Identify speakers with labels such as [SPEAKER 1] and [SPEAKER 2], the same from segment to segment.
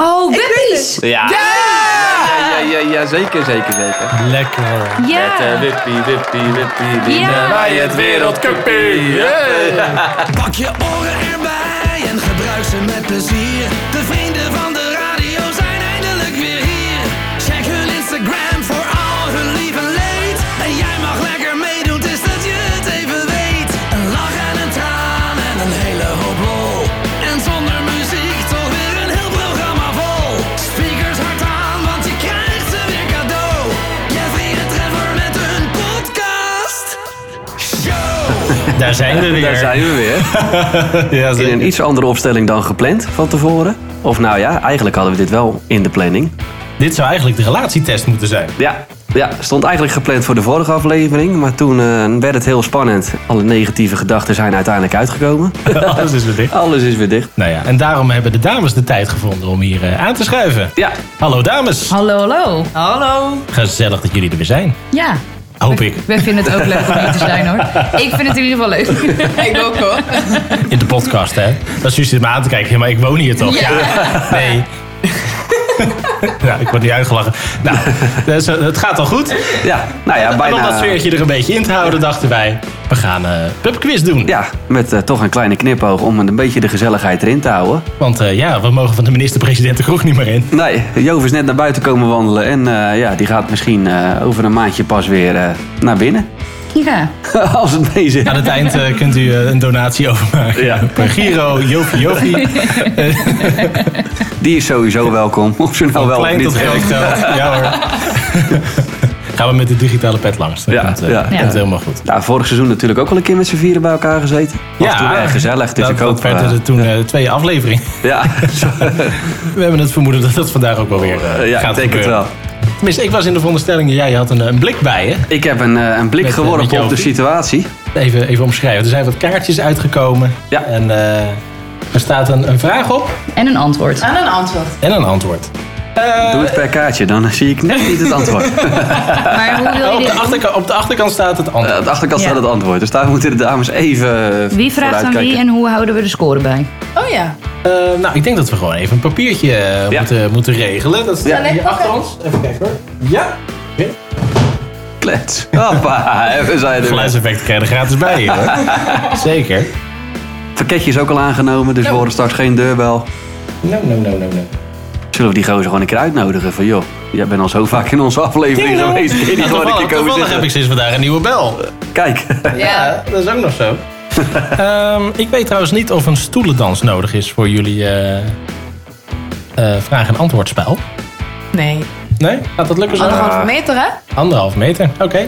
[SPEAKER 1] Oh, Wippies!
[SPEAKER 2] Ja. Ja! Ja, ja, ja, zeker, zeker, zeker.
[SPEAKER 3] Lekker hoor.
[SPEAKER 2] Met
[SPEAKER 1] Ja.
[SPEAKER 2] eh, wippie, wippie, wippie, winnen
[SPEAKER 1] Ja.
[SPEAKER 2] wij het wereldcuppie. Yeah.
[SPEAKER 4] Pak je oren erbij en gebruik ze met plezier. De vrienden van de radio zijn eindelijk weer hier. Check hun Instagram voor al hun lief en leed. En jij mag lekker meedoen, het is dat je het even weet. Een lach en een traan en een hele hoop lol. En zonder muziek toch weer een heel programma vol. Speakers hard aan, want je krijgt ze weer cadeau. Jeffrey en Trevor met hun podcast. Show!
[SPEAKER 3] Daar zijn we weer.
[SPEAKER 2] Daar zijn we weer.
[SPEAKER 3] Ja,
[SPEAKER 2] In
[SPEAKER 3] zeker.
[SPEAKER 2] een iets andere opstelling dan gepland van tevoren. Of nou ja, eigenlijk hadden we dit wel in de planning.
[SPEAKER 3] Dit zou eigenlijk de relatietest moeten zijn.
[SPEAKER 2] Ja, ja, stond eigenlijk gepland voor de vorige aflevering. Maar toen eh, werd het heel spannend. Alle negatieve gedachten zijn uiteindelijk uitgekomen.
[SPEAKER 3] Alles is weer dicht.
[SPEAKER 2] Alles is weer dicht.
[SPEAKER 3] Nou ja, en daarom hebben de dames de tijd gevonden om hier eh, aan te schuiven.
[SPEAKER 2] Ja,
[SPEAKER 3] Hallo dames.
[SPEAKER 1] Hallo, hallo. Hallo.
[SPEAKER 3] Gezellig dat jullie er weer zijn.
[SPEAKER 1] Ja.
[SPEAKER 3] Hoop ik.
[SPEAKER 1] Wij vinden het ook leuk om hier te zijn hoor. Ik vind het in ieder geval leuk. Ik ook hoor.
[SPEAKER 3] In de podcast, hè. Dat Suus zit me aan te kijken. Ja, maar ik woon hier toch? Ja. Nee. ja, ik word niet uitgelachen. Nou, dus, eh, het gaat al goed.
[SPEAKER 2] ja, nou ja,
[SPEAKER 3] En om dat
[SPEAKER 2] bijna.
[SPEAKER 3] sfeertje er een beetje in te houden, dachten wij... We gaan eh pubquiz doen.
[SPEAKER 2] Ja, met eh, toch een kleine knipoog om een beetje de gezelligheid erin te houden.
[SPEAKER 3] Want eh, ja, we mogen van de minister-president de kroeg niet meer in.
[SPEAKER 2] Nee, Joof is net naar buiten komen wandelen. En eh, ja, die gaat misschien eh, over een maandje pas weer eh, naar binnen.
[SPEAKER 1] Ja.
[SPEAKER 2] Als het mee zit.
[SPEAKER 3] Aan het eind eh, kunt u eh, een donatie overmaken.
[SPEAKER 2] Ja.
[SPEAKER 3] Per Giro, Jofi Jofi.
[SPEAKER 2] Die is sowieso welkom. Of ze nou wel of
[SPEAKER 3] Klein
[SPEAKER 2] niet
[SPEAKER 3] tot groot
[SPEAKER 2] werkt.
[SPEAKER 3] geld. Ja hoor. Gaan we met de digitale pet langs. Dat
[SPEAKER 2] Ja,
[SPEAKER 3] komt, eh,
[SPEAKER 2] ja.
[SPEAKER 3] komt
[SPEAKER 1] Ja.
[SPEAKER 3] helemaal goed.
[SPEAKER 2] Nou, vorig seizoen natuurlijk ook al een keer met z'n vieren bij elkaar gezeten. Was toen erg gezellig. Dus
[SPEAKER 3] dat,
[SPEAKER 2] ik hoop...
[SPEAKER 3] dat werden
[SPEAKER 2] eh,
[SPEAKER 3] er toen eh, twee afleveringen.
[SPEAKER 2] ja,
[SPEAKER 3] We hebben het vermoeden dat dat vandaag ook wel weer eh,
[SPEAKER 2] ja, ik
[SPEAKER 3] gaat
[SPEAKER 2] denk het
[SPEAKER 3] gebeuren.
[SPEAKER 2] wel.
[SPEAKER 3] Tenminste, ik was in de veronderstelling, jij had een, eh, een blik bij je.
[SPEAKER 2] Ik heb een, eh, een blik
[SPEAKER 3] Met, eh, met
[SPEAKER 2] geworpen op de
[SPEAKER 3] Jopie.
[SPEAKER 2] situatie.
[SPEAKER 3] Even, even omschrijven. Er zijn wat kaartjes uitgekomen.
[SPEAKER 2] Ja.
[SPEAKER 3] En eh, er staat een, een vraag op
[SPEAKER 1] En een antwoord.
[SPEAKER 5] Aan een antwoord.
[SPEAKER 3] en een antwoord.
[SPEAKER 2] Doe het per kaartje, dan zie ik net niet het antwoord.
[SPEAKER 1] Maar hoe wil
[SPEAKER 3] Oh,
[SPEAKER 1] je
[SPEAKER 3] op, de
[SPEAKER 1] dit doen?
[SPEAKER 3] achterkant, op de achterkant staat het antwoord.
[SPEAKER 2] Eh, Aan de achterkant
[SPEAKER 1] Ja.
[SPEAKER 2] staat het antwoord. Dus daar moeten de dames even eh,
[SPEAKER 1] Wie vraagt aan
[SPEAKER 2] vooruitkijken.
[SPEAKER 1] wie en hoe houden we de score bij?
[SPEAKER 5] Oh ja.
[SPEAKER 3] Eh, nou, ik denk dat we gewoon even een papiertje eh,
[SPEAKER 2] Ja.
[SPEAKER 3] moeten, moeten regelen. Dat staat
[SPEAKER 2] Ja.
[SPEAKER 3] hier achter ons. Even kijken hoor. Ja.
[SPEAKER 2] Klets. Hoppa, even zijn
[SPEAKER 3] Het
[SPEAKER 2] we er.
[SPEAKER 3] geluidseffect krijg je er gratis bij hier, hoor. Zeker.
[SPEAKER 2] Het pakketje is ook al aangenomen, dus we horen straks geen deurbel.
[SPEAKER 3] No, no, no, no, no.
[SPEAKER 2] Zullen we die gozer gewoon een keer uitnodigen? Van joh, jij bent al zo vaak in onze aflevering
[SPEAKER 3] Ding dong.
[SPEAKER 2] geweest. Kun je niet
[SPEAKER 3] Nou,
[SPEAKER 2] gewoon een keer
[SPEAKER 3] toevallig
[SPEAKER 2] komen
[SPEAKER 3] toevallig
[SPEAKER 2] zitten?
[SPEAKER 3] heb ik sinds vandaag een nieuwe bel.
[SPEAKER 2] Kijk,
[SPEAKER 3] Ja, dat is ook nog zo. Ehm, ik weet trouwens niet of een stoelendans nodig is voor jullie eh, eh, vraag- en antwoordspel.
[SPEAKER 5] Nee.
[SPEAKER 3] Nee? Gaat dat lukken zo?
[SPEAKER 5] Anderhalve meter, hè?
[SPEAKER 3] Anderhalf meter, oké.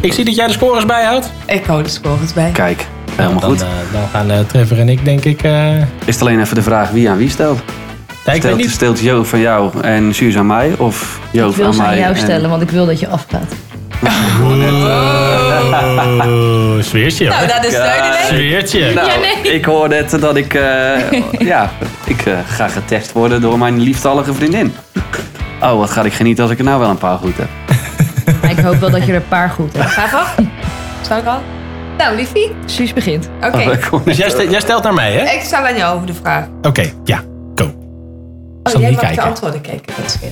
[SPEAKER 3] Ik zie dat jij de scores bijhoudt.
[SPEAKER 5] Ik hou de scores bij.
[SPEAKER 2] kijk. Helemaal
[SPEAKER 3] dan,
[SPEAKER 2] goed.
[SPEAKER 3] eh, dan gaan eh, Trevor en ik denk ik... eh, ja,
[SPEAKER 2] Is het alleen even de vraag wie aan wie stelt?
[SPEAKER 3] ik weet
[SPEAKER 2] Stelt,
[SPEAKER 3] niet.
[SPEAKER 2] stelt Jo van jou en Suus aan mij? Of Jo
[SPEAKER 1] Ik wil
[SPEAKER 2] aan
[SPEAKER 1] ze
[SPEAKER 2] mij?
[SPEAKER 1] aan jou
[SPEAKER 2] en-
[SPEAKER 1] stellen, want ik wil dat je afgaat.
[SPEAKER 3] Oh, sfeertje hoor.
[SPEAKER 5] Nou, dat is duidelijk.
[SPEAKER 3] Sfeertje.
[SPEAKER 2] Nou,
[SPEAKER 1] Ja, nee.
[SPEAKER 2] ik hoor net dat ik, eh, ja, ik eh, ga getest worden door mijn liefstallige vriendin. Oh, wat ga ik genieten als ik er nou wel een paar goed heb.
[SPEAKER 1] Maar ik hoop wel dat je er een paar goed hebt.
[SPEAKER 5] Ga toch? Zal ik al? Nou, liefie.
[SPEAKER 1] Suus begint.
[SPEAKER 5] Oké.
[SPEAKER 2] Oh, ik hoor net-
[SPEAKER 3] Dus jij, stelt- jij stelt naar mij, hè?
[SPEAKER 5] Ik stel aan jou de vraag.
[SPEAKER 3] Oké, ja. Go.
[SPEAKER 5] Oh,
[SPEAKER 3] Zal
[SPEAKER 5] jij
[SPEAKER 3] niet
[SPEAKER 5] mag
[SPEAKER 3] kijken.
[SPEAKER 5] de antwoorden kijken. Dat is goed.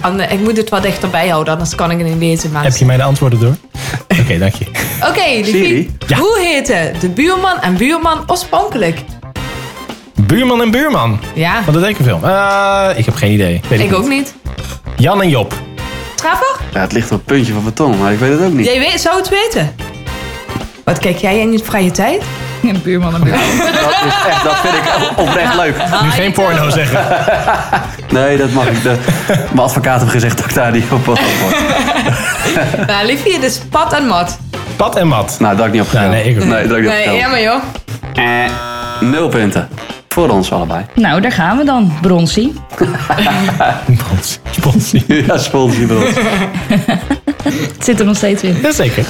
[SPEAKER 5] Anne, ik moet het wel dichterbij houden, anders kan ik het niet lezen. Maar...
[SPEAKER 3] Heb je mij de antwoorden door? Oké, dank je.
[SPEAKER 5] Oké,
[SPEAKER 2] Siri?
[SPEAKER 5] liefie.
[SPEAKER 3] Ja.
[SPEAKER 5] Hoe heette de buurman en buurman oorspronkelijk?
[SPEAKER 3] Buurman en buurman.
[SPEAKER 5] Ja,
[SPEAKER 3] Wat een tekenfilm. Eh, ik heb geen idee. Weet
[SPEAKER 5] ik ook Ah, niet.
[SPEAKER 3] Jan en Job.
[SPEAKER 5] Trevor,
[SPEAKER 2] Ja, het ligt op het puntje van mijn tong, maar ik weet het ook niet.
[SPEAKER 5] jij weet, zou het weten. Wat kijk jij in je vrije tijd?
[SPEAKER 1] Een buurman en buurman.
[SPEAKER 2] Dat, is echt, dat vind ik oprecht leuk.
[SPEAKER 3] Nu geen porno zeggen.
[SPEAKER 2] Nee, dat mag ik. De, mijn advocaat heeft gezegd dat ik daar niet op op word.
[SPEAKER 5] Nou, liefie, het is pat en mat.
[SPEAKER 3] Pat en Mat.
[SPEAKER 2] Nou, dat ik niet op
[SPEAKER 3] Nou, nee, ik ook niet.
[SPEAKER 2] Nee, dat ik niet op
[SPEAKER 5] Nee,
[SPEAKER 2] nee,
[SPEAKER 5] jammer joh.
[SPEAKER 2] Nul punten. Voor ons allebei.
[SPEAKER 1] Nou, daar gaan we dan. Bronsie.
[SPEAKER 3] Spons- Sponsie.
[SPEAKER 2] Ja, sponsor bij ons.
[SPEAKER 1] Het zit er nog steeds in.
[SPEAKER 3] Jazeker.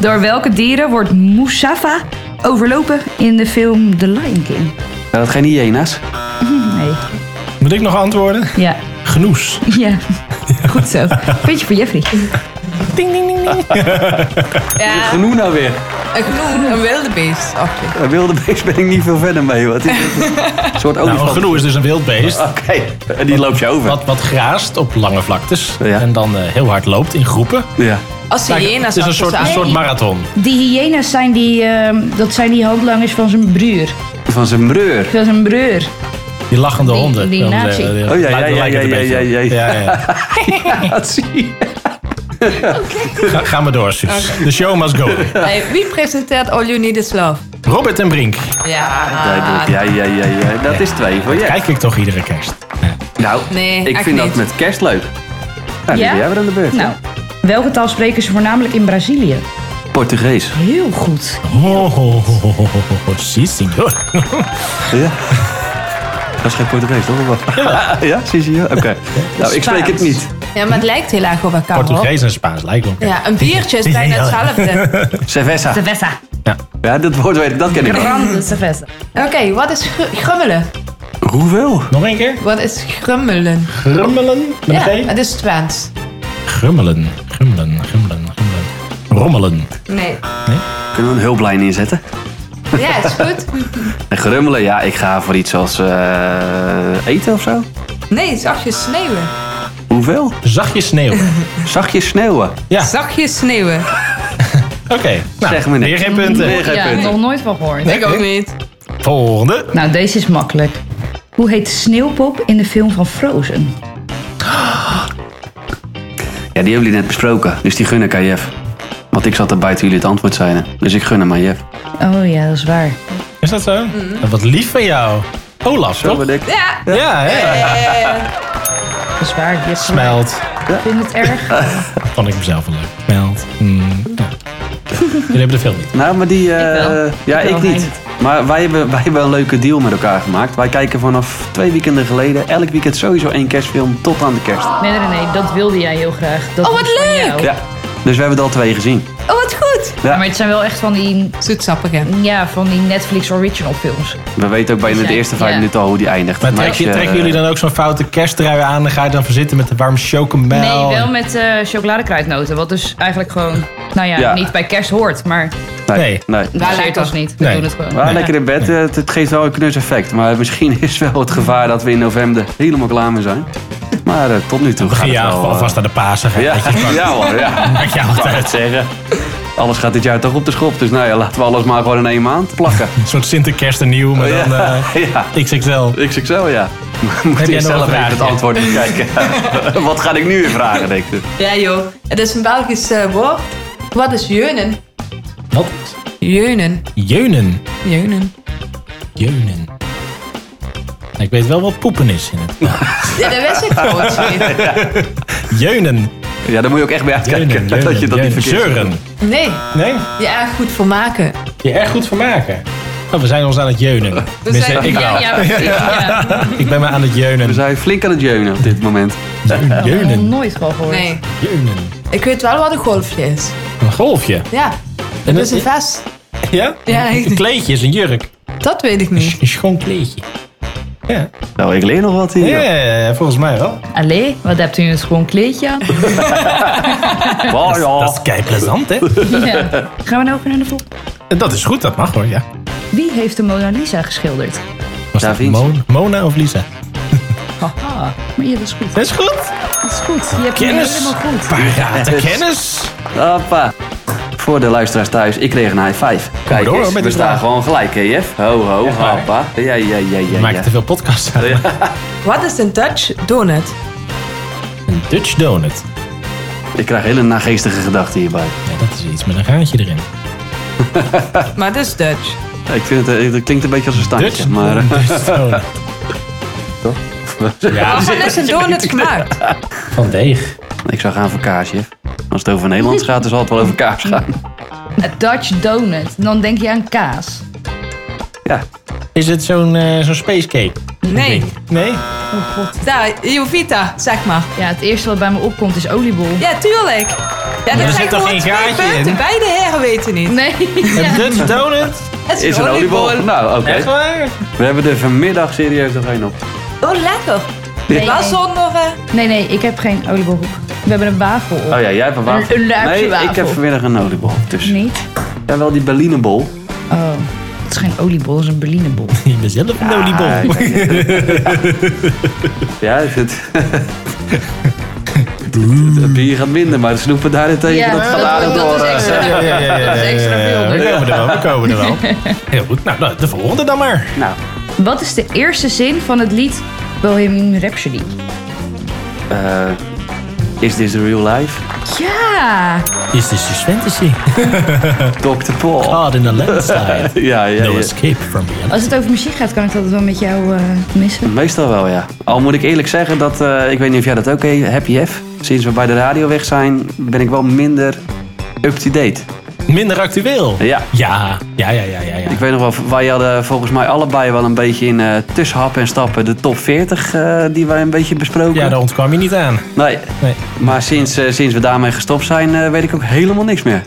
[SPEAKER 1] Door welke dieren wordt Mustapha overlopen in de film The Lion King?
[SPEAKER 2] Nou, dat geen hyena's.
[SPEAKER 1] Nee.
[SPEAKER 3] Moet ik nog antwoorden? Oh,
[SPEAKER 1] Ja.
[SPEAKER 3] Genoes.
[SPEAKER 1] Ja. Goed zo. Puntje voor Jeffrey.
[SPEAKER 5] Ja,
[SPEAKER 2] Genoeg nou weer.
[SPEAKER 5] Een groen, een wilde beest. Oké.
[SPEAKER 2] Bij wilde beest ben ik niet veel verder mee. Wat is het? Een soort
[SPEAKER 3] Nou, een
[SPEAKER 2] olifant.
[SPEAKER 3] genoe is dus een wild beest.
[SPEAKER 2] Oké, en die loop je over.
[SPEAKER 3] Wat, wat graast op lange vlaktes.
[SPEAKER 2] Ja.
[SPEAKER 3] En dan eh, heel hard loopt in groepen.
[SPEAKER 2] Ja.
[SPEAKER 5] Als
[SPEAKER 3] Kijk,
[SPEAKER 5] hyena's
[SPEAKER 3] Het is een soort, een
[SPEAKER 5] achter
[SPEAKER 3] soort
[SPEAKER 5] zijn.
[SPEAKER 3] marathon.
[SPEAKER 1] Die hyena's zijn die, ehm, dat zijn die handlangers van zijn broer.
[SPEAKER 2] Van zijn breur.
[SPEAKER 1] Van zijn broer.
[SPEAKER 3] Die lachende
[SPEAKER 1] Die-
[SPEAKER 3] honden.
[SPEAKER 1] die
[SPEAKER 3] Dan, eh,
[SPEAKER 1] nazi.
[SPEAKER 3] eh,
[SPEAKER 2] Oh, ja, ja,
[SPEAKER 3] lijkt- lijkt het
[SPEAKER 2] ja,
[SPEAKER 3] een
[SPEAKER 2] ja,
[SPEAKER 3] beetje.
[SPEAKER 2] ja, ja.
[SPEAKER 3] ja.
[SPEAKER 2] Dat zie je.
[SPEAKER 3] Ga, ga maar door, Suus. The show must go.
[SPEAKER 5] Hey, wie presenteert All You Need Is Love?
[SPEAKER 3] Robert en Brink.
[SPEAKER 2] Duidelijk.
[SPEAKER 5] Ja.
[SPEAKER 2] Ja, ja, ja, ja. Dat is twee voor je.
[SPEAKER 3] Kijk ik toch iedere kerst.
[SPEAKER 2] Nou,
[SPEAKER 5] Nee,
[SPEAKER 2] ik
[SPEAKER 5] echt
[SPEAKER 2] vind dat
[SPEAKER 5] niet.
[SPEAKER 2] met kerst leuk. Nou,
[SPEAKER 1] Ja?
[SPEAKER 2] ja? ben jij weer aan de beurt.
[SPEAKER 1] Nou, welke taal spreken ze voornamelijk in Brazilië?
[SPEAKER 2] Portugees.
[SPEAKER 1] Heel goed.
[SPEAKER 3] Oh, oh, oh, oh, oh, oh, si, senor.
[SPEAKER 2] Ja. Dat is geen Portugees, toch? Of wat? Ja, zie je. Oké. Nou, ik spreek het niet.
[SPEAKER 5] ja, maar het lijkt heel erg op elkaar. hoor.
[SPEAKER 3] Portugees en Spaans lijken op elkaar.
[SPEAKER 5] Ja, een biertje is bijna
[SPEAKER 3] Ja.
[SPEAKER 5] hetzelfde.
[SPEAKER 2] Cerveza.
[SPEAKER 1] Cerveza.
[SPEAKER 2] Ja, dat woord weet ik, dat ken ik wel.
[SPEAKER 1] Grande cerveza.
[SPEAKER 5] Oké, wat is gr- grummelen?
[SPEAKER 2] Hoeveel?
[SPEAKER 3] Nog een keer.
[SPEAKER 5] Wat is grummelen?
[SPEAKER 3] Grummelen. Met
[SPEAKER 5] Ja,
[SPEAKER 3] een G?
[SPEAKER 5] het is Twents.
[SPEAKER 3] Grummelen. Grummelen. Grummelen. Grummelen. Rommelen.
[SPEAKER 5] Nee.
[SPEAKER 2] Kunnen we een hulplijn inzetten?
[SPEAKER 5] Ja, is goed.
[SPEAKER 2] En grummelen, ja, ik ga voor iets als eh, eten of zo.
[SPEAKER 5] Nee, zachtjes sneeuwen.
[SPEAKER 2] Hoeveel?
[SPEAKER 3] Zachtjes sneeuw.
[SPEAKER 2] Zachtjes sneeuwen.
[SPEAKER 3] Ja,
[SPEAKER 5] Zachtjes sneeuwen.
[SPEAKER 3] oké. Nou,
[SPEAKER 2] Zeg me niks.
[SPEAKER 3] weer geen punten.
[SPEAKER 2] Weer geen
[SPEAKER 1] Ja, ik heb
[SPEAKER 2] punten.
[SPEAKER 1] nog nooit van gehoord.
[SPEAKER 5] Ik ook niet.
[SPEAKER 3] Volgende.
[SPEAKER 1] Nou, deze is makkelijk. Hoe heet Sneeuwpop in de film van Frozen?
[SPEAKER 2] Ja, die hebben jullie net besproken. Dus die gunnen ik aan Jeff. Want ik zat erbij toen jullie het antwoord zeiden. Dus ik gun hem aan Jeff.
[SPEAKER 1] Oh ja, dat is waar.
[SPEAKER 3] Is dat zo? Wat lief van jou. Olaf,
[SPEAKER 2] Zo
[SPEAKER 3] toch?
[SPEAKER 2] ben ik.
[SPEAKER 5] Ja.
[SPEAKER 3] Ja, hè?
[SPEAKER 1] Dat is waar. Je hebt gelijk.
[SPEAKER 3] Smelt.
[SPEAKER 1] Ik vind het erg.
[SPEAKER 3] Vond ik mezelf wel leuk. Smelt. Mm. Ja. Jullie hebben er veel niet.
[SPEAKER 2] Nou, maar die... eh,
[SPEAKER 1] Ik wel.
[SPEAKER 2] Ja,
[SPEAKER 1] Ik
[SPEAKER 2] ik,
[SPEAKER 1] wel, hij
[SPEAKER 2] niet. Maar wij hebben, wij hebben een leuke deal met elkaar gemaakt. Wij kijken vanaf twee weekenden geleden elk weekend sowieso één kerstfilm tot aan de kerst.
[SPEAKER 1] Nee, nee, nee, dat wilde jij heel graag. Dat
[SPEAKER 5] Oh, wat
[SPEAKER 1] was van
[SPEAKER 5] leuk!
[SPEAKER 1] jou.
[SPEAKER 2] Ja. Dus we hebben het al twee gezien.
[SPEAKER 5] Oh, wat goed.
[SPEAKER 1] Ja, Maar het zijn wel echt van die,
[SPEAKER 5] Zoetsappige.
[SPEAKER 1] ja, van die Netflix original films.
[SPEAKER 2] We weten ook bijna
[SPEAKER 1] Dus
[SPEAKER 2] de
[SPEAKER 1] jij-
[SPEAKER 2] eerste vijf
[SPEAKER 1] ja.
[SPEAKER 2] minuten al hoe die eindigt. eh,
[SPEAKER 3] Maar
[SPEAKER 2] Dat
[SPEAKER 3] trek je,
[SPEAKER 2] meisje,
[SPEAKER 3] trekken jullie dan ook zo'n foute kersttrui aan en ga je dan verzitten met de warme chocomel?
[SPEAKER 1] Nee, wel met eh chocoladekruidnoten. Wat dus eigenlijk gewoon, nou ja,
[SPEAKER 2] Ja.
[SPEAKER 1] niet bij kerst hoort. Maar
[SPEAKER 2] Nee.
[SPEAKER 3] Nee.
[SPEAKER 2] nee.
[SPEAKER 1] waar lijkt
[SPEAKER 5] lekker.
[SPEAKER 1] ons niet. We
[SPEAKER 3] Nee.
[SPEAKER 1] doen het gewoon.
[SPEAKER 2] Maar lekker in bed, eh, het, het geeft wel een knus effect. Maar misschien is wel het gevaar dat we in november helemaal klaar mee zijn. Maar eh, tot nu toe gaat
[SPEAKER 3] Begin
[SPEAKER 2] het
[SPEAKER 3] je
[SPEAKER 2] wel... eh,
[SPEAKER 3] alvast aan de Pasen. Ga je
[SPEAKER 2] ja,
[SPEAKER 3] dat je-
[SPEAKER 2] ja hoor, ja.
[SPEAKER 3] dat je altijd
[SPEAKER 2] zeggen. Alles gaat dit jaar toch op de schop. Dus nou ja, laten we alles maar gewoon in één maand plakken.
[SPEAKER 3] Een soort Sinterkerst en nieuw, maar dan eh
[SPEAKER 2] ja.
[SPEAKER 3] XXL.
[SPEAKER 2] XXL, ja. Moet je
[SPEAKER 3] jij nog een
[SPEAKER 2] zelf even
[SPEAKER 3] vraagje?
[SPEAKER 2] het antwoord bekijken. Wat ga ik nu weer vragen, denk ik.
[SPEAKER 5] Ja, joh. Het is een Belgisch eh, woord. Wat is jeunen?
[SPEAKER 3] Wat?
[SPEAKER 5] Jeunen.
[SPEAKER 3] Jeunen.
[SPEAKER 5] Jeunen.
[SPEAKER 3] Jeunen. Nou, Ik weet wel wat poepen is in het.
[SPEAKER 5] Ja, dat wist ik trouwens niet.
[SPEAKER 3] Jeunen.
[SPEAKER 2] Ja, daar moet je ook echt bij uitkijken.
[SPEAKER 3] Jeunen.
[SPEAKER 2] dat je dat
[SPEAKER 3] jeunen.
[SPEAKER 2] niet verkeerd
[SPEAKER 3] Zeuren.
[SPEAKER 5] Nee,
[SPEAKER 3] Nee?
[SPEAKER 5] je erg goed voor maken.
[SPEAKER 3] Je erg goed voor maken. Oh, we zijn ons aan het jeunen. Tenminste,
[SPEAKER 5] zijn-
[SPEAKER 3] ik wel.
[SPEAKER 1] Ja, ja, precies, ja.
[SPEAKER 3] Ik ben me aan het
[SPEAKER 2] We
[SPEAKER 3] jeunen.
[SPEAKER 2] zijn flink aan het jeunen op dit moment.
[SPEAKER 1] Ik heb nog
[SPEAKER 3] Jeunen.
[SPEAKER 1] nooit van gehoord.
[SPEAKER 5] Nee.
[SPEAKER 3] Jeunen.
[SPEAKER 5] Ik weet wel wat een golfje is.
[SPEAKER 3] Een golfje.
[SPEAKER 5] Ja,
[SPEAKER 3] En
[SPEAKER 5] dat is een vest.
[SPEAKER 3] Ja?
[SPEAKER 5] Ja, ik-
[SPEAKER 3] Een kleedje is een jurk.
[SPEAKER 5] Dat weet ik niet.
[SPEAKER 3] Een schoon kleedje. Ja.
[SPEAKER 2] Nou, ik leer nog wat hier.
[SPEAKER 3] ja, volgens mij wel.
[SPEAKER 1] Allee, wat hebt u een schoon kleedje aan?
[SPEAKER 2] Wow, ja.
[SPEAKER 3] Oh. Dat is kei plezant, hè?
[SPEAKER 1] Ja. Gaan we nou over naar de volgende?
[SPEAKER 3] Dat is goed, dat mag hoor, ja.
[SPEAKER 1] Wie heeft de Mona Lisa geschilderd?
[SPEAKER 3] Was dat
[SPEAKER 2] David.
[SPEAKER 3] Mon- Mona of Lisa?
[SPEAKER 1] Haha. Maar ja, dat is goed.
[SPEAKER 3] Dat is goed.
[SPEAKER 1] Dat is goed. Je hebt
[SPEAKER 3] Kennis.
[SPEAKER 1] hem helemaal goed.
[SPEAKER 3] Parate
[SPEAKER 2] Yes.
[SPEAKER 3] kennis.
[SPEAKER 2] Hoppa. Voor de luisteraars thuis, ik kreeg een high five. Kijk
[SPEAKER 3] door,
[SPEAKER 2] eens,
[SPEAKER 3] met
[SPEAKER 2] we
[SPEAKER 3] die
[SPEAKER 2] staan
[SPEAKER 3] vraag.
[SPEAKER 2] gewoon gelijk, hè Jeff? Ho, ho,
[SPEAKER 3] Echt waar.
[SPEAKER 2] hoppa. Ja, ja, ja,
[SPEAKER 3] We
[SPEAKER 2] ja. ja.
[SPEAKER 3] maken te veel podcasts aan.
[SPEAKER 5] Wat is een Dutch donut?
[SPEAKER 3] Een Dutch donut.
[SPEAKER 2] Ik krijg hele nageestige gedachten hierbij.
[SPEAKER 3] Ja, dat is iets met een gaatje erin.
[SPEAKER 5] Maar dat is Dutch.
[SPEAKER 2] Ik vind het, eh, het klinkt een beetje als een standje,
[SPEAKER 3] Dutch, Mm.
[SPEAKER 2] maar... eh,
[SPEAKER 3] een Dutch donut.
[SPEAKER 2] Toch?
[SPEAKER 3] Ja,
[SPEAKER 5] Waarvan is een donut gemaakt?
[SPEAKER 3] van deeg.
[SPEAKER 2] eh, Ik zou gaan voor kaas, Jeff. Als het over Nederlands gaat, dan zal het wel over kaas gaan.
[SPEAKER 1] Een Dutch donut. Dan denk je aan kaas.
[SPEAKER 2] Ja,
[SPEAKER 3] Is het zo'n eh, zo'n spacecake?
[SPEAKER 5] Nee.
[SPEAKER 3] Ding? Nee?
[SPEAKER 5] Daar, Jovita, zeg maar.
[SPEAKER 1] Ja, het eerste wat bij me opkomt is oliebol.
[SPEAKER 5] Ja, tuurlijk. Ja,
[SPEAKER 3] er
[SPEAKER 5] dat
[SPEAKER 3] zit
[SPEAKER 5] zijn
[SPEAKER 3] toch
[SPEAKER 5] gewoon
[SPEAKER 3] geen
[SPEAKER 5] twee
[SPEAKER 3] gaatje
[SPEAKER 5] punten.
[SPEAKER 3] in?
[SPEAKER 5] Beide heren weten niet.
[SPEAKER 1] Nee.
[SPEAKER 3] Een Dutch donut?
[SPEAKER 5] Het
[SPEAKER 2] is een oliebol. Nou, oké.
[SPEAKER 3] Echt waar?
[SPEAKER 2] We hebben er vanmiddag serieus nog één op.
[SPEAKER 5] Oh, lekker.
[SPEAKER 1] Nee,
[SPEAKER 5] Wel
[SPEAKER 1] nee.
[SPEAKER 5] zonder... eh,
[SPEAKER 1] nee, nee, ik heb geen oliebol. op. We hebben een wafel op.
[SPEAKER 2] Oh ja, jij hebt een wafel.
[SPEAKER 1] Een- een luikje
[SPEAKER 2] nee,
[SPEAKER 1] wafel.
[SPEAKER 2] ik heb vanmiddag een oliebol. Dus
[SPEAKER 1] Niet?
[SPEAKER 2] ja, Ja, wel die Berlinenbol.
[SPEAKER 1] Oh, het is geen oliebol, het is een berlinebol.
[SPEAKER 3] Je bent zelf een oliebol.
[SPEAKER 2] Ja, het, het, het bier gaat minder, maar de snoepen daarentegen,
[SPEAKER 1] Ja,
[SPEAKER 2] dat
[SPEAKER 1] dat
[SPEAKER 2] gaat aardig
[SPEAKER 1] wordt- dat
[SPEAKER 2] door.
[SPEAKER 1] is
[SPEAKER 2] eh.
[SPEAKER 1] extra.
[SPEAKER 3] Ja, ja, ja, ja,
[SPEAKER 1] Dat is extra
[SPEAKER 3] ja,
[SPEAKER 1] veel.
[SPEAKER 3] ja. We komen er wel, we komen er wel. Heel goed. Nou, nou, de volgende dan maar.
[SPEAKER 2] Nou,
[SPEAKER 1] Wat is de eerste zin van het lied Bohemian Rhapsody?
[SPEAKER 2] eh, is this real life?
[SPEAKER 1] Ja!
[SPEAKER 3] Is de suspensie.
[SPEAKER 2] Dr. Paul.
[SPEAKER 3] Hard in a landslide.
[SPEAKER 2] Ja, ja,
[SPEAKER 3] No
[SPEAKER 2] ja.
[SPEAKER 3] escape from reality.
[SPEAKER 1] Als het over muziek gaat, kan ik dat wel met jou eh, missen.
[SPEAKER 2] Meestal wel, ja. Al moet ik eerlijk zeggen dat, eh, ik weet niet of jij dat ook heeft, Happy F. Sinds we bij de radio weg zijn, ben ik wel minder up-to-date.
[SPEAKER 3] Minder actueel.
[SPEAKER 2] Ja.
[SPEAKER 3] Ja, ja, ja, ja, ja. ja.
[SPEAKER 2] Ik weet nog wel, wij hadden volgens mij allebei wel een beetje in eh tussenhappen en stappen de top 40 eh, die wij een beetje besproken.
[SPEAKER 3] Ja, daar ontkwam je niet aan.
[SPEAKER 2] Nee,
[SPEAKER 3] Nee.
[SPEAKER 2] maar sinds, eh, sinds we daarmee gestopt zijn, eh, weet ik ook helemaal niks meer.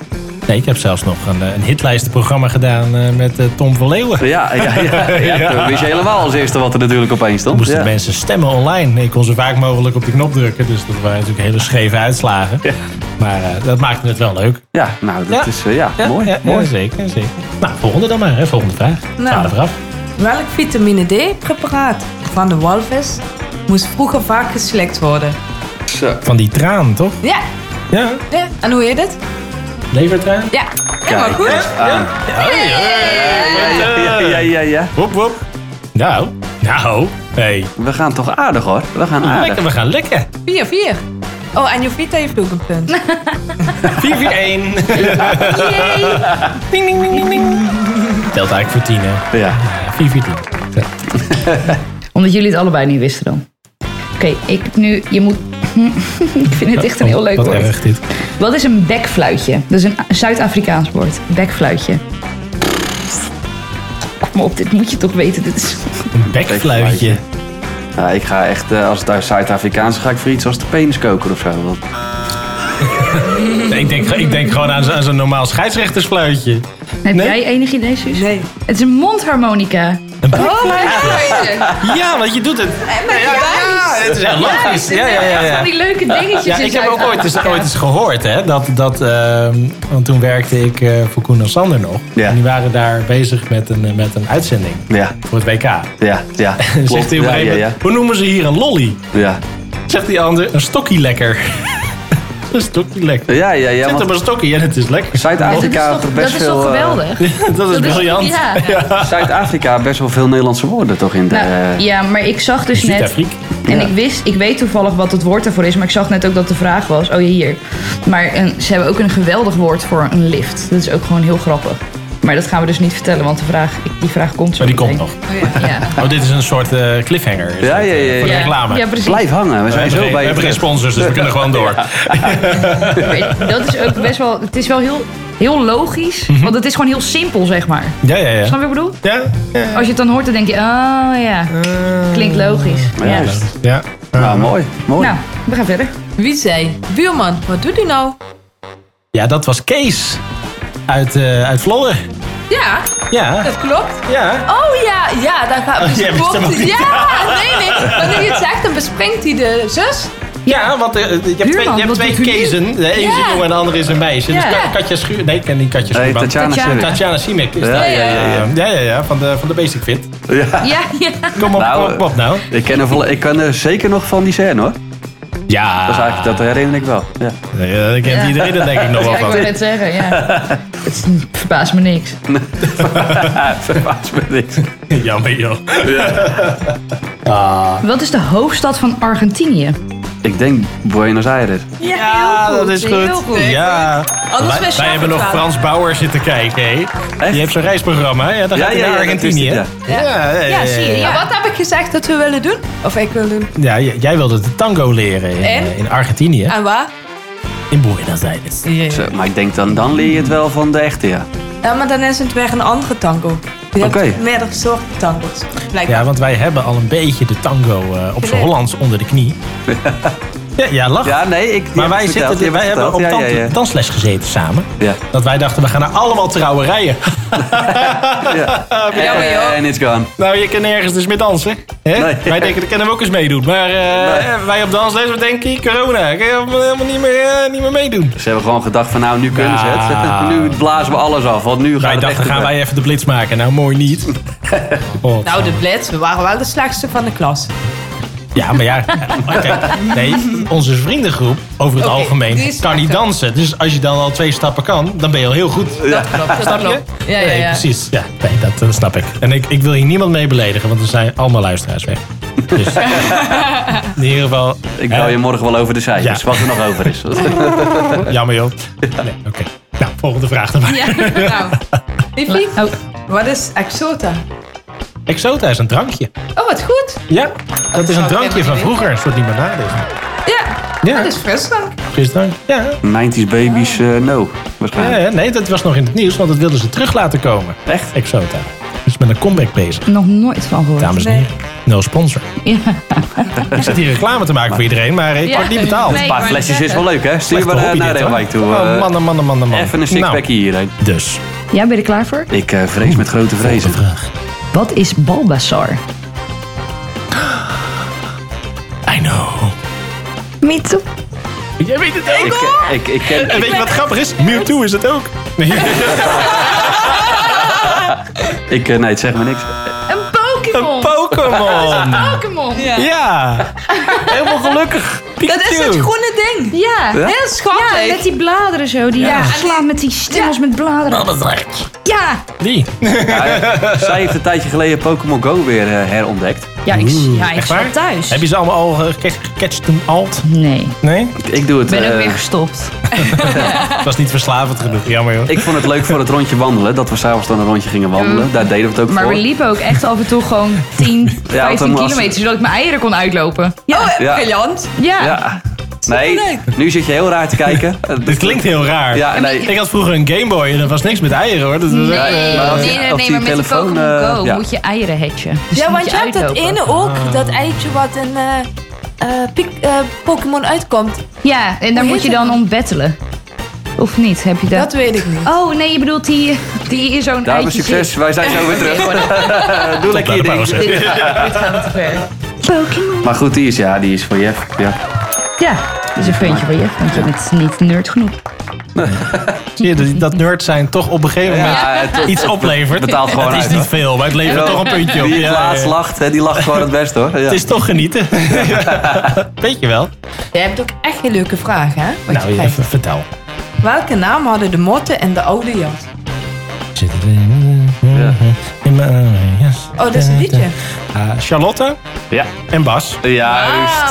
[SPEAKER 3] Nee, ik heb zelfs nog een, eh, een hitlijstenprogramma gedaan eh, met eh, Tom van Leeuwen.
[SPEAKER 2] Ja, ja, ja, ja, toen wist je helemaal als eerste wat er natuurlijk opeens stond.
[SPEAKER 3] Moesten
[SPEAKER 2] ja.
[SPEAKER 3] de mensen stemmen online. Ik kon zo vaak mogelijk op die knop drukken. Dus dat waren natuurlijk hele scheve uitslagen. Maar eh, dat maakte het wel leuk.
[SPEAKER 2] ja, nou, dat
[SPEAKER 3] Ja.
[SPEAKER 2] is eh, ja, mooi.
[SPEAKER 3] ja,
[SPEAKER 2] mooi.
[SPEAKER 3] ja, zeker, zeker. Nou, volgende dan maar. Hè. Volgende vraag. Nou. Ga eraf.
[SPEAKER 5] Welk vitamine D-preparaat van de walvis moest vroeger vaak geslikt worden?
[SPEAKER 2] Zo.
[SPEAKER 3] Van die traan, toch?
[SPEAKER 5] Ja,
[SPEAKER 3] Ja,
[SPEAKER 5] ja. en hoe heet het?
[SPEAKER 3] levertraan.
[SPEAKER 5] Ja, helemaal
[SPEAKER 2] Kijk eens
[SPEAKER 5] goed.
[SPEAKER 2] aan. Ja, ja, ja, ja, ja.
[SPEAKER 3] Wop, wop. Nou, nou. Hey.
[SPEAKER 2] We gaan toch aardig hoor. We gaan aardig.
[SPEAKER 3] Lekker, we gaan lekker.
[SPEAKER 5] 4-4. Oh, en Jovita heeft ook een punt.
[SPEAKER 3] 4 4 1 Ding, ding, ding, ding, ding. Telt eigenlijk voor 10, hè?
[SPEAKER 2] Ja.
[SPEAKER 3] Ja, 4 4 10. Ja.
[SPEAKER 1] Omdat jullie het allebei niet wisten dan. Oké, ik heb nu... Je moet... ik vind het echt een heel leuk
[SPEAKER 3] Wat
[SPEAKER 1] woord.
[SPEAKER 3] erg dit.
[SPEAKER 1] Wat is een bekfluitje? Dat is een Zuid-Afrikaans woord. Bekfluitje. Kom op, dit moet je toch weten. Dit is...
[SPEAKER 3] Een bekfluitje.
[SPEAKER 2] Nou, ik ga echt, eh, als het uit Zuid-Afrikaans is, ga ik voor iets als de peniskoker of zo. Want
[SPEAKER 3] Nee, ik, denk, ik denk gewoon aan zo- aan zo'n normaal scheidsrechtersfluitje.
[SPEAKER 1] Heb
[SPEAKER 3] Nee?
[SPEAKER 1] jij enig idee, Suus?
[SPEAKER 5] Nee.
[SPEAKER 1] Het is een mondharmonica.
[SPEAKER 3] Een bek-
[SPEAKER 1] Oh mijn god.
[SPEAKER 3] Ja, want je doet het. Eh, ja, ja, het is heel logisch. Ja, ja, ja, ja.
[SPEAKER 1] Van die leuke dingetjes
[SPEAKER 3] Ja,
[SPEAKER 1] in
[SPEAKER 3] ik heb ook ooit eens,
[SPEAKER 1] Zuid-Afrika.
[SPEAKER 3] ooit eens gehoord, hè, dat, dat, ehm, want toen werkte ik eh, voor Koen en Sander nog.
[SPEAKER 2] Ja.
[SPEAKER 3] En die waren daar bezig met een, eh, met een uitzending
[SPEAKER 2] ja,
[SPEAKER 3] voor het WK. En
[SPEAKER 2] ja, ja.
[SPEAKER 3] dan
[SPEAKER 2] klopt.
[SPEAKER 3] zegt hij op een
[SPEAKER 2] ja, ja,
[SPEAKER 3] gegeven
[SPEAKER 2] ja,
[SPEAKER 3] moment, hoe noemen ze hier een lolly?
[SPEAKER 2] ja.
[SPEAKER 3] Zegt die ander, een stokkie lekker. een stokkie lekker.
[SPEAKER 2] Ja, ja, ja.
[SPEAKER 3] Zet
[SPEAKER 2] want
[SPEAKER 3] op een stokkie en het is lekker. Oh,
[SPEAKER 2] Zuid-Afrika
[SPEAKER 1] Dat is toch,
[SPEAKER 2] heeft toch
[SPEAKER 1] dat
[SPEAKER 2] best
[SPEAKER 1] is
[SPEAKER 2] veel.
[SPEAKER 1] toch
[SPEAKER 2] eh,
[SPEAKER 1] geweldig?
[SPEAKER 3] dat is
[SPEAKER 1] Dat is-
[SPEAKER 3] briljant.
[SPEAKER 1] ja.
[SPEAKER 2] Zuid-Afrika heeft best wel veel Nederlandse woorden toch in de.
[SPEAKER 1] Nou, ja, maar ik zag dus net...
[SPEAKER 3] Zuid-Afrika.
[SPEAKER 1] En
[SPEAKER 2] Ja.
[SPEAKER 1] ik wist, ik weet toevallig wat het woord daarvoor is, maar ik zag net ook dat de vraag was. Oh ja, hier. Maar eh, ze hebben ook een geweldig woord voor een lift. Dat is ook gewoon heel grappig. Maar dat gaan we dus niet vertellen, want de vraag, ik- die vraag komt zo.
[SPEAKER 3] Maar die komt
[SPEAKER 1] meteen.
[SPEAKER 3] nog.
[SPEAKER 1] Ja,
[SPEAKER 3] Oh, dit is een soort eh, cliffhanger. is
[SPEAKER 2] Ja,
[SPEAKER 3] dit,
[SPEAKER 2] ja,
[SPEAKER 3] eh,
[SPEAKER 2] ja,
[SPEAKER 3] Voor de
[SPEAKER 2] ja.
[SPEAKER 3] reclame.
[SPEAKER 1] Ja, precies.
[SPEAKER 2] Blijf hangen, we
[SPEAKER 3] we
[SPEAKER 2] zijn
[SPEAKER 3] hebben,
[SPEAKER 2] zo
[SPEAKER 3] geen, we
[SPEAKER 2] bij je
[SPEAKER 3] hebben geen
[SPEAKER 2] terug.
[SPEAKER 3] sponsors, dus we kunnen gewoon door.
[SPEAKER 1] Maar Dat is ook best wel. Het is wel heel, heel logisch, want het is gewoon heel simpel, zeg maar.
[SPEAKER 3] Mhm. Ja, ja, ja.
[SPEAKER 1] Snap je wat ik bedoel?
[SPEAKER 3] Ja?
[SPEAKER 1] Als je het dan hoort, dan denk je, oh ja, klinkt logisch. Ja.
[SPEAKER 2] juist.
[SPEAKER 3] Ja.
[SPEAKER 2] Nou, mooi. mooi.
[SPEAKER 1] Nou, we gaan verder.
[SPEAKER 5] Wie zei? Buurman, wat doet u nou?
[SPEAKER 3] Ja, dat was Kees. Uit, eh uit Vlodder.
[SPEAKER 5] Ja,
[SPEAKER 3] Ja,
[SPEAKER 5] dat klopt.
[SPEAKER 3] ja.
[SPEAKER 5] Oh ja, ja, daar gaat
[SPEAKER 3] jij wist hem ook
[SPEAKER 5] bespringt
[SPEAKER 3] niet.
[SPEAKER 5] Ja, nee, nee. Want nu je het zegt, dan bespringt hij de zus.
[SPEAKER 3] Ja, want eh, je hebt twee,
[SPEAKER 1] Buurman,
[SPEAKER 3] je hebt
[SPEAKER 1] wat
[SPEAKER 3] twee
[SPEAKER 1] doet u nu?
[SPEAKER 3] Kezen. De ene is een
[SPEAKER 5] Ja.
[SPEAKER 3] jongen en de andere is een meisje. Dus
[SPEAKER 1] Ja.
[SPEAKER 3] Ka- Katja Schuur... Nee, ik ken niet
[SPEAKER 2] Hey,
[SPEAKER 3] Katja Schuurman.
[SPEAKER 2] Tatjana
[SPEAKER 1] Tatjana.
[SPEAKER 2] Schuurman.
[SPEAKER 3] Tatjana Siemek is
[SPEAKER 2] Ja,
[SPEAKER 3] dat. Eh,
[SPEAKER 2] ja, ja, ja.
[SPEAKER 3] ja, ja, ja, van de, van de Basic Fit.
[SPEAKER 1] Ja, ja.
[SPEAKER 3] Kom op,
[SPEAKER 2] Nou,
[SPEAKER 3] kom op, kom op nou.
[SPEAKER 2] Ik ken, er, vol- ik ken er zeker nog van die scène hoor.
[SPEAKER 3] Ja.
[SPEAKER 2] Dat, is eigenlijk, dat herinner ik wel. Ja.
[SPEAKER 3] Ja, dat kent
[SPEAKER 1] Ja.
[SPEAKER 3] iedereen dat denk ik nog wel
[SPEAKER 1] Ja, ik wou
[SPEAKER 3] van.
[SPEAKER 1] net zeggen, ja. Het verbaast me niks.
[SPEAKER 2] Ah, Verbaas me niks.
[SPEAKER 3] Jammer joh.
[SPEAKER 1] Wat is de hoofdstad van Argentinië?
[SPEAKER 2] Ik denk Buenos Aires.
[SPEAKER 1] Ja,
[SPEAKER 3] Ja.
[SPEAKER 5] Anders
[SPEAKER 3] wij,
[SPEAKER 5] best
[SPEAKER 3] wij hebben nog
[SPEAKER 5] Java-twaalf.
[SPEAKER 3] Frans Bauer zitten kijken. hè? Die heeft zo'n reisprogramma. hè? Ja, dan
[SPEAKER 2] Ja,
[SPEAKER 3] gaat hij
[SPEAKER 2] ja,
[SPEAKER 3] naar
[SPEAKER 2] ja, dat
[SPEAKER 3] Argentinië.
[SPEAKER 2] is het,
[SPEAKER 3] ja. Ja, ja, ja,
[SPEAKER 5] Ja, zie je.
[SPEAKER 3] ja.
[SPEAKER 5] Ja, wat heb ik gezegd dat we willen doen? Of ik wil doen.
[SPEAKER 3] Ja, j- jij wilde de tango leren in,
[SPEAKER 5] En?
[SPEAKER 3] eh, in Argentinië.
[SPEAKER 5] En waar?
[SPEAKER 3] In Buenos Aires.
[SPEAKER 2] Zo, maar ik denk dan, dan leer je het wel van de echte ja.
[SPEAKER 5] Ja, maar dan is het weer een andere tango. Je hebt
[SPEAKER 2] Oké.
[SPEAKER 5] meerdere soorten tango's. Blijkbaar.
[SPEAKER 3] Ja, want wij hebben al een beetje de tango eh, op z'n
[SPEAKER 5] Ja.
[SPEAKER 3] Hollands onder de knie. Ja, ja lach.
[SPEAKER 2] Ja, nee, ik. die
[SPEAKER 3] maar wij,
[SPEAKER 2] heb ik verteld,
[SPEAKER 3] zitten,
[SPEAKER 2] die
[SPEAKER 3] wij
[SPEAKER 2] heb ik
[SPEAKER 3] hebben op
[SPEAKER 2] verteld.
[SPEAKER 3] dans-
[SPEAKER 2] ja, ja, ja.
[SPEAKER 3] dansles gezeten samen.
[SPEAKER 2] Ja.
[SPEAKER 3] Dat wij dachten, we gaan naar allemaal trouwerijen.
[SPEAKER 2] Ja.
[SPEAKER 1] Jammer, joh.
[SPEAKER 2] En it's gone.
[SPEAKER 3] Nou, je kan nergens dus meer dansen. Hè?
[SPEAKER 2] Nee.
[SPEAKER 3] Wij denken, daar kunnen we ook eens meedoen. Maar eh, wij op dansles, we denken, corona. Kun je helemaal niet meer, eh, niet meer meedoen.
[SPEAKER 2] Ze hebben gewoon gedacht van nou, nu kunnen ze het.
[SPEAKER 3] Ja.
[SPEAKER 2] Nu blazen we alles af, want nu gaat
[SPEAKER 3] Wij
[SPEAKER 2] het echt
[SPEAKER 3] dachten, gaan
[SPEAKER 2] gebeuren.
[SPEAKER 3] wij even de blitz maken. Nou, mooi niet. Oh, God.
[SPEAKER 5] Nou, de blitz. We waren wel de slechtste van de klas.
[SPEAKER 3] Ja, maar ja. Kijk, nee, onze vriendengroep over het
[SPEAKER 5] Oké, die
[SPEAKER 3] algemeen
[SPEAKER 5] is
[SPEAKER 3] kan niet
[SPEAKER 5] lekker.
[SPEAKER 3] dansen. Dus als je dan al twee stappen kan, dan ben je al heel goed.
[SPEAKER 1] Dat klopt, dat
[SPEAKER 3] Snap je?
[SPEAKER 1] klopt. Ja, ja,
[SPEAKER 3] Nee,
[SPEAKER 1] ja.
[SPEAKER 3] precies. Ja, nee, dat, dat snap ik. En ik, ik wil hier niemand mee beledigen, want er zijn allemaal luisteraars weg. Dus in ieder geval,
[SPEAKER 2] Ik bel je morgen wel over de cijfers,
[SPEAKER 3] Ja.
[SPEAKER 2] wat er nog over is.
[SPEAKER 3] jammer joh. Nee, oké. Nou, volgende vraag dan maar.
[SPEAKER 5] Ja, nou. Liefie,
[SPEAKER 1] Oh,
[SPEAKER 5] wat is Exota?
[SPEAKER 3] Exota is een drankje.
[SPEAKER 5] Oh, wat goed.
[SPEAKER 3] Ja, dat is een
[SPEAKER 5] ik helemaal
[SPEAKER 3] drankje van
[SPEAKER 5] niet
[SPEAKER 3] vroeger. Een soort limonade. is het.
[SPEAKER 5] Ja,
[SPEAKER 3] Ja,
[SPEAKER 5] dat is frisdrank.
[SPEAKER 3] frisdrank. Ja.
[SPEAKER 2] 90s babies, eh, no.
[SPEAKER 3] Ja,
[SPEAKER 2] Waarschijnlijk.
[SPEAKER 3] ja, nee, dat was nog in het nieuws, want dat wilden ze terug laten komen.
[SPEAKER 2] Echt?
[SPEAKER 3] Exota. Dus met een comeback bezig.
[SPEAKER 1] nog nooit van gehoord.
[SPEAKER 3] Dames en
[SPEAKER 5] Nee.
[SPEAKER 3] heren, no sponsor.
[SPEAKER 1] Ja.
[SPEAKER 3] Ik zit hier reclame te maken voor iedereen, maar ik
[SPEAKER 1] Ja.
[SPEAKER 3] word niet betaald.
[SPEAKER 1] Nee.
[SPEAKER 2] Een
[SPEAKER 1] Ik
[SPEAKER 2] paar
[SPEAKER 1] wou
[SPEAKER 2] flesjes
[SPEAKER 1] net
[SPEAKER 2] is wel leuk, hè? Stuur
[SPEAKER 3] Slechte
[SPEAKER 2] maar eh,
[SPEAKER 3] hobby
[SPEAKER 2] naar
[SPEAKER 3] dit,
[SPEAKER 2] de
[SPEAKER 3] hoor.
[SPEAKER 2] wijk toe.
[SPEAKER 3] Oh,
[SPEAKER 2] eh,
[SPEAKER 3] mannen, mannen, mannen, mannen.
[SPEAKER 2] even een sixpackje hierheen.
[SPEAKER 3] Nou, dus,
[SPEAKER 1] Ja, ben je er klaar voor?
[SPEAKER 2] Ik eh, vrees met grote vrezen.
[SPEAKER 3] volgende vraag.
[SPEAKER 1] Wat is Balbasar?
[SPEAKER 3] I know.
[SPEAKER 1] Mito.
[SPEAKER 3] Jij weet het ook.
[SPEAKER 2] Ik, eh, ik, ik ken,
[SPEAKER 3] En weet je wat grappig is? Mewtwo is het ook. Nee.
[SPEAKER 2] ik, eh, nee, het zegt me niks.
[SPEAKER 1] Een Pokémon!
[SPEAKER 3] Pokémon.
[SPEAKER 1] Pokémon! Ja.
[SPEAKER 3] Ja. Helemaal gelukkig.
[SPEAKER 5] Dat is het groene ding.
[SPEAKER 1] Ja.
[SPEAKER 5] Heel
[SPEAKER 1] Ja,
[SPEAKER 5] schattig.
[SPEAKER 1] met die bladeren zo. Die ja. slaan met die stengels met
[SPEAKER 3] Oh.
[SPEAKER 1] bladeren. Ja!
[SPEAKER 3] Die.
[SPEAKER 2] Zij heeft een tijdje geleden Pokémon Go weer eh, herontdekt.
[SPEAKER 1] Ja, ik, ja, ik
[SPEAKER 3] Echt waar?
[SPEAKER 1] zat thuis.
[SPEAKER 3] Heb je ze allemaal al eh, gecatcht gecatcht en alt?
[SPEAKER 1] Nee.
[SPEAKER 3] Nee?
[SPEAKER 2] Ik doe het.
[SPEAKER 1] Ben ook
[SPEAKER 2] eh,
[SPEAKER 1] weer gestopt.
[SPEAKER 3] Dat was niet verslavend genoeg. Jammer joh.
[SPEAKER 2] ik vond het leuk voor het rondje wandelen. Dat we s'avonds dan een rondje gingen wandelen. Daar deden we het ook
[SPEAKER 1] Mm. Maar
[SPEAKER 2] voor.
[SPEAKER 1] we liepen ook echt af en toe gewoon 10, 15
[SPEAKER 2] was-
[SPEAKER 1] kilometer, zodat ik mijn eieren kon uitlopen.
[SPEAKER 5] Oh,
[SPEAKER 2] Ja.
[SPEAKER 5] briljant.
[SPEAKER 1] Ja.
[SPEAKER 2] Ja. Nee,
[SPEAKER 5] leuk.
[SPEAKER 2] nu zit je heel raar te kijken. Eh,
[SPEAKER 3] Dit klinkt heel raar.
[SPEAKER 2] Ja, nee.
[SPEAKER 3] Ik had vroeger een Gameboy en dat was niks met eieren hoor. Dat was echt, eh,
[SPEAKER 1] Nee,
[SPEAKER 2] maar als je-
[SPEAKER 1] nee, nee,
[SPEAKER 2] op
[SPEAKER 1] nee,
[SPEAKER 2] die
[SPEAKER 1] maar met de
[SPEAKER 2] telefoon,
[SPEAKER 1] Pokémon
[SPEAKER 2] eh,
[SPEAKER 1] Go
[SPEAKER 2] ja.
[SPEAKER 1] moet je eieren hatchen. Dus
[SPEAKER 6] Ja,
[SPEAKER 1] dan moet
[SPEAKER 6] want je
[SPEAKER 1] je
[SPEAKER 6] hebt dat
[SPEAKER 1] uitlopen.
[SPEAKER 6] ene
[SPEAKER 5] Ah.
[SPEAKER 6] ook, dat eitje wat in eh, eh, Piek- eh, Pokémon uitkomt.
[SPEAKER 1] Ja, en daar
[SPEAKER 6] Hoe
[SPEAKER 1] moet je
[SPEAKER 6] heet
[SPEAKER 1] dan om bettelen. Of niet, heb je dat?
[SPEAKER 6] Dat weet ik niet.
[SPEAKER 1] Oh, nee, je bedoelt die, die in zo'n
[SPEAKER 2] Dames,
[SPEAKER 1] eitje
[SPEAKER 2] succes. Wij zijn zo weer terug. Doe lekker
[SPEAKER 3] naar
[SPEAKER 2] je
[SPEAKER 3] de
[SPEAKER 2] ding.
[SPEAKER 3] pauze.
[SPEAKER 1] zit. Dit gaat te ver. Pokémon.
[SPEAKER 2] Maar goed, die is, ja, die is voor Jeff. Ja.
[SPEAKER 1] Ja, dat is een puntje voor je, want je bent niet nerd genoeg.
[SPEAKER 3] Zie je, dat- dat nerds zijn toch op een gegeven moment
[SPEAKER 2] Ja, het- het-
[SPEAKER 3] iets oplevert.
[SPEAKER 2] betaalt gewoon
[SPEAKER 3] Het is
[SPEAKER 2] uit,
[SPEAKER 3] niet
[SPEAKER 2] hoor.
[SPEAKER 3] veel, maar het levert toch een puntje op.
[SPEAKER 2] Die
[SPEAKER 3] Ja,
[SPEAKER 2] het laatst
[SPEAKER 3] ja.
[SPEAKER 2] lacht, hè, die lacht gewoon het best hoor. Ja.
[SPEAKER 3] Het is toch genieten. Weet je wel.
[SPEAKER 5] Jij hebt ook echt een leuke vraag, hè? Wat
[SPEAKER 3] Nou,
[SPEAKER 5] je
[SPEAKER 3] je-
[SPEAKER 5] krijgt.
[SPEAKER 3] even vertel.
[SPEAKER 5] Welke naam hadden de motten en de oude jas?
[SPEAKER 3] Zit het in-
[SPEAKER 2] Ja.
[SPEAKER 3] in mijn- eh, yes.
[SPEAKER 5] Oh, dat is een liedje.
[SPEAKER 3] Eh, Charlotte
[SPEAKER 2] Ja.
[SPEAKER 3] en Bas.
[SPEAKER 2] Juist,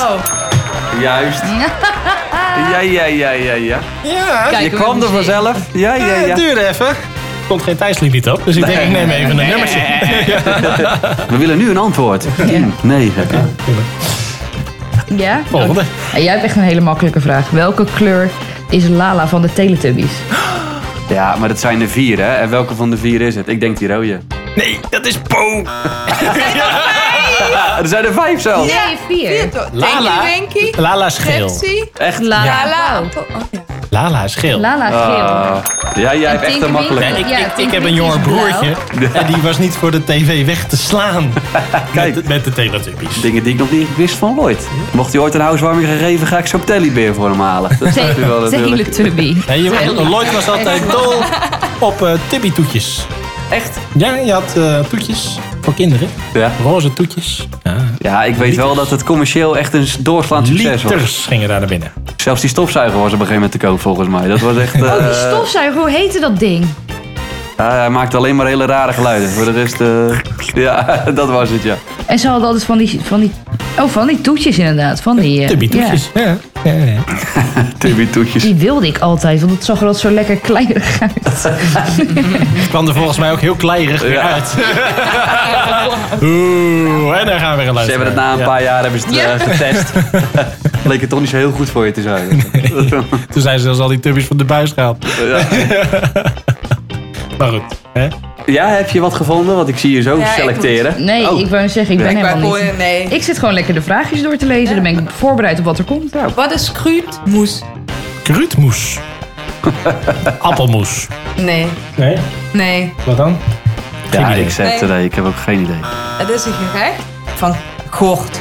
[SPEAKER 5] Oh,
[SPEAKER 2] juist. Ja, ja, ja, ja, ja.
[SPEAKER 3] Ja,
[SPEAKER 2] Je
[SPEAKER 1] Kijk, we
[SPEAKER 2] kwam er
[SPEAKER 1] hebben zin.
[SPEAKER 2] vanzelf. Ja, ja,
[SPEAKER 3] eh, het
[SPEAKER 2] ja.
[SPEAKER 3] duurde even. Er Komt geen tijdslimiet op, dus ik denk ik neem even een nummertje.
[SPEAKER 2] We willen nu een antwoord. Nee.
[SPEAKER 1] Ja?
[SPEAKER 3] Volgende.
[SPEAKER 1] En jij hebt echt een hele makkelijke vraag. Welke kleur is Lala van de Teletubbies?
[SPEAKER 2] Ja, maar dat zijn er vier, hè? En welke van de vier is het? Ik denk die rode.
[SPEAKER 3] Nee, dat is Po.
[SPEAKER 2] Ah, er zijn er vijf zelfs.
[SPEAKER 1] Nee, vier.
[SPEAKER 3] Lala.
[SPEAKER 5] Tinky Winky,
[SPEAKER 3] Lala is geel.
[SPEAKER 5] Trixie,
[SPEAKER 2] Echt?
[SPEAKER 1] Lala.
[SPEAKER 5] Lala.
[SPEAKER 1] blauw.
[SPEAKER 5] Oh, oh, ja.
[SPEAKER 3] Lala is geel.
[SPEAKER 1] Lala geel.
[SPEAKER 2] Ah, ja, jij hebt echt een makkelijke.
[SPEAKER 3] Nee, ik,
[SPEAKER 1] Ja,
[SPEAKER 3] ik, ik heb
[SPEAKER 1] Tinky
[SPEAKER 3] een jonger
[SPEAKER 1] Winky is
[SPEAKER 3] broertje. En die was niet voor de tv weg te slaan.
[SPEAKER 2] Kijk.
[SPEAKER 3] Met, de- met de Teletubbies.
[SPEAKER 2] Dingen die ik nog niet wist van Lloyd. Mocht hij ooit een housewarming gegeven, ga ik zo'n tellybeer voor hem halen. Dat staat u wel natuurlijk.
[SPEAKER 1] Teletubby.
[SPEAKER 3] Hey, je- Lloyd was altijd dol op eh tibby-toetjes.
[SPEAKER 2] Echt?
[SPEAKER 3] Ja, je had eh, toetjes voor kinderen.
[SPEAKER 2] Ja.
[SPEAKER 3] Roze toetjes. Ja.
[SPEAKER 2] Ja, ik weet wel dat het commercieel echt een doorslaand succes was.
[SPEAKER 3] Liters gingen daar naar binnen.
[SPEAKER 2] Zelfs die stofzuiger was op een gegeven moment te koop volgens mij. Dat was echt... eh,
[SPEAKER 1] Stofzuiger, hoe heette dat ding?
[SPEAKER 2] ja, hij maakte alleen maar hele rare geluiden. Voor de rest... eh, ja, dat was het, ja.
[SPEAKER 1] En ze hadden altijd van die, van die... Oh, van die toetjes inderdaad. Van die... eh,
[SPEAKER 3] Tibby-toetjes. Ja. Ja. Ja, ja.
[SPEAKER 2] Tubby-toetjes.
[SPEAKER 1] ja. Die wilde ik altijd, want het zag er altijd zo lekker kleinig uit.
[SPEAKER 3] Het kwam er volgens mij ook heel kleierig weer
[SPEAKER 2] Ja.
[SPEAKER 3] uit. Oeh, en daar gaan we weer een
[SPEAKER 2] Ze hebben
[SPEAKER 3] luisteren.
[SPEAKER 2] het na een
[SPEAKER 3] Ja.
[SPEAKER 2] paar jaar hebben ze het, eh, getest. Bleek het toch niet zo heel goed voor je te zijn.
[SPEAKER 3] Toen zijn ze zelfs al die tubbies van de buis gehaald.
[SPEAKER 2] ja.
[SPEAKER 3] Maar goed, hè?
[SPEAKER 2] Ja, heb je wat gevonden? Want ik zie je zo
[SPEAKER 7] Ja, ik
[SPEAKER 2] selecteren.
[SPEAKER 1] Nee,
[SPEAKER 2] Oh,
[SPEAKER 1] ik wou zeggen, ik ben
[SPEAKER 7] Ik wou
[SPEAKER 1] helemaal niet...
[SPEAKER 7] gooien, nee.
[SPEAKER 1] Ik zit gewoon lekker de vraagjes door te lezen. Dan ben ik voorbereid op wat er komt.
[SPEAKER 5] Wat is kruutmoes?
[SPEAKER 3] Kruutmoes. Appelmoes.
[SPEAKER 5] Nee.
[SPEAKER 3] Nee?
[SPEAKER 5] Nee.
[SPEAKER 3] Wat dan?
[SPEAKER 2] ja,
[SPEAKER 3] idee.
[SPEAKER 2] ik zet
[SPEAKER 5] Nee.
[SPEAKER 2] er. Ik heb ook geen idee.
[SPEAKER 5] Het is een gerecht van gort.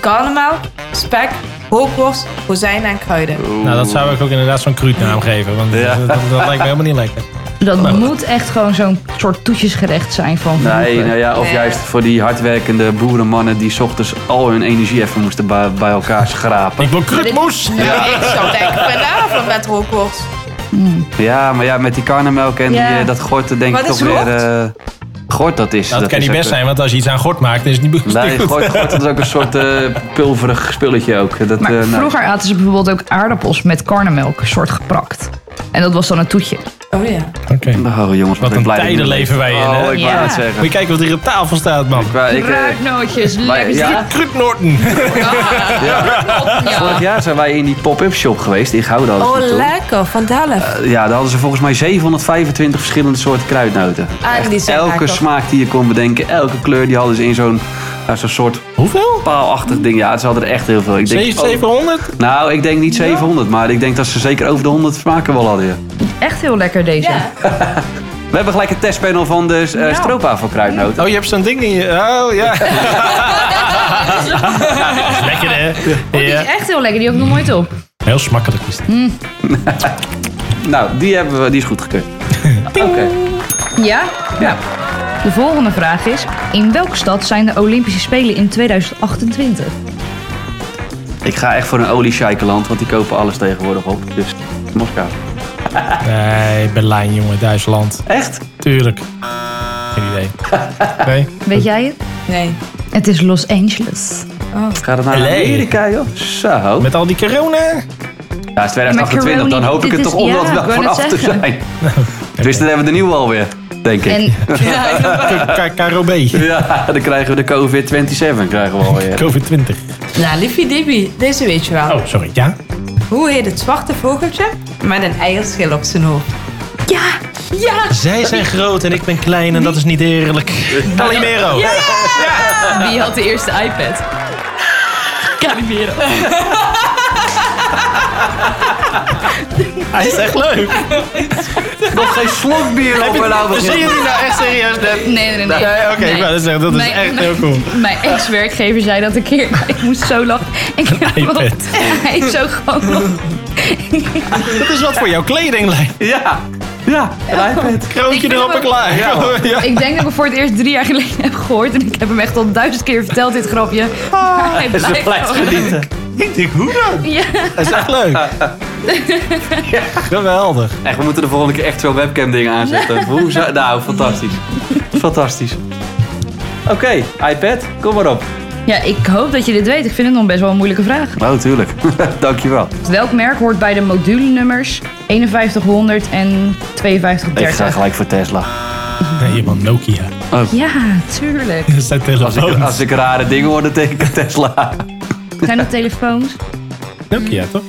[SPEAKER 5] Karnemelk, spek, rookworst, rozijnen en kruiden.
[SPEAKER 3] Nou, dat zou ik ook inderdaad zo'n kruutnaam geven. Want
[SPEAKER 2] Ja.
[SPEAKER 3] dat, dat- dat lijkt me helemaal niet lekker.
[SPEAKER 1] Dat moet echt gewoon zo'n soort toetjesgerecht zijn van
[SPEAKER 2] Nee,
[SPEAKER 1] vroeger.
[SPEAKER 2] nou ja, of
[SPEAKER 5] Nee.
[SPEAKER 2] juist voor die hardwerkende boerenmannen die 's ochtends al hun energie even moesten bij, bij elkaar schrapen.
[SPEAKER 3] Ik wil kruutmoes!
[SPEAKER 5] Ja, ik zou denken vanavond met rookworst.
[SPEAKER 2] Ja, maar ja, met die karnemelk en
[SPEAKER 1] Ja.
[SPEAKER 2] die, eh, dat gort er denk
[SPEAKER 5] Wat
[SPEAKER 2] ik toch
[SPEAKER 5] is
[SPEAKER 2] weer...
[SPEAKER 5] gort?
[SPEAKER 2] eh gort dat is.
[SPEAKER 3] Dat, kan
[SPEAKER 2] is
[SPEAKER 3] niet
[SPEAKER 2] ook
[SPEAKER 3] best
[SPEAKER 2] een-
[SPEAKER 3] zijn, want als je iets aan gort maakt, dan is het niet goed.
[SPEAKER 2] Nee, gort, gort dat is ook een soort eh, pulverig spulletje ook. Dat,
[SPEAKER 1] Maar
[SPEAKER 2] eh, nou,
[SPEAKER 1] vroeger aten ze bijvoorbeeld ook aardappels met karnemelk, een soort geprakt. En dat was dan een toetje.
[SPEAKER 5] Oh ja.
[SPEAKER 3] Oké.
[SPEAKER 2] Oh jongens,
[SPEAKER 3] Wat
[SPEAKER 2] ben
[SPEAKER 3] een
[SPEAKER 2] blij dat ik
[SPEAKER 3] tijden
[SPEAKER 2] niet
[SPEAKER 3] leven wij in,
[SPEAKER 2] Oh,
[SPEAKER 3] hè?
[SPEAKER 2] ik
[SPEAKER 1] Ja.
[SPEAKER 2] wou het zeggen.
[SPEAKER 3] Moet je kijken wat hier op tafel staat, man.
[SPEAKER 2] Ik wou- ik, eh,
[SPEAKER 1] Ruiknootjes,
[SPEAKER 2] maar-
[SPEAKER 1] lekker.
[SPEAKER 2] ja,
[SPEAKER 3] Kruutnoorten.
[SPEAKER 2] vorig jaar zijn wij in die pop-up shop geweest in Gouda. hadden
[SPEAKER 5] Oh,
[SPEAKER 2] ze toen.
[SPEAKER 5] lekker. Van Delft.
[SPEAKER 2] Ja, daar hadden ze volgens mij 725 verschillende soorten kruidnoten.
[SPEAKER 5] Ah, die zijn
[SPEAKER 2] Elke
[SPEAKER 5] lekker.
[SPEAKER 2] smaak die je kon bedenken, elke kleur, die hadden ze in zo'n nou, zo'n soort
[SPEAKER 3] Hoeveel?
[SPEAKER 2] paalachtig ding. Ja, ze hadden er echt heel veel. Ik denk,
[SPEAKER 3] Zeven-
[SPEAKER 2] oh,
[SPEAKER 3] 700?
[SPEAKER 2] nou, ik denk niet 700, maar ik denk dat ze zeker over de 100 smaken wel hadden. ja.
[SPEAKER 1] Echt heel lekker deze.
[SPEAKER 2] We hebben gelijk een testpanel van de eh
[SPEAKER 5] Nou.
[SPEAKER 2] stroopwafelkruidnoten.
[SPEAKER 3] Oh, je hebt zo'n ding in je... Oh, ja. Dat is lekker, hè?
[SPEAKER 1] Die is
[SPEAKER 3] Ja.
[SPEAKER 1] echt heel lekker, die had ik nog nooit op.
[SPEAKER 3] Heel smakkelijk is het.
[SPEAKER 2] Nou, die, hebben we, die is goed gekeurd. Oké.
[SPEAKER 1] Ja?
[SPEAKER 2] Ja.
[SPEAKER 1] De volgende vraag is, in welke stad zijn de Olympische Spelen in 2028?
[SPEAKER 2] Ik ga echt voor een oliesheikenland, want die kopen alles tegenwoordig op. Dus Moskou.
[SPEAKER 3] Nee, Berlijn, jongen. Duitsland.
[SPEAKER 2] Echt?
[SPEAKER 3] Tuurlijk. Geen idee. Nee?
[SPEAKER 1] Weet jij het?
[SPEAKER 5] Nee.
[SPEAKER 1] Het is Los Angeles.
[SPEAKER 2] Gaat het nou naar
[SPEAKER 3] LA.
[SPEAKER 2] Amerika, joh? Zo.
[SPEAKER 3] Met al die corona?
[SPEAKER 2] Ja, het is 2028, dan
[SPEAKER 1] Macaroni,
[SPEAKER 2] hoop ik het
[SPEAKER 1] dit
[SPEAKER 2] toch
[SPEAKER 1] is-
[SPEAKER 2] om
[SPEAKER 1] ja,
[SPEAKER 2] dat
[SPEAKER 1] ik
[SPEAKER 2] wel
[SPEAKER 1] wou net
[SPEAKER 2] vanaf te
[SPEAKER 1] zeggen.
[SPEAKER 2] zijn. Dus dan hebben we de nieuwe alweer, denk ik.
[SPEAKER 1] En
[SPEAKER 3] KROB.
[SPEAKER 2] Ja, dan krijgen we de COVID-27 krijgen we alweer.
[SPEAKER 3] COVID-20.
[SPEAKER 5] Nou, liefie Dibby, deze weet je wel.
[SPEAKER 3] Oh, sorry. Ja?
[SPEAKER 5] Hoe heet het zwarte vogeltje met een eierschil op zijn hoofd?
[SPEAKER 3] Zij zijn groot en ik ben klein en dat is niet eerlijk. Calimero.
[SPEAKER 1] Ah, wie had de eerste iPad?
[SPEAKER 3] Hij is echt leuk.
[SPEAKER 2] Nog geen slok bier op en nou
[SPEAKER 3] Zie je
[SPEAKER 2] begin.
[SPEAKER 3] die nou echt serieus net?
[SPEAKER 1] Nee, nee, nee.
[SPEAKER 3] Nee, oké. ik wou net zeggen, dat is
[SPEAKER 1] Mijn-
[SPEAKER 3] echt
[SPEAKER 1] mijn-
[SPEAKER 3] heel cool.
[SPEAKER 1] Mijn ex-werkgever zei dat een keer. maar Ik moest zo lachen. Ik heb
[SPEAKER 3] iPad.
[SPEAKER 1] wel- Hij is zo gewoon.
[SPEAKER 3] Dat is wat voor jouw kledinglijn.
[SPEAKER 2] Ja, ja, een iPad.
[SPEAKER 3] Kroontje
[SPEAKER 1] Ik
[SPEAKER 3] erop
[SPEAKER 1] wil-
[SPEAKER 3] en klaar.
[SPEAKER 2] Ja, hoor.
[SPEAKER 1] Ik
[SPEAKER 3] Ja.
[SPEAKER 1] denk dat ik hem voor het eerst drie jaar geleden heb gehoord. En ik heb hem echt al duizend keer verteld, dit grapje.
[SPEAKER 3] Ah.
[SPEAKER 1] Maar hij
[SPEAKER 2] Dus
[SPEAKER 1] blijft
[SPEAKER 2] we blijven
[SPEAKER 1] gewoon-
[SPEAKER 2] genieten.
[SPEAKER 3] Ik denk, hoe dan?
[SPEAKER 1] Ja,
[SPEAKER 3] Dat is echt leuk. Geweldig.
[SPEAKER 2] Echt, we moeten de volgende keer echt zo'n webcam ding aanzetten. Hoe zou- nou, fantastisch. Fantastisch. Oké, iPad, kom maar op.
[SPEAKER 1] ja, ik hoop dat je dit weet. Ik vind het nog best wel een moeilijke vraag.
[SPEAKER 2] Nou, tuurlijk. Dankjewel.
[SPEAKER 1] Welk merk hoort bij de modulenummers 5100 en
[SPEAKER 2] Ik ga
[SPEAKER 1] 5230?
[SPEAKER 2] gelijk voor Tesla.
[SPEAKER 3] Nee, man, Nokia.
[SPEAKER 1] Ja, tuurlijk.
[SPEAKER 3] Dat zijn
[SPEAKER 2] Als ik,
[SPEAKER 3] telefoons.
[SPEAKER 2] als ik rare dingen hoor, dan denk ik aan Tesla.
[SPEAKER 1] Zijn dat telefoons?
[SPEAKER 3] Nokia, toch?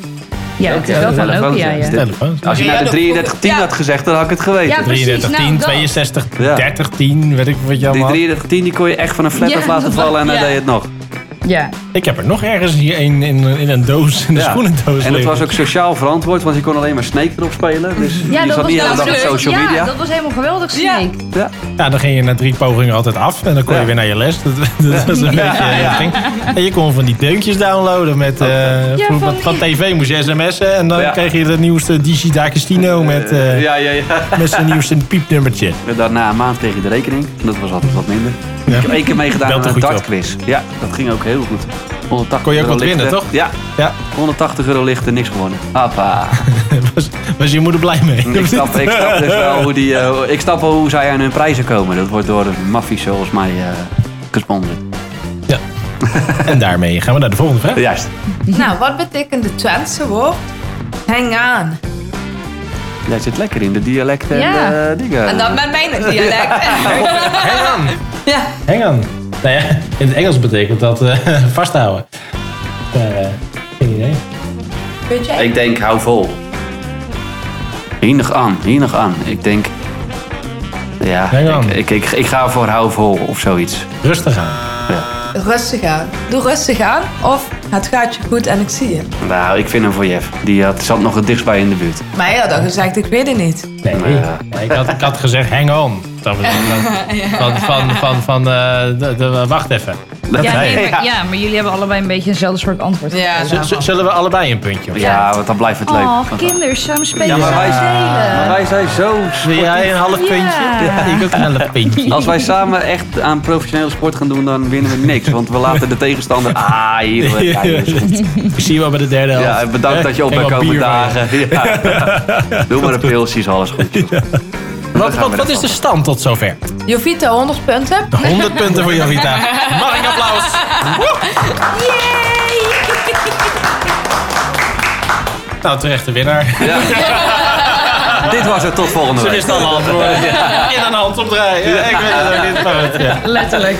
[SPEAKER 1] Ja, het is wel van
[SPEAKER 2] Telefoons,
[SPEAKER 1] Nokia,
[SPEAKER 2] ja.
[SPEAKER 1] ja.
[SPEAKER 3] Telefoons.
[SPEAKER 2] Als je nou de 3310 had gezegd, dan had ik het geweten.
[SPEAKER 1] Ja, precies.
[SPEAKER 3] 33, 10,
[SPEAKER 1] nou, dat.
[SPEAKER 3] 62,
[SPEAKER 2] Ja.
[SPEAKER 3] 30, 10, weet ik wat je
[SPEAKER 2] Die
[SPEAKER 3] allemaal.
[SPEAKER 2] 3310 die kon je echt van een flat
[SPEAKER 1] Ja,
[SPEAKER 2] af laten
[SPEAKER 1] dat was-
[SPEAKER 2] vallen en dan
[SPEAKER 1] ja.
[SPEAKER 2] deed je het nog.
[SPEAKER 1] Ja,
[SPEAKER 3] Ik heb er nog ergens hier een in, in een doos, in de
[SPEAKER 2] Ja.
[SPEAKER 3] schoenendoos
[SPEAKER 2] En dat
[SPEAKER 3] liggen.
[SPEAKER 2] was ook sociaal verantwoord, want je kon alleen maar Snake erop spelen. Dus
[SPEAKER 1] ja
[SPEAKER 2] je
[SPEAKER 1] dat was
[SPEAKER 2] zat niet de hele
[SPEAKER 1] wel
[SPEAKER 2] dag op
[SPEAKER 1] leuk.
[SPEAKER 2] social
[SPEAKER 1] Ja,
[SPEAKER 2] media.
[SPEAKER 1] dat was helemaal geweldig,
[SPEAKER 5] Ja.
[SPEAKER 1] Snake.
[SPEAKER 2] Ja.
[SPEAKER 3] Ja, dan ging je na drie pogingen altijd af en dan kon
[SPEAKER 2] Ja.
[SPEAKER 3] je weer naar je les. Dat, dat was een beetje... eh, dat ging. En je kon van die deuntjes downloaden met... eh, vroeger
[SPEAKER 1] van
[SPEAKER 3] van, tv moest je sms'en en dan
[SPEAKER 2] Oh. Ja.
[SPEAKER 3] kreeg je de nieuwste Digi Da Castino met, eh,
[SPEAKER 2] ja, ja, ja.
[SPEAKER 3] met zijn nieuwste piepnummertje.
[SPEAKER 2] Daarna een maand kreeg je de rekening. Dat was altijd wat minder.
[SPEAKER 3] Ja.
[SPEAKER 2] Ik heb één keer meegedaan
[SPEAKER 3] Wel
[SPEAKER 2] aan
[SPEAKER 3] te
[SPEAKER 2] een
[SPEAKER 3] goed,
[SPEAKER 2] dartquiz. Ja, dat ging ook heel goed. 180
[SPEAKER 3] Kon je ook
[SPEAKER 2] euro
[SPEAKER 3] wat winnen,
[SPEAKER 2] lichten.
[SPEAKER 3] toch?
[SPEAKER 2] Ja,
[SPEAKER 3] Ja,
[SPEAKER 2] 180 euro lichten, niks gewonnen. Appa.
[SPEAKER 3] was, was je moeder blij mee?
[SPEAKER 2] Ik snap, ik snap dus wel hoe, die, eh, ik snap wel hoe zij aan hun prijzen komen. Dat wordt door de maffies zoals mij eh gesponsord.
[SPEAKER 3] Ja. En daarmee gaan we naar de volgende vraag.
[SPEAKER 2] Juist.
[SPEAKER 5] Nou, wat betekent de Twentse woord? Hang aan.
[SPEAKER 2] Jij zit lekker in de dialect en
[SPEAKER 1] Ja.
[SPEAKER 2] eh, dingen.
[SPEAKER 5] En dan met mijn dialect.
[SPEAKER 3] Hang aan.
[SPEAKER 5] Ja.
[SPEAKER 3] Hang aan. Nou ja, in het Engels betekent dat eh, vasthouden. Maar, eh, geen idee.
[SPEAKER 5] Weet jij?
[SPEAKER 2] Ik denk, hou vol. Hier nog aan, hier nog aan. Ik denk... Ja,
[SPEAKER 3] Hang on.
[SPEAKER 2] ik, ik, ik, ik ga voor hou vol of zoiets.
[SPEAKER 3] Rustig aan.
[SPEAKER 5] Rustig aan. Doe rustig aan. Of het gaat je goed en ik zie je.
[SPEAKER 2] Nou, ik vind hem voor Jeff. Die had, zat nog het dichtst bij in de buurt.
[SPEAKER 5] Maar hij had al gezegd, ik weet het niet.
[SPEAKER 3] Nee,
[SPEAKER 2] Ja.
[SPEAKER 3] nee, ik, had, ik had gezegd hang on. Dat was- Van, van, van, van eh, de, de- wacht even.
[SPEAKER 2] Dat
[SPEAKER 1] Ja,
[SPEAKER 2] hij-
[SPEAKER 1] nee, maar, ja, maar jullie hebben allebei een beetje eenzelfde soort antwoord.
[SPEAKER 5] Ja,
[SPEAKER 3] Z- z- zullen we allebei een puntje? of zo?
[SPEAKER 2] Ja, want dan blijft het leuk.
[SPEAKER 1] Oh,
[SPEAKER 2] Want-
[SPEAKER 1] kinderen, samen spelen
[SPEAKER 2] Ja, maar
[SPEAKER 1] samen
[SPEAKER 2] wij- Maar
[SPEAKER 1] spelen.
[SPEAKER 2] wij zijn zo...
[SPEAKER 3] Wil jij een half puntje?
[SPEAKER 1] Ja.
[SPEAKER 3] Ik ook een half puntje.
[SPEAKER 2] Als wij samen echt aan professionele sport gaan doen, dan winnen we niks. Want we laten de tegenstander... Ah, hier. Ja, hier is goed.
[SPEAKER 3] Ik zie je wel bij de derde helft.
[SPEAKER 2] Ja, bedankt dat je op
[SPEAKER 3] Kijk,
[SPEAKER 2] bent
[SPEAKER 3] wat
[SPEAKER 2] komen
[SPEAKER 3] bier van je.
[SPEAKER 2] dagen. Ja. Doe maar de pilsjes, is alles goed.
[SPEAKER 3] Wat, wat, wat is de stand tot zover?
[SPEAKER 5] Jovita, 100 punten.
[SPEAKER 3] 100 punten voor Jovita. Mag ik een applaus? Nou, terecht de winnaar.
[SPEAKER 2] Dit was het, tot volgende
[SPEAKER 3] Ze
[SPEAKER 2] week.
[SPEAKER 3] wist alle antwoorden. In een hand omdraaien. Ja, ik weet het ook niet. maar goed, ja.
[SPEAKER 1] Letterlijk.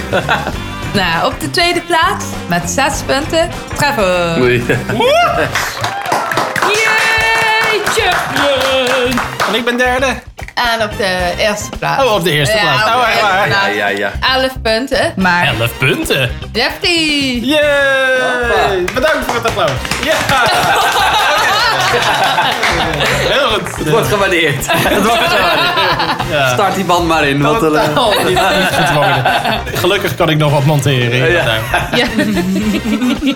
[SPEAKER 5] Nou, op de tweede plaats met 6 punten. Trevor.
[SPEAKER 6] Jeetje!
[SPEAKER 3] En ik ben derde.
[SPEAKER 5] En op de eerste plaats.
[SPEAKER 3] Oh, op de eerste
[SPEAKER 5] Ja,
[SPEAKER 3] plaats.
[SPEAKER 5] op de
[SPEAKER 3] Nou, echt
[SPEAKER 5] eerste
[SPEAKER 3] waar.
[SPEAKER 5] plaats.
[SPEAKER 2] Ja, ja, ja.
[SPEAKER 5] 11 punten.
[SPEAKER 1] Maar
[SPEAKER 3] 11 punten.
[SPEAKER 5] Jeffy.
[SPEAKER 3] Yay! Bedankt voor het applaus. Ja! Heel goed.
[SPEAKER 2] Wordt gewaardeerd. Het wordt gewaardeerd. Start die band maar in. Want, eh,
[SPEAKER 3] Oh, niet, niet gedwongen. Gelukkig kan ik nog wat monteren.
[SPEAKER 2] Ja.
[SPEAKER 3] Ja.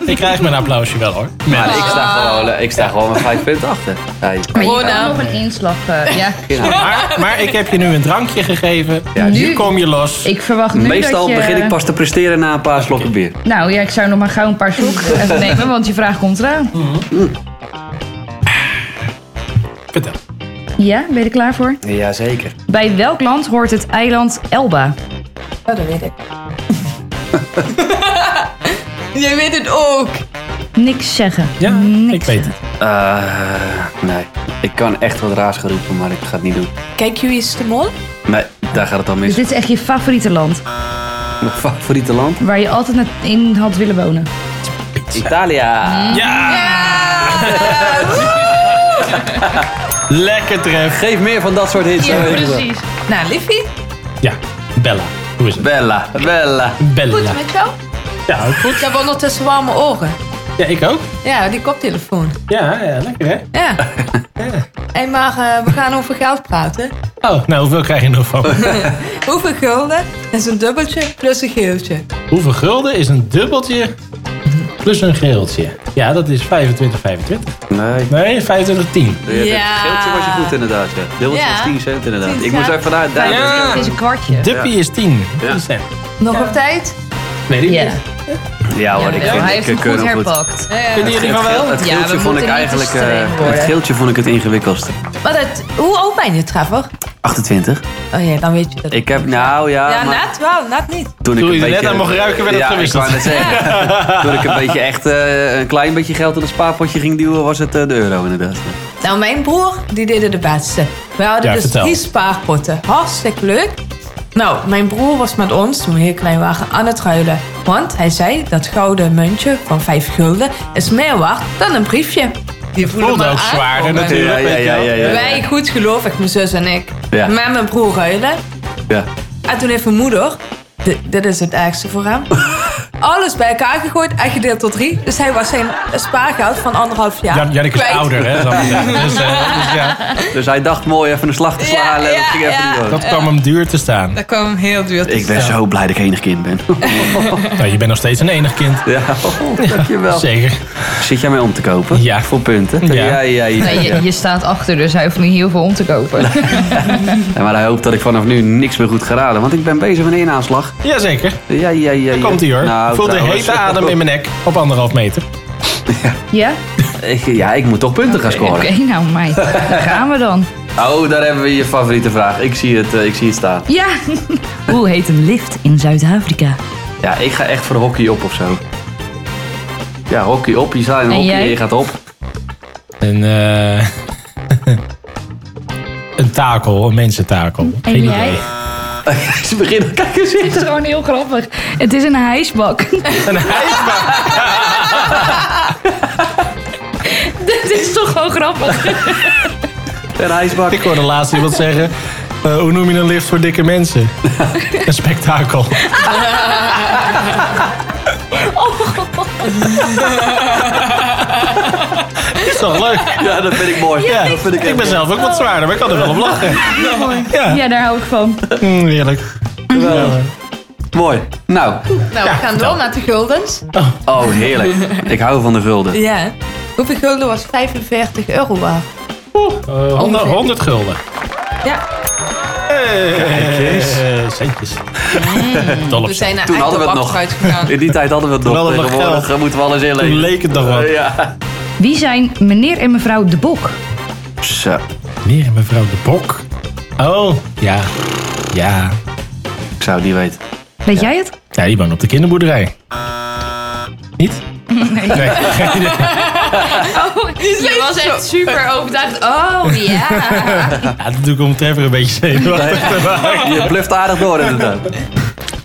[SPEAKER 3] Ik krijg mijn applausje wel hoor.
[SPEAKER 2] maar eh, ik sta gewoon, ik sta gewoon met vijf punten achter. Ja, je-
[SPEAKER 1] Maar je
[SPEAKER 5] Gewoon
[SPEAKER 1] kan
[SPEAKER 5] aan.
[SPEAKER 1] nog een inslag. eh, ja.
[SPEAKER 3] Maar, maar ik heb je nu een drankje gegeven. Nu
[SPEAKER 1] Nu-
[SPEAKER 3] kom je los.
[SPEAKER 1] Ik verwacht nu
[SPEAKER 2] Meestal
[SPEAKER 1] dat je...
[SPEAKER 2] begin ik pas te presteren na een paar slokken bier.
[SPEAKER 1] Nou ja, ik zou nog maar gauw een paar slokken even nemen, want je vraag komt eraan.
[SPEAKER 3] Vertel.
[SPEAKER 1] Ja, ben je er klaar voor?
[SPEAKER 2] Jazeker.
[SPEAKER 1] Bij welk land hoort het eiland Elba?
[SPEAKER 5] Oh, dat weet ik. Jij weet het ook.
[SPEAKER 1] Niks zeggen.
[SPEAKER 3] Ja, ik
[SPEAKER 1] Niks
[SPEAKER 3] weet het.
[SPEAKER 2] Eh, nee, ik kan echt wat raars geroepen, maar ik ga het niet doen.
[SPEAKER 5] Kijk, wie is de mol?
[SPEAKER 2] Nee, daar gaat het dan
[SPEAKER 1] Dus
[SPEAKER 2] mis.
[SPEAKER 1] dit is echt je favoriete land,
[SPEAKER 2] Mijn favoriete land?
[SPEAKER 1] waar je altijd net in had willen wonen.
[SPEAKER 2] Italia.
[SPEAKER 1] Hm.
[SPEAKER 3] Ja!
[SPEAKER 5] Ah!
[SPEAKER 3] Lekker tref.
[SPEAKER 2] Geef meer van dat soort hits.
[SPEAKER 5] Nou, Liffy.
[SPEAKER 3] Ja, Bella. Hoe is het?
[SPEAKER 2] Bella, Bella.
[SPEAKER 3] Bella.
[SPEAKER 5] Goed met jou?
[SPEAKER 3] Ja, ook goed.
[SPEAKER 5] Ik heb ondertussen warme oren.
[SPEAKER 3] Ja, ik ook.
[SPEAKER 5] Ja, die koptelefoon.
[SPEAKER 3] Ja, ja lekker hè.
[SPEAKER 5] Ja. Hé, maar eh, we gaan over geld praten.
[SPEAKER 3] Oh, nou hoeveel krijg je nog van? me?
[SPEAKER 5] Hoeveel gulden is een dubbeltje plus een geeltje?
[SPEAKER 3] hoeveel gulden is een dubbeltje plus een geeltje? Ja, dat is 25, 25.
[SPEAKER 2] Nee.
[SPEAKER 3] Nee, 25, 10.
[SPEAKER 5] Ja.
[SPEAKER 2] Geeltje was je goed inderdaad. Ja. Deel
[SPEAKER 5] Ja.
[SPEAKER 2] was 10 cent inderdaad.
[SPEAKER 5] 10
[SPEAKER 2] Ik moest
[SPEAKER 5] cent.
[SPEAKER 2] even naar daar.
[SPEAKER 3] Ja.
[SPEAKER 1] Het is een kwartje.
[SPEAKER 3] Duppie is 10.
[SPEAKER 2] Ja.
[SPEAKER 3] 10 cent.
[SPEAKER 5] Nog op tijd?
[SPEAKER 3] Weet ik
[SPEAKER 1] Ja.
[SPEAKER 3] niet.
[SPEAKER 2] Ja hoor, ik vind
[SPEAKER 1] Hij heeft
[SPEAKER 2] ik
[SPEAKER 1] hem
[SPEAKER 2] keur
[SPEAKER 1] goed
[SPEAKER 2] hem goed.
[SPEAKER 1] herpakt.
[SPEAKER 3] Vinden jullie van wel?
[SPEAKER 2] Het
[SPEAKER 1] Ja,
[SPEAKER 2] geeltje
[SPEAKER 1] we
[SPEAKER 2] vond
[SPEAKER 1] moeten
[SPEAKER 2] ik
[SPEAKER 1] niet
[SPEAKER 2] eigenlijk.
[SPEAKER 1] te streng
[SPEAKER 2] eh, het
[SPEAKER 1] worden.
[SPEAKER 2] geeltje vond ik het ingewikkeldste.
[SPEAKER 5] Maar dat, hoe oud ben je, Trevor?
[SPEAKER 2] 28.
[SPEAKER 5] Oh ja, dan weet je dat.
[SPEAKER 2] Ik heb, nou ja,
[SPEAKER 5] ja,
[SPEAKER 2] maar
[SPEAKER 5] net wel, net niet.
[SPEAKER 2] toen ik
[SPEAKER 3] Toen
[SPEAKER 2] een
[SPEAKER 3] je er
[SPEAKER 2] beetje...
[SPEAKER 3] net aan mocht ruiken, werd het
[SPEAKER 2] ja, ik
[SPEAKER 3] gewisseld.
[SPEAKER 2] wou net zeggen. toen ik een beetje echt eh, een klein beetje geld in het spaarpotje ging duwen, was het eh, de euro inderdaad.
[SPEAKER 5] Nou, mijn broer, die deden de beste. We hadden
[SPEAKER 3] Ja,
[SPEAKER 5] dus
[SPEAKER 3] vertel.
[SPEAKER 5] drie spaarpotten. Hartstikke leuk. Nou, mijn broer was met ons, toen we heel klein waren, aan het ruilen. Want hij zei, dat gouden muntje van vijf gulden is meer waard dan een briefje. Die voelde
[SPEAKER 3] Voelde
[SPEAKER 5] maar
[SPEAKER 3] ook
[SPEAKER 5] aan. Oh,
[SPEAKER 3] zwaarder natuurlijk.
[SPEAKER 2] Ja, ja,
[SPEAKER 3] weet je
[SPEAKER 2] ja,
[SPEAKER 3] wel.
[SPEAKER 2] ja, ja.
[SPEAKER 5] Wij, goed gelovig, mijn zus en ik,
[SPEAKER 2] Ja.
[SPEAKER 5] met mijn broer ruilen.
[SPEAKER 2] Ja.
[SPEAKER 5] En toen heeft mijn moeder, di- dit is het ergste voor hem, alles bij elkaar gegooid en gedeeld tot drie. Dus hij was zijn spaargeld van anderhalf jaar
[SPEAKER 3] Jan- Jannik is
[SPEAKER 5] kwijt.
[SPEAKER 3] ouder, hè? zal ik zeggen. Dus, eh, dus ja,
[SPEAKER 2] Dus hij dacht mooi even een slag te
[SPEAKER 5] Ja,
[SPEAKER 2] slaan en dat
[SPEAKER 5] ja,
[SPEAKER 2] ging even
[SPEAKER 5] ja.
[SPEAKER 2] niet door.
[SPEAKER 3] dat kwam hem duur te staan.
[SPEAKER 5] Dat kwam hem heel duur te
[SPEAKER 2] Ik ben zo blij dat ik enig kind ben.
[SPEAKER 3] Nou, je bent nog steeds een enig kind.
[SPEAKER 2] ja, oh, dankjewel.
[SPEAKER 3] Zeker.
[SPEAKER 2] Zit jij mij om te kopen?
[SPEAKER 3] Ja.
[SPEAKER 2] Voor punten?
[SPEAKER 3] Ja.
[SPEAKER 2] ja, ja. ja,
[SPEAKER 1] Nee,
[SPEAKER 2] ja.
[SPEAKER 1] je, je staat achter, dus hij hoeft niet heel veel om te kopen.
[SPEAKER 2] Ja, maar hij hoopt dat ik vanaf nu niks meer goed ga raden, want ik ben bezig met een inaanslag.
[SPEAKER 3] Jazeker.
[SPEAKER 2] Ja, ja, ja. ja.
[SPEAKER 3] Daar komt hij hoor.
[SPEAKER 2] Nou,
[SPEAKER 3] Ik voel de
[SPEAKER 2] trouwens.
[SPEAKER 3] hete adem in mijn nek op anderhalf meter.
[SPEAKER 1] Ja?
[SPEAKER 2] Ik- Ja, ik moet toch punten gaan
[SPEAKER 1] Oké,
[SPEAKER 2] scoren.
[SPEAKER 1] nou meid. Daar gaan we dan.
[SPEAKER 2] Oh, daar hebben we je favoriete vraag. Ik zie het, eh, ik zie het staan.
[SPEAKER 1] Ja. Hoe heet een lift in Zuid-Afrika?
[SPEAKER 2] Ja, ik ga echt voor hockey op of zo. Ja, hockey op. Je staat in
[SPEAKER 1] En
[SPEAKER 2] hockey en
[SPEAKER 1] jij?
[SPEAKER 2] je gaat op.
[SPEAKER 3] Een, eh een takel, een mensentakel. Geen
[SPEAKER 1] jij?
[SPEAKER 3] idee.
[SPEAKER 2] Ze beginnen kijken
[SPEAKER 1] Het is gewoon heel grappig. Het is een hijsbak.
[SPEAKER 3] Een ijsbak.
[SPEAKER 1] Dit is toch gewoon grappig.
[SPEAKER 2] Een ijsbak.
[SPEAKER 3] Ik hoorde laatst iemand zeggen. eh, hoe noem je een lift voor dikke mensen? een spektakel. Is toch leuk?
[SPEAKER 2] Ja, dat vind ik mooi.
[SPEAKER 3] Ja,
[SPEAKER 2] dat vind ik
[SPEAKER 3] ik ben
[SPEAKER 2] echt
[SPEAKER 3] zelf ook wat zwaarder, maar ik kan er wel op lachen. Ja,
[SPEAKER 1] Ja, daar hou ik van.
[SPEAKER 3] Mm, heerlijk.
[SPEAKER 2] geweldig. Mooi. Nou,
[SPEAKER 5] Nou, we gaan door naar de guldens.
[SPEAKER 2] oh heerlijk. Ik hou van de gulden.
[SPEAKER 5] Ja. Hoeveel gulden was 45 euro waard?
[SPEAKER 3] Eh, 100, 100 gulden.
[SPEAKER 5] Ja,
[SPEAKER 3] Eh, centjes. Dol op
[SPEAKER 5] we zijn naar
[SPEAKER 2] Toen hadden we het nog.
[SPEAKER 5] achteruit gegaan.
[SPEAKER 2] In die tijd hadden we het nog.
[SPEAKER 3] Toen hadden we nog
[SPEAKER 2] Tegenwoordig
[SPEAKER 3] geld.
[SPEAKER 2] moeten we alles
[SPEAKER 3] Toen
[SPEAKER 2] inleven.
[SPEAKER 3] leek het nog wat.
[SPEAKER 2] Eh, Ja.
[SPEAKER 1] Wie zijn meneer en mevrouw De Bok?
[SPEAKER 2] Zo.
[SPEAKER 3] Meneer en mevrouw de Bok. Oh, ja. Ja.
[SPEAKER 2] Ik zou het niet weten.
[SPEAKER 1] Weet jij het?
[SPEAKER 3] Ja, die woont op de kinderboerderij. Niet? Nee. geen idee.
[SPEAKER 1] Je was echt super overtuigd. Oh ja.
[SPEAKER 3] Ja, dat doe ik om Trevor een beetje zenuwachtig te maken.
[SPEAKER 2] Je bluft aardig door inderdaad.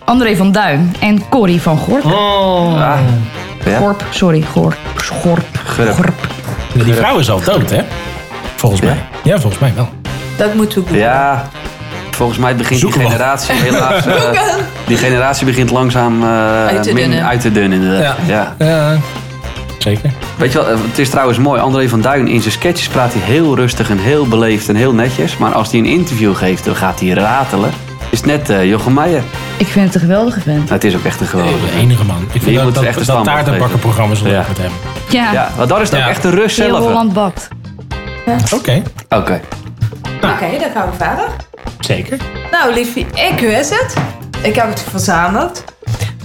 [SPEAKER 1] André van Duin en Corrie van Gorp.
[SPEAKER 2] Oh.
[SPEAKER 3] Ah.
[SPEAKER 2] Ja.
[SPEAKER 1] Gorp, sorry, Gorp. Schorp.
[SPEAKER 2] Gurp.
[SPEAKER 1] Gorp.
[SPEAKER 3] Die vrouw is al dood, hè? Volgens mij. Ja, volgens mij wel.
[SPEAKER 5] Dat moeten we doen.
[SPEAKER 2] Ja. Volgens mij begint
[SPEAKER 3] Zoeken
[SPEAKER 2] die
[SPEAKER 3] we.
[SPEAKER 2] generatie helaas... eh, die generatie begint langzaam eh,
[SPEAKER 5] Uit te
[SPEAKER 2] min-
[SPEAKER 5] dunnen.
[SPEAKER 2] uit te dunnen. inderdaad. Ja.
[SPEAKER 3] Ja. Zeker.
[SPEAKER 2] Weet je wel, eh, het is trouwens mooi. André van Duin in zijn sketches praat hij heel rustig en heel beleefd en heel netjes. Maar als hij een interview geeft, dan gaat hij ratelen. Is net eh Jochem Meijer.
[SPEAKER 1] Ik vind het een geweldige vent.
[SPEAKER 2] Nou, het is ook echt een
[SPEAKER 3] De
[SPEAKER 2] geweldige.
[SPEAKER 3] enige man. Ik
[SPEAKER 2] Die
[SPEAKER 3] vind dat,
[SPEAKER 2] moet echt
[SPEAKER 3] dat,
[SPEAKER 2] een
[SPEAKER 3] dat
[SPEAKER 2] standbeeld
[SPEAKER 3] taartenbakkenprogramma is wel
[SPEAKER 2] geven.
[SPEAKER 3] leuk met hem.
[SPEAKER 1] Ja,
[SPEAKER 2] Ja, maar dat is het ook
[SPEAKER 3] Ja.
[SPEAKER 2] echt een rust
[SPEAKER 1] heel
[SPEAKER 2] zelf. Oké.
[SPEAKER 1] Holland bakt.
[SPEAKER 3] Oké.
[SPEAKER 5] Oké, dan gaan we verder.
[SPEAKER 3] Zeker.
[SPEAKER 5] Nou, liefie, ik wist het. Ik heb het verzameld.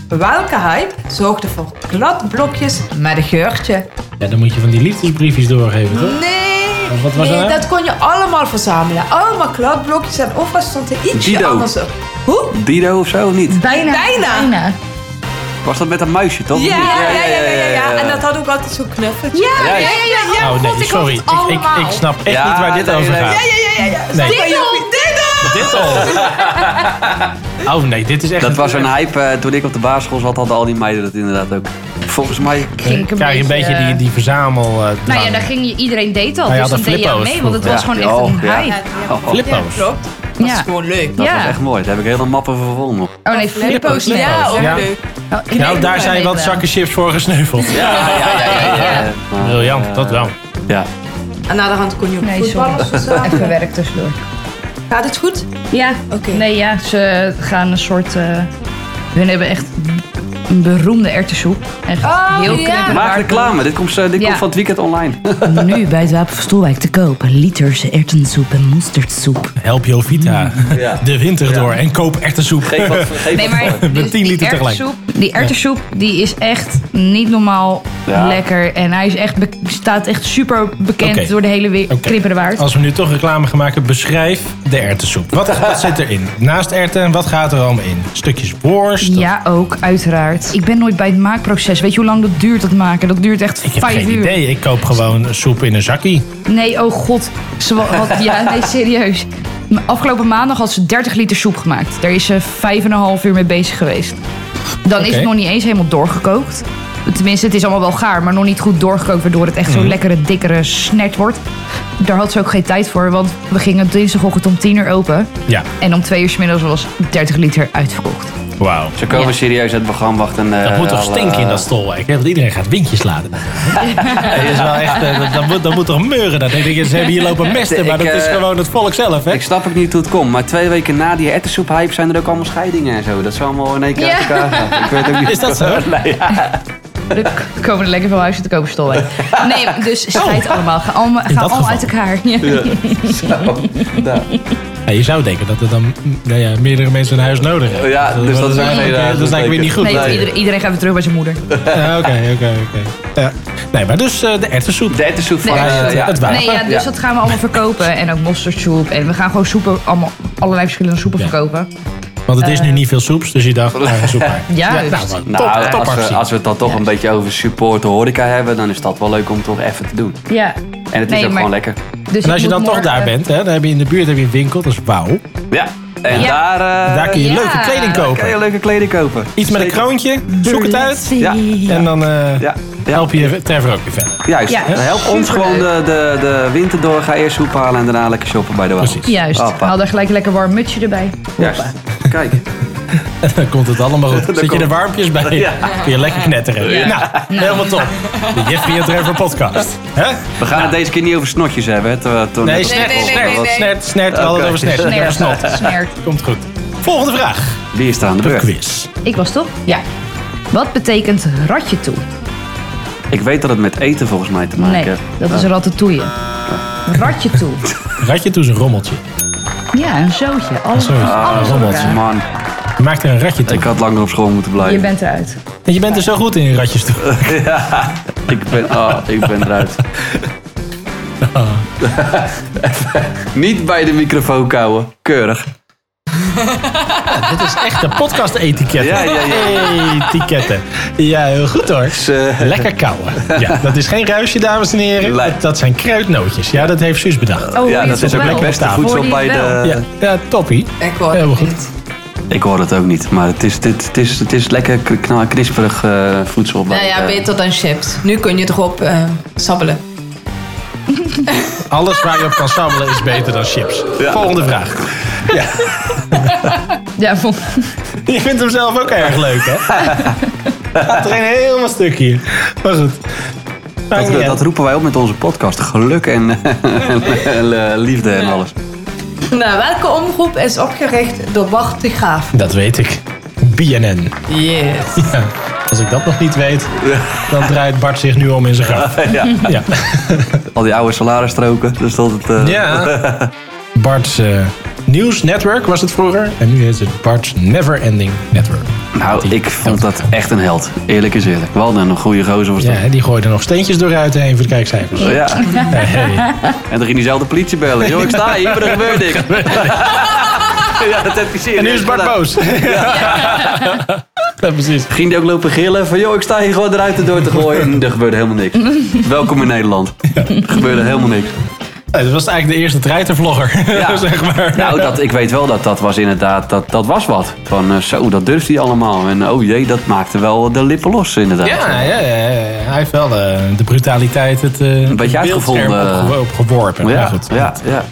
[SPEAKER 5] Welke hype zorgde voor gladblokjes met een geurtje?
[SPEAKER 3] Ja, dan moet je van die liefdesbriefjes doorgeven, toch?
[SPEAKER 5] Nee,
[SPEAKER 3] Wat was
[SPEAKER 5] nee
[SPEAKER 3] dat?
[SPEAKER 5] dat kon je allemaal verzamelen. Allemaal gladblokjes en overal stond er ietsje
[SPEAKER 2] Dido.
[SPEAKER 5] anders op. Hoe?
[SPEAKER 2] Dido of zo, of niet?
[SPEAKER 1] Bijna.
[SPEAKER 5] Bijna.
[SPEAKER 2] Was dat met een muisje, toch?
[SPEAKER 5] Ja, ja, ja, ja, ja,
[SPEAKER 2] ja.
[SPEAKER 5] En dat had ook altijd zo'n knuffeltje.
[SPEAKER 2] Ja, ja,
[SPEAKER 3] oh nee, sorry. Ik, ik, ik snap echt
[SPEAKER 2] Ja,
[SPEAKER 3] niet waar dit
[SPEAKER 2] nee,
[SPEAKER 3] over
[SPEAKER 2] nee.
[SPEAKER 3] gaat.
[SPEAKER 5] ja, ja, ja. ja.
[SPEAKER 3] Nee.
[SPEAKER 5] Dit al, dit al.
[SPEAKER 3] Dit al. Oh nee, dit is echt...
[SPEAKER 2] Dat was een hype. eh, toen ik op de basisschool zat, hadden al die meiden dat inderdaad ook. Volgens mij...
[SPEAKER 1] Ging ik een
[SPEAKER 3] Krijg je een beetje die, die verzamel... eh,
[SPEAKER 1] Nou ja,
[SPEAKER 3] drang.
[SPEAKER 1] daar ging je, iedereen deed al.
[SPEAKER 3] Hij
[SPEAKER 1] dus
[SPEAKER 3] had
[SPEAKER 1] dan
[SPEAKER 3] een
[SPEAKER 1] deed je aan
[SPEAKER 3] flippo's
[SPEAKER 1] mee, want het
[SPEAKER 3] vroeger.
[SPEAKER 1] was gewoon echt
[SPEAKER 2] Ja,
[SPEAKER 1] een
[SPEAKER 2] ja.
[SPEAKER 1] hype.
[SPEAKER 2] Oh, oh,
[SPEAKER 3] Flippo's.
[SPEAKER 5] Klopt. Dat is
[SPEAKER 1] Ja.
[SPEAKER 5] gewoon leuk.
[SPEAKER 2] dat was
[SPEAKER 1] Ja.
[SPEAKER 2] echt mooi. Daar heb ik helemaal mappen voor verwonnen.
[SPEAKER 1] Oh nee, flippo's.
[SPEAKER 3] Flippo's,
[SPEAKER 1] nee.
[SPEAKER 5] Ja, ook
[SPEAKER 3] Ja.
[SPEAKER 5] leuk.
[SPEAKER 1] Oh, ik
[SPEAKER 3] nou,
[SPEAKER 1] weet
[SPEAKER 3] daar
[SPEAKER 1] het
[SPEAKER 3] zijn
[SPEAKER 1] wel.
[SPEAKER 3] wat zakken chips voor gesneuveld.
[SPEAKER 2] Ja, ja, ja. ja,
[SPEAKER 1] Ja.
[SPEAKER 2] Maar,
[SPEAKER 3] Briljant,
[SPEAKER 2] eh,
[SPEAKER 3] dat wel.
[SPEAKER 2] Ja.
[SPEAKER 5] En aan de hand kon je ook
[SPEAKER 1] Nee,
[SPEAKER 5] voetballers verzamelen.
[SPEAKER 1] Even werk tussendoor.
[SPEAKER 5] Gaat het goed?
[SPEAKER 1] Ja,
[SPEAKER 5] Oké.
[SPEAKER 1] nee ja, ze gaan een soort... eh, hun hebben echt een beroemde erwtensoep. Echt
[SPEAKER 5] Oh,
[SPEAKER 1] heel
[SPEAKER 5] ja.
[SPEAKER 1] knap.
[SPEAKER 2] Maak reclame. Dit komt, eh, dit
[SPEAKER 1] Ja.
[SPEAKER 2] komt van het weekend online.
[SPEAKER 7] Nu bij het Wapen van Stolwijk te koop. Liters erwtensoep en mosterdsoep.
[SPEAKER 3] Help Jovita
[SPEAKER 2] Ja.
[SPEAKER 3] de winter door en koop echte soep.
[SPEAKER 2] Geef wat, geef
[SPEAKER 1] Nee,
[SPEAKER 2] wat
[SPEAKER 1] maar
[SPEAKER 2] voor.
[SPEAKER 1] dus
[SPEAKER 3] Met 10
[SPEAKER 1] die
[SPEAKER 3] liter tegelijk.
[SPEAKER 1] erwtensoep- Die erwtensoep die is echt niet normaal
[SPEAKER 2] Ja.
[SPEAKER 1] lekker. En hij is echt be- staat echt super bekend
[SPEAKER 3] Oké.
[SPEAKER 1] door de hele we-
[SPEAKER 3] Oké.
[SPEAKER 1] Kribberenwaard.
[SPEAKER 3] Als we nu toch reclame gaan maken, beschrijf de erwtensoep. Wat, wat zit erin? Naast erwten, wat gaat er allemaal in? Stukjes worst?
[SPEAKER 1] Ja, ook, uiteraard. Ik ben nooit bij het maakproces. Weet je hoe lang dat duurt, dat maken? Dat duurt echt
[SPEAKER 3] Ik heb
[SPEAKER 1] vijf
[SPEAKER 3] geen
[SPEAKER 1] uur.
[SPEAKER 3] idee. Ik koop gewoon soep in een zakkie.
[SPEAKER 1] Nee, oh god. Ze wa- had, ja, nee, serieus. Maar Afgelopen maandag had ze 30 liter soep gemaakt. Daar is ze vijf en een half uur mee bezig geweest. Dan is
[SPEAKER 3] Oké.
[SPEAKER 1] het nog niet eens helemaal doorgekookt. Tenminste, het is allemaal wel gaar, maar nog niet goed doorgekookt... waardoor het echt zo'n
[SPEAKER 3] Mhm.
[SPEAKER 1] lekkere, dikkere snert wordt. Daar had ze ook geen tijd voor, want we gingen dinsdagochtend om 10 uur open.
[SPEAKER 3] Ja,
[SPEAKER 1] En om twee uur 's middags was 30 liter uitverkocht.
[SPEAKER 3] wauw.
[SPEAKER 2] Ze komen
[SPEAKER 1] Ja.
[SPEAKER 2] serieus uit het programma eh, wachten.
[SPEAKER 3] Dat moet toch stinken in dat stolwijk, hè? want iedereen gaat windjes laden. Dat, is wel echt, eh, dat, dat moet, dat moet toch meuren? Dat denk ik, ze hebben hier lopen mesten, maar
[SPEAKER 2] Ik,
[SPEAKER 3] dat is
[SPEAKER 2] eh,
[SPEAKER 3] gewoon het volk zelf, hè?
[SPEAKER 2] Ik snap ook niet hoe het komt, maar twee weken na die ettensoep-hype zijn er ook allemaal scheidingen en zo. Dat is allemaal in één keer
[SPEAKER 1] Ja.
[SPEAKER 2] uit elkaar gaan. Ik weet ook niet.
[SPEAKER 3] Is dat zo?
[SPEAKER 2] Nee, ja.
[SPEAKER 1] Er komen er lekker veel huizen te kopen stolwijk. Nee, dus schijt allemaal. Ga allemaal, ga
[SPEAKER 3] Oh. dat
[SPEAKER 1] allemaal
[SPEAKER 3] geval.
[SPEAKER 1] uit elkaar. Ja.
[SPEAKER 2] Nou,
[SPEAKER 3] Ja, je zou denken dat er dan mm, nou ja, meerdere mensen een huis nodig hebben.
[SPEAKER 2] Ja, dus dat is ook geen,
[SPEAKER 3] eigenlijk,
[SPEAKER 2] eh,
[SPEAKER 3] eh, dat is eigenlijk weer niet goed.
[SPEAKER 1] Nee, want
[SPEAKER 2] Nee.
[SPEAKER 1] iedereen, iedereen gaat weer terug bij zijn moeder.
[SPEAKER 3] Ja, Oké, oké, oké. Ja. Nee, maar dus eh, de erwtensoep.
[SPEAKER 2] De ettensoep van...
[SPEAKER 1] Nee,
[SPEAKER 2] eh,
[SPEAKER 3] het-
[SPEAKER 2] ja.
[SPEAKER 3] het wapen.
[SPEAKER 1] Nee, ja, dus
[SPEAKER 2] Ja.
[SPEAKER 1] dat gaan we allemaal verkopen. En ook mosterdsoep. En we gaan gewoon soepen, allemaal, allerlei verschillende soepen
[SPEAKER 3] Ja.
[SPEAKER 1] verkopen.
[SPEAKER 3] Want het is nu niet veel soeps, dus je dacht, ah, soep maar.
[SPEAKER 1] Ja,
[SPEAKER 3] nou,
[SPEAKER 1] dus-
[SPEAKER 3] wat top,
[SPEAKER 2] Nou,
[SPEAKER 3] top
[SPEAKER 2] als, we,
[SPEAKER 3] actie.
[SPEAKER 2] als we het dan toch een beetje over support horeca hebben, dan is dat wel leuk om toch even te doen.
[SPEAKER 1] Ja.
[SPEAKER 2] En het is
[SPEAKER 1] Nee,
[SPEAKER 2] ook
[SPEAKER 1] maar-
[SPEAKER 2] gewoon lekker.
[SPEAKER 1] Dus
[SPEAKER 3] En als je
[SPEAKER 1] ik
[SPEAKER 3] dan
[SPEAKER 1] moet
[SPEAKER 3] toch daar
[SPEAKER 1] morgen-
[SPEAKER 3] bent, hè, dan heb je in de buurt heb je een winkel, dat is wauw.
[SPEAKER 2] Ja. En
[SPEAKER 1] Ja.
[SPEAKER 2] daar, eh,
[SPEAKER 3] Daar kun je
[SPEAKER 1] ja.
[SPEAKER 3] leuke kleding
[SPEAKER 2] kan je
[SPEAKER 3] kopen.
[SPEAKER 2] leuke kleding kopen.
[SPEAKER 3] Iets met een
[SPEAKER 2] Zeker.
[SPEAKER 3] kroontje, zoek het uit.
[SPEAKER 2] Ja.
[SPEAKER 3] En dan eh,
[SPEAKER 2] Ja.
[SPEAKER 3] Help je ter verrukking verder.
[SPEAKER 2] Juist.
[SPEAKER 1] Ja,
[SPEAKER 2] Help ons
[SPEAKER 1] superleuk.
[SPEAKER 2] gewoon de, de, de winter door. Ga eerst soep halen en daarna lekker shoppen bij de was.
[SPEAKER 3] Precies.
[SPEAKER 1] Juist.
[SPEAKER 2] Hoppa.
[SPEAKER 1] Haal daar gelijk een lekker warm mutsje erbij.
[SPEAKER 2] Juist. Kijk.
[SPEAKER 3] Dan komt het allemaal goed. Zit je
[SPEAKER 2] komt-
[SPEAKER 3] er warmpjes bij? Kun je lekker knetteren. Nou, helemaal top. De Jeffrey en Trevor podcast. Hè?
[SPEAKER 2] We gaan het deze keer niet over snotjes hebben. hè, terwijl- terwijl-
[SPEAKER 3] Nee, snert,
[SPEAKER 5] nee, nee,
[SPEAKER 3] snert,
[SPEAKER 5] nee, nee.
[SPEAKER 3] snert, snert. We hadden het over snert.
[SPEAKER 1] Snert.
[SPEAKER 3] Over snot.
[SPEAKER 1] Snert.
[SPEAKER 3] Komt goed. Volgende vraag.
[SPEAKER 2] Wie is er aan de
[SPEAKER 3] De
[SPEAKER 2] beurt?
[SPEAKER 3] quiz.
[SPEAKER 1] Ik was toch?
[SPEAKER 5] Ja.
[SPEAKER 1] Wat betekent ratje toe?
[SPEAKER 2] Ik weet dat het met eten volgens mij te maken
[SPEAKER 1] Nee,
[SPEAKER 2] heeft.
[SPEAKER 1] dat is ratatouille. Ratje toe.
[SPEAKER 3] Ratje toe is een rommeltje.
[SPEAKER 1] Ja, een zootje. Alles,
[SPEAKER 3] Sorry.
[SPEAKER 1] alles
[SPEAKER 3] Ah,
[SPEAKER 1] op
[SPEAKER 3] rommelt.
[SPEAKER 1] elkaar.
[SPEAKER 2] Man,
[SPEAKER 3] Je maakt er een ratje toe.
[SPEAKER 2] ik had langer op school moeten blijven.
[SPEAKER 1] Je bent eruit.
[SPEAKER 3] En je bent er zo goed in, ratjes toe.
[SPEAKER 2] Ik ben, ah, ik ben eruit. Niet bij de microfoon kouwen. Keurig.
[SPEAKER 3] Dit is echt de podcast-etiketten.
[SPEAKER 2] Ja, ja,
[SPEAKER 3] Etiketten. Ja, heel goed hoor.
[SPEAKER 2] Dus, eh,
[SPEAKER 3] Lekker kauwen. Ja, dat is geen ruisje, dames en heren.
[SPEAKER 2] Lijp.
[SPEAKER 3] Dat, dat zijn kruidnootjes. Ja, dat heeft Suus bedacht.
[SPEAKER 1] Oh,
[SPEAKER 2] ja,
[SPEAKER 1] je
[SPEAKER 2] dat is ook
[SPEAKER 1] wel.
[SPEAKER 2] het beste
[SPEAKER 3] Hoor je
[SPEAKER 2] voedsel
[SPEAKER 1] het
[SPEAKER 2] bij de...
[SPEAKER 1] wel?
[SPEAKER 3] Ja, ja toppie.
[SPEAKER 5] Ik hoor
[SPEAKER 3] Heel
[SPEAKER 5] het
[SPEAKER 3] goed.
[SPEAKER 5] niet.
[SPEAKER 2] Ik hoor het ook niet, maar het is, dit, het is, het is lekker k- kna- knisperig eh, voedsel. bij,
[SPEAKER 5] Nou ja,
[SPEAKER 2] eh,
[SPEAKER 5] beter dan chips. Nu kun je erop eh, sabbelen.
[SPEAKER 3] Alles waar je op kan sabbelen is beter dan chips. Volgende vraag.
[SPEAKER 1] Ja, vol-
[SPEAKER 3] Je vindt hem zelf ook erg leuk, hè? Gaat er een helemaal stuk hier. Maar goed. Maakt
[SPEAKER 2] Dat,
[SPEAKER 3] niet
[SPEAKER 2] dat
[SPEAKER 3] uit.
[SPEAKER 2] roepen wij op met onze podcast. Geluk en, en, eh, liefde en alles.
[SPEAKER 5] Nou, welke omroep is opgericht door Bart de Graaf?
[SPEAKER 3] Dat weet ik. BNN.
[SPEAKER 5] Yes.
[SPEAKER 3] Ja, Als ik dat nog niet weet, dan draait Bart zich nu om in zijn graf.
[SPEAKER 2] Ja.
[SPEAKER 3] Ja.
[SPEAKER 2] Al die oude salarisstroken, dus dat het... eh,
[SPEAKER 3] ja. Bart's eh, Nieuws Network was het vroeger. En nu heet het Bart's Never Ending Network.
[SPEAKER 2] Nou, ik vond dat echt een held. Eerlijk is eerlijk. Wel een goede gozer was
[SPEAKER 3] Ja,
[SPEAKER 2] dat.
[SPEAKER 3] hè, die gooide nog steentjes door ruiten heen voor de kijkcijfers.
[SPEAKER 2] Ja.
[SPEAKER 3] Hey.
[SPEAKER 2] En dan ging hij zelf de politie bellen. Joh, ik sta hier, maar er gebeurt niks. ja, dat heb ik gezien.
[SPEAKER 3] En nu is Bart boos. Ja, precies.
[SPEAKER 2] Ging hij ook lopen gillen van, joh, ik sta hier gewoon eruit en door te gooien. En er gebeurde helemaal niks. Welkom in Nederland. Er gebeurde helemaal niks.
[SPEAKER 3] Ja, dat was eigenlijk de eerste treitervlogger,
[SPEAKER 2] Ja.
[SPEAKER 3] zeg maar.
[SPEAKER 2] Nou, dat, ik weet wel dat dat was inderdaad, dat, dat was wat. Van, eh, zo, dat durft hij allemaal. En oh jee, dat maakte wel de lippen los inderdaad.
[SPEAKER 3] Ja, ja, ja, ja. hij heeft wel eh, de brutaliteit, het eh, het
[SPEAKER 2] beetje
[SPEAKER 3] beeldscherm
[SPEAKER 2] uitgevonden.
[SPEAKER 3] opge- opgeworpen.
[SPEAKER 2] ja,
[SPEAKER 3] Maar goed,
[SPEAKER 2] ja, ja.
[SPEAKER 3] daar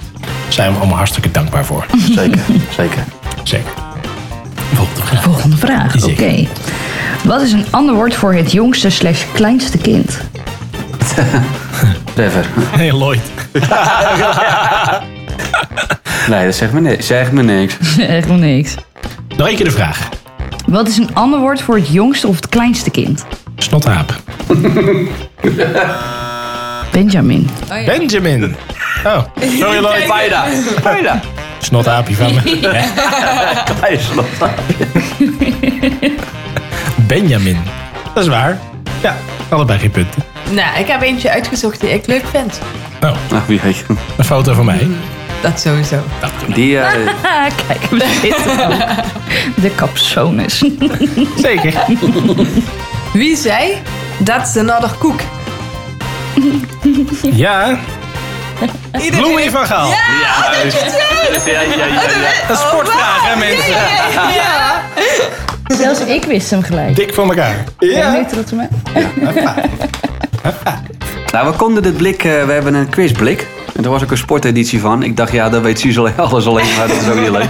[SPEAKER 3] zijn we hem allemaal hartstikke dankbaar voor.
[SPEAKER 2] zeker, zeker.
[SPEAKER 3] Zeker. Volgende vraag.
[SPEAKER 1] volgende vraag.
[SPEAKER 3] Die
[SPEAKER 1] Oké.
[SPEAKER 3] zie ik.
[SPEAKER 1] Wat is een ander woord voor het jongste slash kleinste kind?
[SPEAKER 2] Trevor.
[SPEAKER 3] Hey Lloyd.
[SPEAKER 2] Nee, dat zegt me, ni- zegt me niks.
[SPEAKER 1] Echt nog niks.
[SPEAKER 3] Nog één keer de vraag.
[SPEAKER 1] Wat is een ander woord voor het jongste of het kleinste kind?
[SPEAKER 3] Snotaap.
[SPEAKER 1] Oh, Benjamin.
[SPEAKER 3] Benjamin. Oh, sorry Lloyd.
[SPEAKER 2] Bijna, bijna.
[SPEAKER 3] Snotaapje van me. Ja,
[SPEAKER 2] IJsland.
[SPEAKER 3] Benjamin. Dat is waar. Ja, allebei geen punten.
[SPEAKER 5] Nou, ik heb eentje uitgezocht die ik leuk vind.
[SPEAKER 3] Oh,
[SPEAKER 2] Nou, wie weet.
[SPEAKER 3] een foto van mij.
[SPEAKER 5] Dat sowieso.
[SPEAKER 2] Die, eh,
[SPEAKER 1] Ah, kijk, we zitten ook. De capsones.
[SPEAKER 3] Zeker.
[SPEAKER 5] Wie zei dat ze naar de koek?
[SPEAKER 3] Ja, Bloemie van Gaal.
[SPEAKER 2] ja, ja, ja, ja.
[SPEAKER 3] Een sportvraag, hè mensen.
[SPEAKER 1] Zelfs ik wist hem gelijk.
[SPEAKER 3] Dik voor elkaar. Ja.
[SPEAKER 2] Nou, we konden dit blik, eh, we hebben een quizblik. En er was ook een sporteditie van. Ik dacht, ja, dat weet Suus alleen- alles alleen, maar dat is ook niet leuk.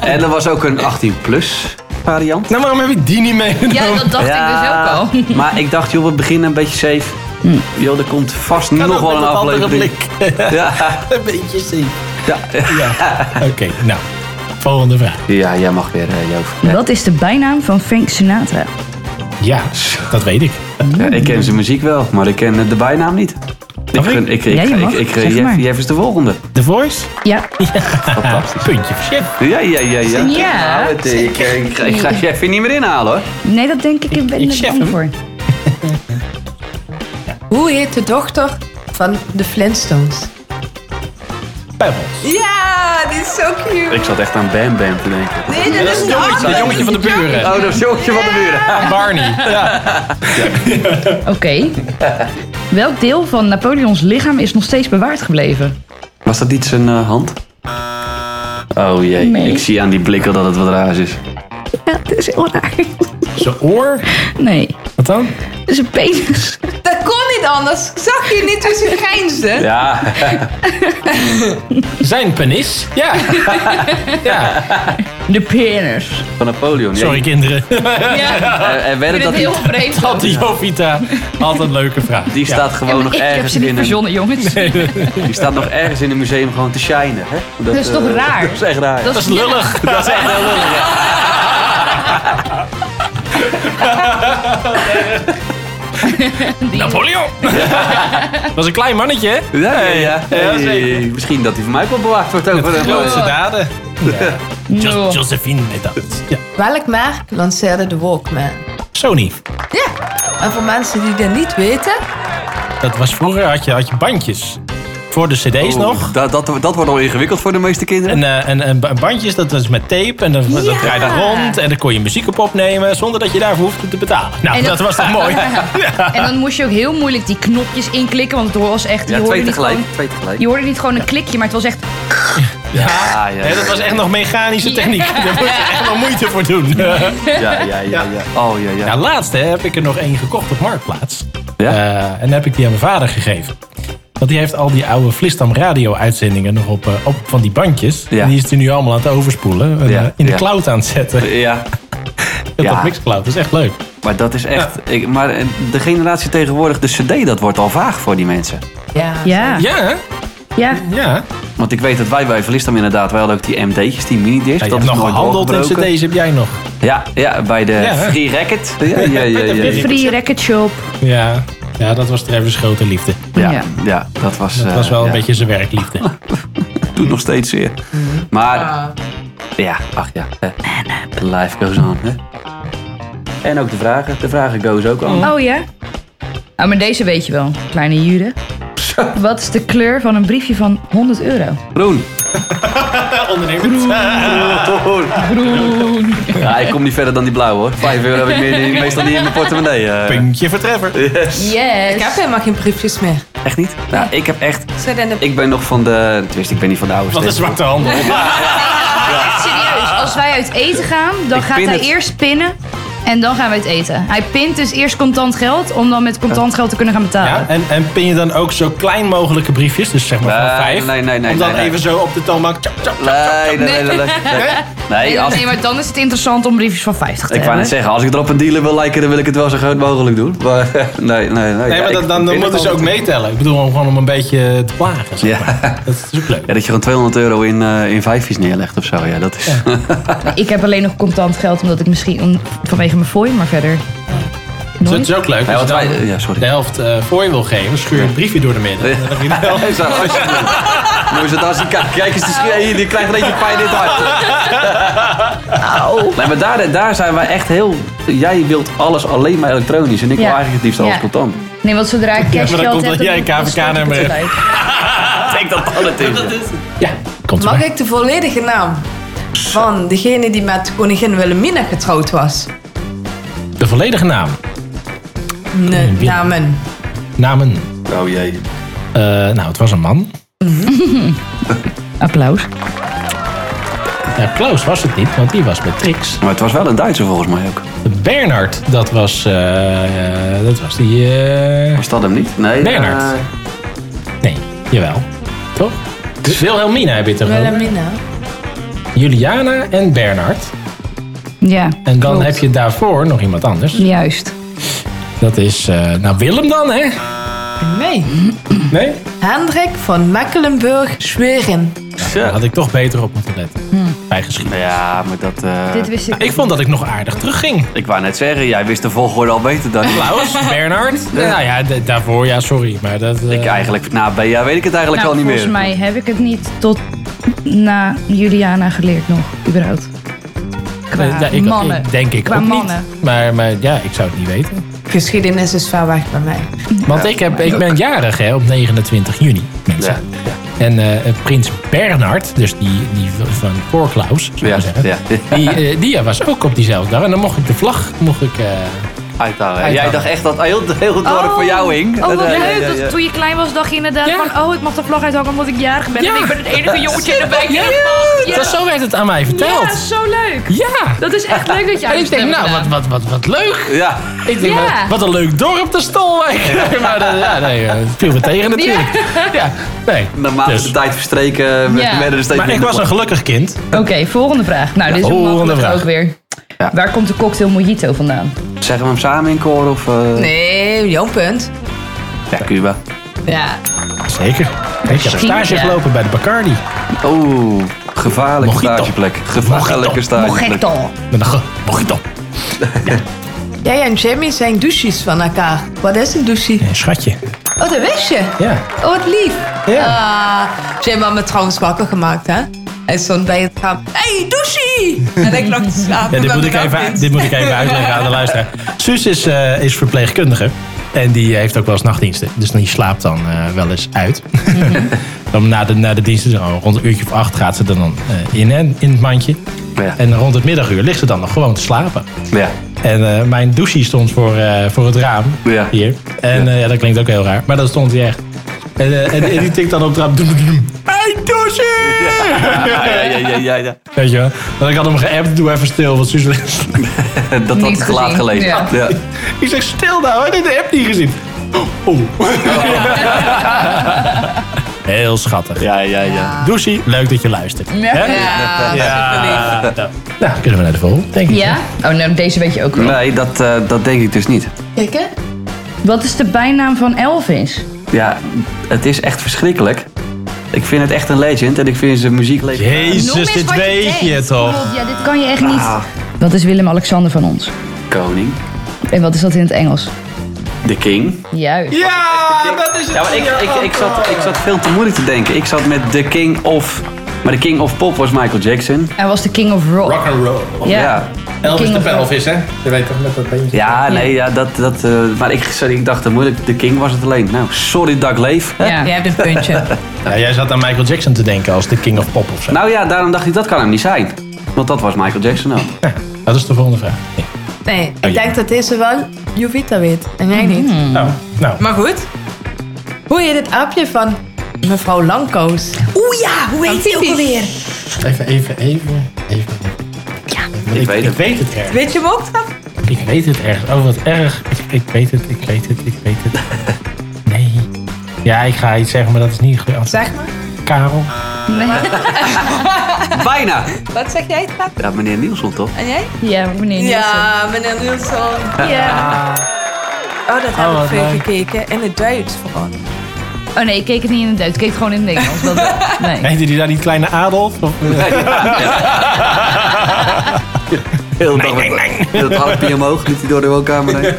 [SPEAKER 2] En er was ook een 18-plus variant.
[SPEAKER 3] Nou, waarom heb ik die niet meegenomen?
[SPEAKER 1] Ja, dat dacht ik dus ook al. Hmm.
[SPEAKER 2] Maar ik dacht, joh, we beginnen een beetje safe. Joh, er komt vast nog
[SPEAKER 3] ook
[SPEAKER 2] wel
[SPEAKER 3] met
[SPEAKER 2] een
[SPEAKER 3] een andere
[SPEAKER 2] aflevering. Ja,
[SPEAKER 3] Een beetje zien.
[SPEAKER 2] ja.
[SPEAKER 3] Oké, nou. Volgende vraag.
[SPEAKER 2] ja, jij mag weer, eh, Joof.
[SPEAKER 1] Wat is de bijnaam van Frank Sinatra?
[SPEAKER 3] Ja, dat weet ik.
[SPEAKER 2] Ja, ik ken zijn muziek wel, maar ik ken eh, de bijnaam niet. Ik,
[SPEAKER 3] Mag ik?
[SPEAKER 2] gun- ik, ik,
[SPEAKER 1] Oh, Ja, je
[SPEAKER 2] ik,
[SPEAKER 1] mag.
[SPEAKER 2] ik- ik-
[SPEAKER 1] Zeg
[SPEAKER 2] Jeff-
[SPEAKER 1] maar.
[SPEAKER 2] Jeff is de volgende.
[SPEAKER 3] The Voice?
[SPEAKER 1] Ja,
[SPEAKER 2] Fantastisch.
[SPEAKER 3] Puntje voor chef.
[SPEAKER 2] Ja, ja, ja,
[SPEAKER 1] Ja.
[SPEAKER 2] ja. Nou, het- ik, ik, ik ga je even niet meer inhalen hoor.
[SPEAKER 1] nee, dat denk ik. Ik ben
[SPEAKER 3] Ik
[SPEAKER 1] er
[SPEAKER 3] chef
[SPEAKER 1] bang
[SPEAKER 3] hem.
[SPEAKER 1] voor.
[SPEAKER 5] Hoe heet de dochter van de Flintstones?
[SPEAKER 3] Pebbles.
[SPEAKER 5] Ja, die is zo cute.
[SPEAKER 2] Ik zat echt aan Bam Bam te denken.
[SPEAKER 5] Nee, dat is een
[SPEAKER 3] jongetje,
[SPEAKER 5] ander.
[SPEAKER 3] dat jongetje van de buren. Ah,
[SPEAKER 2] Oh, dat is jongetje van de buren.
[SPEAKER 3] Barney.
[SPEAKER 1] Oké. Welk deel van Napoleons lichaam is nog steeds bewaard gebleven?
[SPEAKER 2] Was dat niet zijn eh, hand? Oh jee,
[SPEAKER 1] Nee.
[SPEAKER 2] ik zie aan die blikken dat het wat raars is.
[SPEAKER 1] Ja, dat is heel raar.
[SPEAKER 3] Zijn oor?
[SPEAKER 1] Nee.
[SPEAKER 3] Wat dan?
[SPEAKER 1] is een penis.
[SPEAKER 5] Dat kon niet anders. Zag je niet hoe ze grijnsde?
[SPEAKER 2] Ja,
[SPEAKER 3] Zijn penis? Ja. ja.
[SPEAKER 1] De penis.
[SPEAKER 2] van Napoleon. Eh,
[SPEAKER 3] Sorry
[SPEAKER 2] Ja,
[SPEAKER 3] kinderen.
[SPEAKER 1] Ja,
[SPEAKER 2] en- en
[SPEAKER 1] ik
[SPEAKER 2] wedden
[SPEAKER 1] vind
[SPEAKER 2] dat
[SPEAKER 1] het
[SPEAKER 2] die,
[SPEAKER 1] heel vreemd.
[SPEAKER 3] Had die Jovita. Altijd een leuke vraag.
[SPEAKER 2] die
[SPEAKER 3] Ja.
[SPEAKER 2] staat gewoon nog
[SPEAKER 1] Ik heb
[SPEAKER 2] ergens
[SPEAKER 1] ze niet
[SPEAKER 2] in een,
[SPEAKER 1] verzonnen, jongens.
[SPEAKER 2] Die staat nog ergens in een museum gewoon te shinen. Hè?
[SPEAKER 1] Dat is toch
[SPEAKER 2] eh,
[SPEAKER 1] raar?
[SPEAKER 2] Dat is echt raar.
[SPEAKER 3] Dat is lullig. Dat is echt heel lullig. ja. Napoleon! Dat was een klein mannetje, hè?
[SPEAKER 2] Ja, ja, ja.
[SPEAKER 3] Ja, zeker.
[SPEAKER 2] Hey, misschien dat hij van mij ook wel bewaakt wordt over
[SPEAKER 3] Met
[SPEAKER 2] een
[SPEAKER 1] Oh.
[SPEAKER 3] grootste daden. Jo-
[SPEAKER 1] No.
[SPEAKER 3] Josephine deed dat. Ja.
[SPEAKER 5] Welk merk lanceerde de Walkman?
[SPEAKER 3] Sony.
[SPEAKER 5] Ja. En voor mensen die dat niet weten...
[SPEAKER 3] Dat was vroeger, had je, had je bandjes. Voor de cd's
[SPEAKER 2] Oh.
[SPEAKER 3] nog.
[SPEAKER 2] Dat, dat, dat wordt al ingewikkeld voor de meeste kinderen.
[SPEAKER 3] En, eh, en, en ba- bandjes, dat was met tape. En dan, dat draaide rond. En dan kon je muziek op opnemen. Zonder dat je daarvoor hoefde te betalen. Nou,
[SPEAKER 1] En
[SPEAKER 3] dat,
[SPEAKER 1] dat-
[SPEAKER 3] was toch mooi.
[SPEAKER 1] En dan moest je ook heel moeilijk die knopjes inklikken, want het was echt... Je,
[SPEAKER 2] ja,
[SPEAKER 1] hoorde,
[SPEAKER 2] twee
[SPEAKER 1] niet
[SPEAKER 2] tegelijk.
[SPEAKER 1] gewoon,
[SPEAKER 2] Twee tegelijk.
[SPEAKER 1] je hoorde niet gewoon een klikje, maar het was echt...
[SPEAKER 2] Ja, ja,
[SPEAKER 3] Hè, dat was echt nog mechanische techniek. Daar moest je echt wel moeite voor doen.
[SPEAKER 2] ja, ja, ja, ja. Oh, ja, ja.
[SPEAKER 3] Nou, laatst hè, heb ik er nog één gekocht op Marktplaats.
[SPEAKER 2] Ja?
[SPEAKER 3] Eh, en heb ik die aan mijn vader gegeven. Want die heeft al die oude Vlistam Radio uitzendingen nog op, eh, op van die bandjes.
[SPEAKER 2] Ja.
[SPEAKER 3] En die is hij nu allemaal aan het overspoelen. En,
[SPEAKER 2] Ja,
[SPEAKER 3] eh, in de
[SPEAKER 2] ja.
[SPEAKER 3] cloud aan het zetten.
[SPEAKER 2] Ja,
[SPEAKER 3] Met
[SPEAKER 2] Ja.
[SPEAKER 3] dat Mixcloud. Dat is echt leuk.
[SPEAKER 2] maar dat is echt... Ik, maar eh, de generatie tegenwoordig, de cd, dat wordt al vaag voor die mensen.
[SPEAKER 5] Ja.
[SPEAKER 1] Ja, ja.
[SPEAKER 3] Ja, hè? ja.
[SPEAKER 2] Want ik weet dat wij bij Verlistam inderdaad, wij hadden ook die MD'tjes, die minidiscs.
[SPEAKER 3] ja
[SPEAKER 2] dat
[SPEAKER 3] je hebt
[SPEAKER 2] is
[SPEAKER 3] nog
[SPEAKER 2] nooit
[SPEAKER 3] gehandeld en
[SPEAKER 2] doorgebroken.
[SPEAKER 3] cd's heb jij nog.
[SPEAKER 2] Ja, ja, bij de
[SPEAKER 3] Ja, hè?
[SPEAKER 2] Free Racket. Ja, ja, ja, ja, ja.
[SPEAKER 3] Bij de
[SPEAKER 2] ja.
[SPEAKER 1] Free Racket Shop.
[SPEAKER 3] Ja. ja, dat was Trevor's grote liefde.
[SPEAKER 2] Ja,
[SPEAKER 1] Ja.
[SPEAKER 2] ja, dat was,
[SPEAKER 3] Dat
[SPEAKER 2] eh,
[SPEAKER 3] was wel
[SPEAKER 2] ja.
[SPEAKER 3] een beetje zijn werkliefde.
[SPEAKER 2] Doet nog steeds zeer.
[SPEAKER 1] Ah.
[SPEAKER 2] Maar ja, ach ja. hè. The life goes on. Hè. En ook de vragen. De vragen goes ook on.
[SPEAKER 1] Oh ja? Ah, maar deze weet je wel, kleine Jure. Wat is de kleur van een briefje van 100 euro?
[SPEAKER 2] Groen.
[SPEAKER 3] Ondernemer.
[SPEAKER 1] Groen.
[SPEAKER 2] Ja, ik kom niet verder dan die blauwe hoor. Vijf euro heb ik meer, die- meestal niet in mijn portemonnee. eh.
[SPEAKER 3] Puntje voor Trevor.
[SPEAKER 1] Yes.
[SPEAKER 5] Ik heb helemaal geen briefjes meer.
[SPEAKER 2] Echt niet? Nou, ik heb echt...
[SPEAKER 5] Zet in de...
[SPEAKER 2] Ik ben nog van de... Tenminste, ik ben niet van de oude
[SPEAKER 3] Wat een
[SPEAKER 2] stempel.
[SPEAKER 3] zwarte handel.
[SPEAKER 1] Echt serieus, als wij uit eten gaan, dan
[SPEAKER 2] Ik
[SPEAKER 1] gaat
[SPEAKER 2] pin
[SPEAKER 1] hij
[SPEAKER 2] het.
[SPEAKER 1] eerst pinnen en dan gaan we uit eten. Hij pint dus eerst contant geld om dan met contant geld te kunnen gaan betalen.
[SPEAKER 3] Ja, en, en pin je dan ook zo klein mogelijke briefjes, dus zeg maar van
[SPEAKER 2] Nee,
[SPEAKER 3] vijf.
[SPEAKER 2] nee, nee, nee,
[SPEAKER 3] om dan
[SPEAKER 2] nee, nee.
[SPEAKER 3] even zo op de toonbank. tjap, tjap.
[SPEAKER 2] Nee, nee, nee, nee. nee, nee. Nee,
[SPEAKER 1] Nee,
[SPEAKER 2] als-
[SPEAKER 1] nee, maar dan is het interessant om briefjes van 50 te
[SPEAKER 2] ik wou net
[SPEAKER 1] hebben.
[SPEAKER 2] zeggen, als ik erop een dealer wil lijken, dan wil ik het wel zo groot mogelijk doen. Maar nee, nee, nee.
[SPEAKER 3] Nee, maar
[SPEAKER 2] ik
[SPEAKER 3] dat, dan, dan
[SPEAKER 2] vind
[SPEAKER 3] moeten
[SPEAKER 2] het
[SPEAKER 3] ze ook
[SPEAKER 2] altijd-
[SPEAKER 3] meetellen. Ik bedoel, om gewoon om een beetje te plagen. Zeg
[SPEAKER 2] Ja.
[SPEAKER 3] maar. Dat is ook leuk.
[SPEAKER 2] Ja, dat je gewoon 200 euro in, eh in vijfjes neerlegt of zo. Ja, dat is...
[SPEAKER 1] Ik heb alleen nog contant geld omdat ik misschien om- vanwege mijn fooi, maar verder.
[SPEAKER 3] Dus dat
[SPEAKER 1] Nooit.
[SPEAKER 3] is ook leuk.
[SPEAKER 2] Ja,
[SPEAKER 3] Als je
[SPEAKER 2] want
[SPEAKER 3] dan
[SPEAKER 2] wij- ja, sorry.
[SPEAKER 3] de helft eh, voor je wil geven, schuur je een briefje door de midden. En dan heb je de helft.
[SPEAKER 2] Zo, alsjeblieft. Noem ze het als die kijk, kijk eens, die, schreeuw- hier, die krijgt een beetje pijn in het hart. Nee, maar daar, daar zijn wij echt heel... Jij wilt alles alleen maar elektronisch. En ik
[SPEAKER 1] Ja.
[SPEAKER 2] wil eigenlijk het liefst alles
[SPEAKER 1] Ja.
[SPEAKER 2] contant.
[SPEAKER 1] Nee, want zodra ik
[SPEAKER 3] maar dan
[SPEAKER 1] cashgeld
[SPEAKER 3] komt
[SPEAKER 1] heb,
[SPEAKER 3] dat jij een
[SPEAKER 1] dan- dan stort ik het
[SPEAKER 3] KVK-nummer
[SPEAKER 1] eruit.
[SPEAKER 2] Denk dat dat het is.
[SPEAKER 3] Ja, komt
[SPEAKER 5] Mag
[SPEAKER 3] maar.
[SPEAKER 5] ik de volledige naam van degene die met koningin Wilhelmina getrouwd was?
[SPEAKER 3] De volledige naam.
[SPEAKER 5] Nee, namen.
[SPEAKER 3] Namen.
[SPEAKER 2] Oh jee.
[SPEAKER 3] Eh, nou, het was een man.
[SPEAKER 1] Applaus.
[SPEAKER 3] Eh, Klaus was het niet, want die was met Trix.
[SPEAKER 2] Maar het was wel een Duitser volgens mij ook.
[SPEAKER 3] Bernard, dat was... eh, eh, dat was die... eh,
[SPEAKER 2] Was dat hem niet? Nee.
[SPEAKER 3] Bernard.
[SPEAKER 2] eh,
[SPEAKER 3] Nee, jawel. Toch? Dus Wilhelmina heb je het erover.
[SPEAKER 5] Wilhelmina.
[SPEAKER 3] Juliana en Bernard.
[SPEAKER 1] Ja,
[SPEAKER 3] En dan
[SPEAKER 1] klopt.
[SPEAKER 3] heb je daarvoor nog iemand anders.
[SPEAKER 1] Juist.
[SPEAKER 3] Dat is, eh, nou Willem dan, hè?
[SPEAKER 5] Nee.
[SPEAKER 3] Nee?
[SPEAKER 5] Hendrik van Mecklenburg-Schwerin.
[SPEAKER 3] Daar had ik toch beter op moeten letten. Bij geschiedenis.
[SPEAKER 2] ja, maar dat... eh,
[SPEAKER 1] Dit wist ik.
[SPEAKER 3] Ik vond dat ik nog aardig terugging.
[SPEAKER 2] Ik wou net zeggen, jij wist de volgorde al beter dan ik.
[SPEAKER 3] Klaus, Bernard. Nou ja, d- daarvoor, ja, sorry. Maar dat... eh,
[SPEAKER 2] Ik eigenlijk, na BA weet ik het eigenlijk al
[SPEAKER 1] Nou,
[SPEAKER 2] niet meer.
[SPEAKER 1] volgens mij heb ik het niet tot na Juliana geleerd nog, überhaupt. Qua
[SPEAKER 3] eh, ja, ik,
[SPEAKER 1] mannen.
[SPEAKER 3] ik- denk ik
[SPEAKER 1] Qua
[SPEAKER 3] ook
[SPEAKER 1] mannen.
[SPEAKER 3] niet. Maar, maar ja, ik zou het niet weten.
[SPEAKER 5] Geschiedenis is ver weg bij mij.
[SPEAKER 3] Want ik, heb, ik ben jarig hè, op 29 juni, mensen.
[SPEAKER 2] Ja,
[SPEAKER 3] En eh, prins Bernard, dus die, die van voor Klaus, zou ik
[SPEAKER 2] ja,
[SPEAKER 3] maar zeggen.
[SPEAKER 2] ja.
[SPEAKER 3] Die, eh, die was ook op diezelfde dag. En dan mocht ik de vlag mocht ik, eh,
[SPEAKER 2] Uitdagen. Jij
[SPEAKER 3] Uitdagen.
[SPEAKER 2] dacht echt dat heel, heel het dorp
[SPEAKER 1] Oh.
[SPEAKER 2] voor jou hing. Eh,
[SPEAKER 1] Oh, wat
[SPEAKER 2] Ja, ja,
[SPEAKER 1] leuk.
[SPEAKER 2] ja, ja.
[SPEAKER 1] Dat, toen je klein was, dacht je inderdaad
[SPEAKER 3] Ja.
[SPEAKER 1] van... Oh, ik mag de vlag uithangen omdat ik jarig ben.
[SPEAKER 3] Ja.
[SPEAKER 1] En ik ben het enige jongetje in de wijk. die
[SPEAKER 3] Ja.
[SPEAKER 1] dat mag. Ja.
[SPEAKER 3] Dat, zo werd het aan mij
[SPEAKER 1] Ja,
[SPEAKER 3] verteld.
[SPEAKER 1] zo leuk.
[SPEAKER 3] Ja.
[SPEAKER 1] Dat is echt leuk dat je
[SPEAKER 3] En ik
[SPEAKER 1] uitgestemd
[SPEAKER 3] denk, nou, wat,
[SPEAKER 1] bent.
[SPEAKER 3] wat, wat, wat leuk.
[SPEAKER 2] Ja.
[SPEAKER 3] Ik denk,
[SPEAKER 1] Ja.
[SPEAKER 3] wat, wat een leuk dorp, de Stolwijk. maar dat, ja, nee, eh, het viel me tegen natuurlijk. Ja, nee.
[SPEAKER 2] Naarmate
[SPEAKER 3] Dus.
[SPEAKER 2] de tijd verstreken
[SPEAKER 1] Ja.
[SPEAKER 2] ja. werden er steeds
[SPEAKER 3] Maar ik
[SPEAKER 2] minder
[SPEAKER 3] was een gelukkig kind.
[SPEAKER 1] Oké, volgende vraag. Nou, dit is
[SPEAKER 3] volgende
[SPEAKER 1] makkelijk
[SPEAKER 3] vraag.
[SPEAKER 1] ook weer.
[SPEAKER 2] Ja.
[SPEAKER 1] Waar komt de cocktail mojito vandaan?
[SPEAKER 2] plannen. Zeggen we hem samen in koor of... eh,
[SPEAKER 5] Nee, jouw punt.
[SPEAKER 2] Ja, Cuba.
[SPEAKER 5] Ja.
[SPEAKER 3] Zeker. Ik heb een stage
[SPEAKER 1] ja.
[SPEAKER 3] gelopen bij de Bacardi.
[SPEAKER 2] Oeh, gevaarlijke
[SPEAKER 3] Mojito.
[SPEAKER 2] stageplek. Gevaarlijke
[SPEAKER 3] Mojito.
[SPEAKER 1] Oh,
[SPEAKER 2] stageplek.
[SPEAKER 1] Mojito.
[SPEAKER 3] Met een ge- mojito.
[SPEAKER 5] Jij en Jamie zijn douches van elkaar. Wat is een douche?
[SPEAKER 3] Een schatje.
[SPEAKER 5] Oh, dat wist je.
[SPEAKER 3] Ja.
[SPEAKER 5] Oh, wat lief.
[SPEAKER 3] Ja.
[SPEAKER 5] Ah, Jamie had me trouwens wakker gemaakt, hè? Hij stond bij het raam. hey, douche! En ik lag te slapen.
[SPEAKER 3] Ja, dit,
[SPEAKER 5] met
[SPEAKER 3] moet ik
[SPEAKER 5] mijn
[SPEAKER 3] even,
[SPEAKER 5] nachtdienst.
[SPEAKER 3] dit moet ik even uitleggen aan de luisteraar. Suus is, eh, is verpleegkundige. En die eh, heeft ook wel eens nachtdiensten. Dus die slaapt dan eh, wel eens uit.
[SPEAKER 1] Mhm.
[SPEAKER 3] dan na de, na de diensten, zo rond een uurtje of acht, gaat ze er dan eh, in, hè, in het mandje.
[SPEAKER 2] Ja.
[SPEAKER 3] En rond het middaguur ligt ze dan nog gewoon te slapen.
[SPEAKER 2] Ja.
[SPEAKER 3] En eh, mijn douche stond voor, eh, voor het raam
[SPEAKER 2] Ja.
[SPEAKER 3] hier. En eh, ja, dat klinkt ook heel raar. Maar dat stond hij echt. En, eh, en, en die tikt dan op het raam. Doem, doem, doem. Hey, douche!
[SPEAKER 2] Ja, ja, ja, ja, ja, ja.
[SPEAKER 3] Weet je wel? Want ik had hem geappt, doe even stil, want Suus ligt
[SPEAKER 2] Dat had
[SPEAKER 1] Niet
[SPEAKER 2] ik te laat
[SPEAKER 1] gezien,
[SPEAKER 2] gelezen.
[SPEAKER 1] ja.
[SPEAKER 2] Ja.
[SPEAKER 3] Ik zeg, stil nou, hij heeft de app niet gezien. Oh. Heel schattig.
[SPEAKER 2] Ja, ja, ja.
[SPEAKER 3] Douchie, leuk dat je luistert. Hè?
[SPEAKER 5] Ja,
[SPEAKER 3] Ja. Nou, kunnen we naar de volgende, denk ik.
[SPEAKER 1] Ja? Oh, nou, deze weet je ook wel.
[SPEAKER 2] Nee, dat, eh, dat denk ik dus niet.
[SPEAKER 5] Kijk, hè?
[SPEAKER 1] Wat is de bijnaam van Elvis?
[SPEAKER 2] Ja, het is echt verschrikkelijk. Ik vind het echt een legend en ik vind zijn muziek leuk.
[SPEAKER 3] Jezus, dit weet je toch.
[SPEAKER 1] Ja, dit kan je echt niet.
[SPEAKER 2] Ah,
[SPEAKER 1] Wat is Willem-Alexander van ons?
[SPEAKER 2] koning.
[SPEAKER 1] En wat is dat in het Engels?
[SPEAKER 2] De king.
[SPEAKER 1] Juist.
[SPEAKER 3] Ja, dat is het.
[SPEAKER 2] Ja, maar ik, ik, ik, zat, ik zat veel te moeilijk te denken. Ik zat met de king of... Maar de king of pop was Michael Jackson.
[SPEAKER 1] Hij was de king of rock.
[SPEAKER 3] and roll.
[SPEAKER 2] Ja,
[SPEAKER 1] King of rock.
[SPEAKER 3] hè? Je weet toch met dat beentje.
[SPEAKER 2] ja nee, ja, dat... dat eh, maar ik, sorry, ik dacht te moeilijk. De king was het alleen. Nou, sorry dat ik leef. hè?
[SPEAKER 1] Ja.
[SPEAKER 5] Jij hebt een puntje.
[SPEAKER 3] Ja, Nou, jij zat aan Michael Jackson te denken als de king of pop of zo.
[SPEAKER 2] Nou ja, daarom dacht ik, dat kan hem niet zijn. Want dat was Michael Jackson ook.
[SPEAKER 3] Dat is de volgende vraag. Nee.
[SPEAKER 5] Nee,
[SPEAKER 1] Oh,
[SPEAKER 5] ik denk dat deze wel Jovita weet. En jij niet.
[SPEAKER 1] Mm.
[SPEAKER 3] Nou, nou.
[SPEAKER 5] Maar goed. Hoe heet het aapje van mevrouw Lankoos?
[SPEAKER 7] Oeh ja, hoe heet die ook alweer?
[SPEAKER 3] Even, even, even. even. Ja, ik,
[SPEAKER 2] Ik weet het.
[SPEAKER 3] Ik weet het erg.
[SPEAKER 5] Weet je hem ook dan?
[SPEAKER 3] Ik weet het erg. Oh, wat erg. Ik, ik weet het, ik weet het, ik weet het. Nee. Ja, ik ga iets zeggen, maar dat is niet goed.
[SPEAKER 5] Zeg maar.
[SPEAKER 3] Karel.
[SPEAKER 2] Bijna!
[SPEAKER 5] Wat zeg jij, Tap?
[SPEAKER 2] Ja, meneer Nielsen toch?
[SPEAKER 5] En jij?
[SPEAKER 1] Ja, meneer
[SPEAKER 5] Ja, meneer Nielsen.
[SPEAKER 1] Nielsen. Ja.
[SPEAKER 5] Oh, dat
[SPEAKER 3] Oh,
[SPEAKER 5] heb
[SPEAKER 3] wat
[SPEAKER 5] ik veel
[SPEAKER 3] leuk.
[SPEAKER 5] gekeken. In het Duits vooral.
[SPEAKER 1] Oh nee, ik keek het niet in het Duits. Ik keek het gewoon in het Engels. Dat nee.
[SPEAKER 3] Heette die daar die kleine Adolf? Of, eh,
[SPEAKER 2] Heel nee, nee, Dat harpje omhoog, liet hij door de woonkamer heen.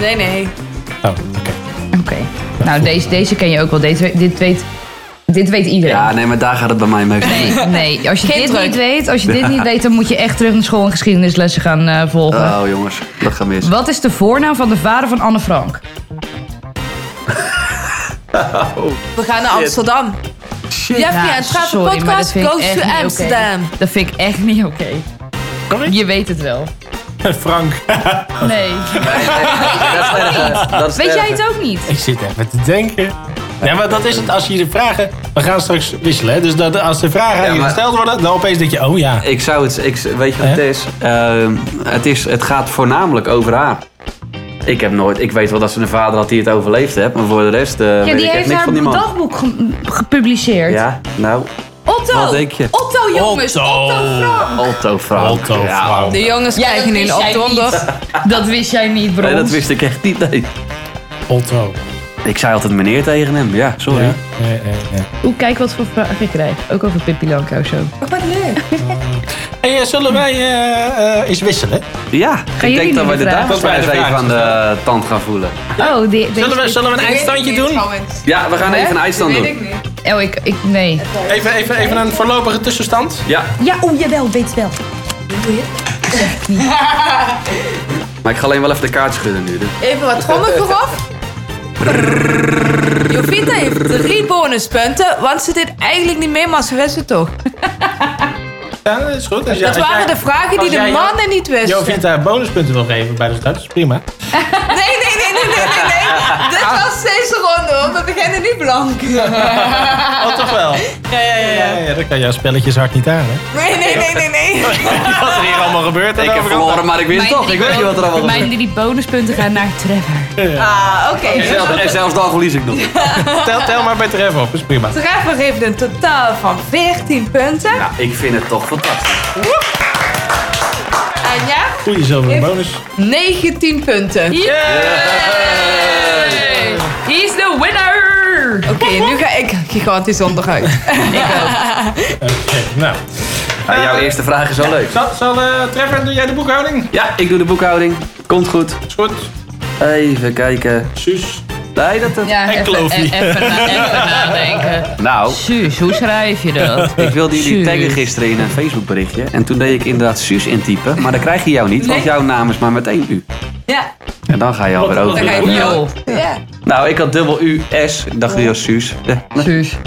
[SPEAKER 5] Nee, nee.
[SPEAKER 3] Oh, oké.
[SPEAKER 1] Oké. Nou, deze, deze ken je ook wel. Deze, dit, weet, dit weet iedereen.
[SPEAKER 2] Ja, nee, maar daar gaat het bij mij meestal
[SPEAKER 1] Nee,
[SPEAKER 2] niet.
[SPEAKER 1] nee, als je
[SPEAKER 5] Geen
[SPEAKER 1] dit
[SPEAKER 5] druk.
[SPEAKER 1] niet weet, als je dit niet weet, dan moet je echt terug naar school en geschiedenislessen gaan eh, volgen.
[SPEAKER 2] Oh jongens, dat gaat mis.
[SPEAKER 1] Wat is de voornaam van de vader van Anne Frank?
[SPEAKER 5] We gaan naar Amsterdam. Shit. Jeffrey en Trapp,
[SPEAKER 1] sorry, maar
[SPEAKER 5] podcast
[SPEAKER 1] dat vind ik
[SPEAKER 5] Goes
[SPEAKER 1] echt
[SPEAKER 5] to
[SPEAKER 1] niet oké.
[SPEAKER 5] Amsterdam.
[SPEAKER 1] Dat vind ik echt niet oké. Je weet het wel.
[SPEAKER 2] Oh.
[SPEAKER 3] Frank.
[SPEAKER 1] Nee.
[SPEAKER 2] Dat is erg, hè. Dat is
[SPEAKER 1] Weet
[SPEAKER 2] erg,
[SPEAKER 1] jij
[SPEAKER 2] hè.
[SPEAKER 1] het ook niet?
[SPEAKER 3] Ik zit even te denken. Ja, maar dat is het. Als je de vragen... We gaan straks wisselen, hè. Dus dat, als de vragen aan
[SPEAKER 2] Ja,
[SPEAKER 3] je
[SPEAKER 2] maar-
[SPEAKER 3] gesteld worden, dan opeens denk je... Oh ja.
[SPEAKER 2] Ik zou het, ik, weet je wat het
[SPEAKER 3] Hè?
[SPEAKER 2] is? Ehm, het is? Het gaat voornamelijk over haar. Ik heb nooit, ik weet wel dat ze een vader had die het overleefd heeft, maar voor de rest eh,
[SPEAKER 1] Ja,
[SPEAKER 2] weet
[SPEAKER 1] die
[SPEAKER 2] ik echt
[SPEAKER 1] heeft
[SPEAKER 2] niks
[SPEAKER 1] haar
[SPEAKER 2] van die man.
[SPEAKER 1] dagboek ge- gepubliceerd.
[SPEAKER 2] Ja, nou,
[SPEAKER 1] Otto!
[SPEAKER 2] Wat denk je?
[SPEAKER 1] Otto, jongens!
[SPEAKER 3] Otto.
[SPEAKER 1] Otto, Frank!
[SPEAKER 2] Alto Frank.
[SPEAKER 3] Alto
[SPEAKER 2] Ja,
[SPEAKER 3] Frank.
[SPEAKER 5] De jongens
[SPEAKER 1] Ja,
[SPEAKER 5] krijgen
[SPEAKER 1] dat
[SPEAKER 5] in
[SPEAKER 1] wist jij
[SPEAKER 5] oktober.
[SPEAKER 1] niet. Dat wist jij niet, bro.
[SPEAKER 2] Nee, dat wist ik echt niet, nee.
[SPEAKER 3] Otto.
[SPEAKER 2] Ik zei altijd meneer tegen hem, ja, sorry.
[SPEAKER 3] Ja. ja, ja, ja.
[SPEAKER 1] Oeh, kijk wat voor vragen ik krijg. Ook over Pippi Lankaus zo.
[SPEAKER 5] Wat leuk.
[SPEAKER 3] Hey, eh, zullen wij eh, eh, eens wisselen?
[SPEAKER 2] Ja, ik
[SPEAKER 1] jullie
[SPEAKER 2] denk dat
[SPEAKER 1] nu
[SPEAKER 2] wij de
[SPEAKER 1] de vraag
[SPEAKER 2] dames
[SPEAKER 3] stellen?
[SPEAKER 2] eens even aan de tand gaan voelen.
[SPEAKER 1] Oh, die, deze
[SPEAKER 3] Zullen we,
[SPEAKER 1] is-
[SPEAKER 3] zullen we een eindstandje doen?
[SPEAKER 2] Ja, we gaan even een eindstand doen.
[SPEAKER 1] Oh, ik, ik... Nee.
[SPEAKER 3] Even, even, even een voorlopige tussenstand.
[SPEAKER 2] Ja,
[SPEAKER 7] Ja, oeh jawel, ik weet het wel.
[SPEAKER 2] maar ik ga alleen wel even de kaart schudden nu. dus.
[SPEAKER 5] Even wat trommel vooraf. Jovita heeft drie bonuspunten, want ze deed eigenlijk niet mee, maar ze wist het toch.
[SPEAKER 3] Ja, staan, dat is goed. Als jij-
[SPEAKER 5] Dat
[SPEAKER 3] als
[SPEAKER 5] waren
[SPEAKER 3] jij-
[SPEAKER 5] de vragen die
[SPEAKER 3] als jij
[SPEAKER 5] de
[SPEAKER 3] Jo-
[SPEAKER 5] mannen niet wisten.
[SPEAKER 3] Jovita bonuspunten wil geven bij de start, is prima.
[SPEAKER 5] Nee, nee, nee, nee, nee, nee,
[SPEAKER 3] Ah.
[SPEAKER 5] nee. Dit was deze ronde, want we beginnen nu blank.
[SPEAKER 3] Oh, toch wel?
[SPEAKER 5] Ja, ja, ja.
[SPEAKER 3] Ja,
[SPEAKER 5] ja.
[SPEAKER 3] ja, dat kan jouw spelletjes hard niet aan, hè?
[SPEAKER 5] Nee, nee, nee, nee, nee.
[SPEAKER 3] Wat er hier allemaal gebeurt.
[SPEAKER 2] Ik heb verloren, maar ik win toch. Ik weet niet wat er allemaal
[SPEAKER 7] Mijn
[SPEAKER 2] gebeurt.
[SPEAKER 7] drie bonuspunten gaan naar Trevor.
[SPEAKER 5] Ah, oké.
[SPEAKER 2] En zelfs- En zelfs dan verlies ik nog.
[SPEAKER 3] Tel, tel maar bij Trevor op, is prima.
[SPEAKER 5] Treffer heeft een totaal van 14 punten.
[SPEAKER 2] Ja, ik vind het toch fantastisch.
[SPEAKER 5] Anja,
[SPEAKER 3] Goeie zilveren bonus.
[SPEAKER 5] 19 punten.
[SPEAKER 1] He's the winner!
[SPEAKER 5] Oké, nu ga ik gigantisch onderuit.
[SPEAKER 3] Oké, nou.
[SPEAKER 2] Nou, jouw eerste vraag is al leuk.
[SPEAKER 3] Zal, zal eh, Trevor, doe jij de boekhouding?
[SPEAKER 2] Ja, ik doe de boekhouding. Komt goed.
[SPEAKER 3] Is goed.
[SPEAKER 2] Even kijken.
[SPEAKER 3] Suus.
[SPEAKER 2] Nee, dat... dat-
[SPEAKER 1] Ja,
[SPEAKER 3] En kloofie.
[SPEAKER 1] even, even, na- even nadenken.
[SPEAKER 2] Nou,
[SPEAKER 1] Suus, hoe schrijf je dat?
[SPEAKER 2] ik wilde jullie
[SPEAKER 1] Suus.
[SPEAKER 2] taggen gisteren in een Facebook berichtje. En toen deed ik inderdaad Suus intypen. Maar dan krijg je jou niet, want jouw naam is maar meteen U.
[SPEAKER 5] Ja,
[SPEAKER 2] En dan ga je alweer
[SPEAKER 3] Wat- wat-
[SPEAKER 2] over.
[SPEAKER 5] dan ga je
[SPEAKER 1] Yo,
[SPEAKER 5] Ja.
[SPEAKER 2] Nou, ik had dubbel U-S. Ik dacht, ja, Suus. Eh,
[SPEAKER 1] Suus.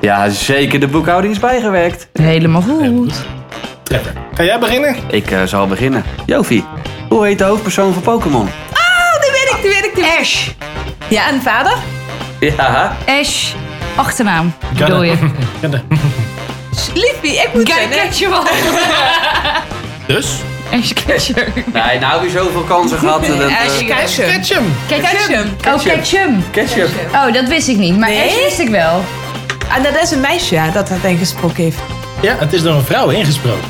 [SPEAKER 2] Ja, zeker. De boekhouding is bijgewerkt.
[SPEAKER 1] Helemaal goed.
[SPEAKER 3] Trevor. Ga jij beginnen?
[SPEAKER 2] Ik eh, zal beginnen. Jovi, hoe heet de hoofdpersoon van Pokémon?
[SPEAKER 5] Oh, die weet ik, die weet ik, die weet ik. Ash. Ja, en vader?
[SPEAKER 2] Ja,
[SPEAKER 1] Ash, achternaam.
[SPEAKER 3] Gunner.
[SPEAKER 1] Bedoel je?
[SPEAKER 3] Gunner.
[SPEAKER 5] Liefie, ik moet
[SPEAKER 1] Guy
[SPEAKER 5] winnen.
[SPEAKER 1] Ketchum.
[SPEAKER 3] Dus?
[SPEAKER 1] Ash Ketchum.
[SPEAKER 2] nee, nou heb je zoveel kansen gehad. Dat, eh,
[SPEAKER 1] Ash Ketchum.
[SPEAKER 3] Ketchum.
[SPEAKER 5] Ketchum.
[SPEAKER 1] Oh, Ketchum.
[SPEAKER 2] ketchup.
[SPEAKER 1] Oh, dat wist ik niet. Maar
[SPEAKER 5] Nee?
[SPEAKER 1] Ash wist ik wel.
[SPEAKER 5] En dat is een meisje ja, dat dat ingesproken heeft.
[SPEAKER 3] Ja, het is door een vrouw ingesproken.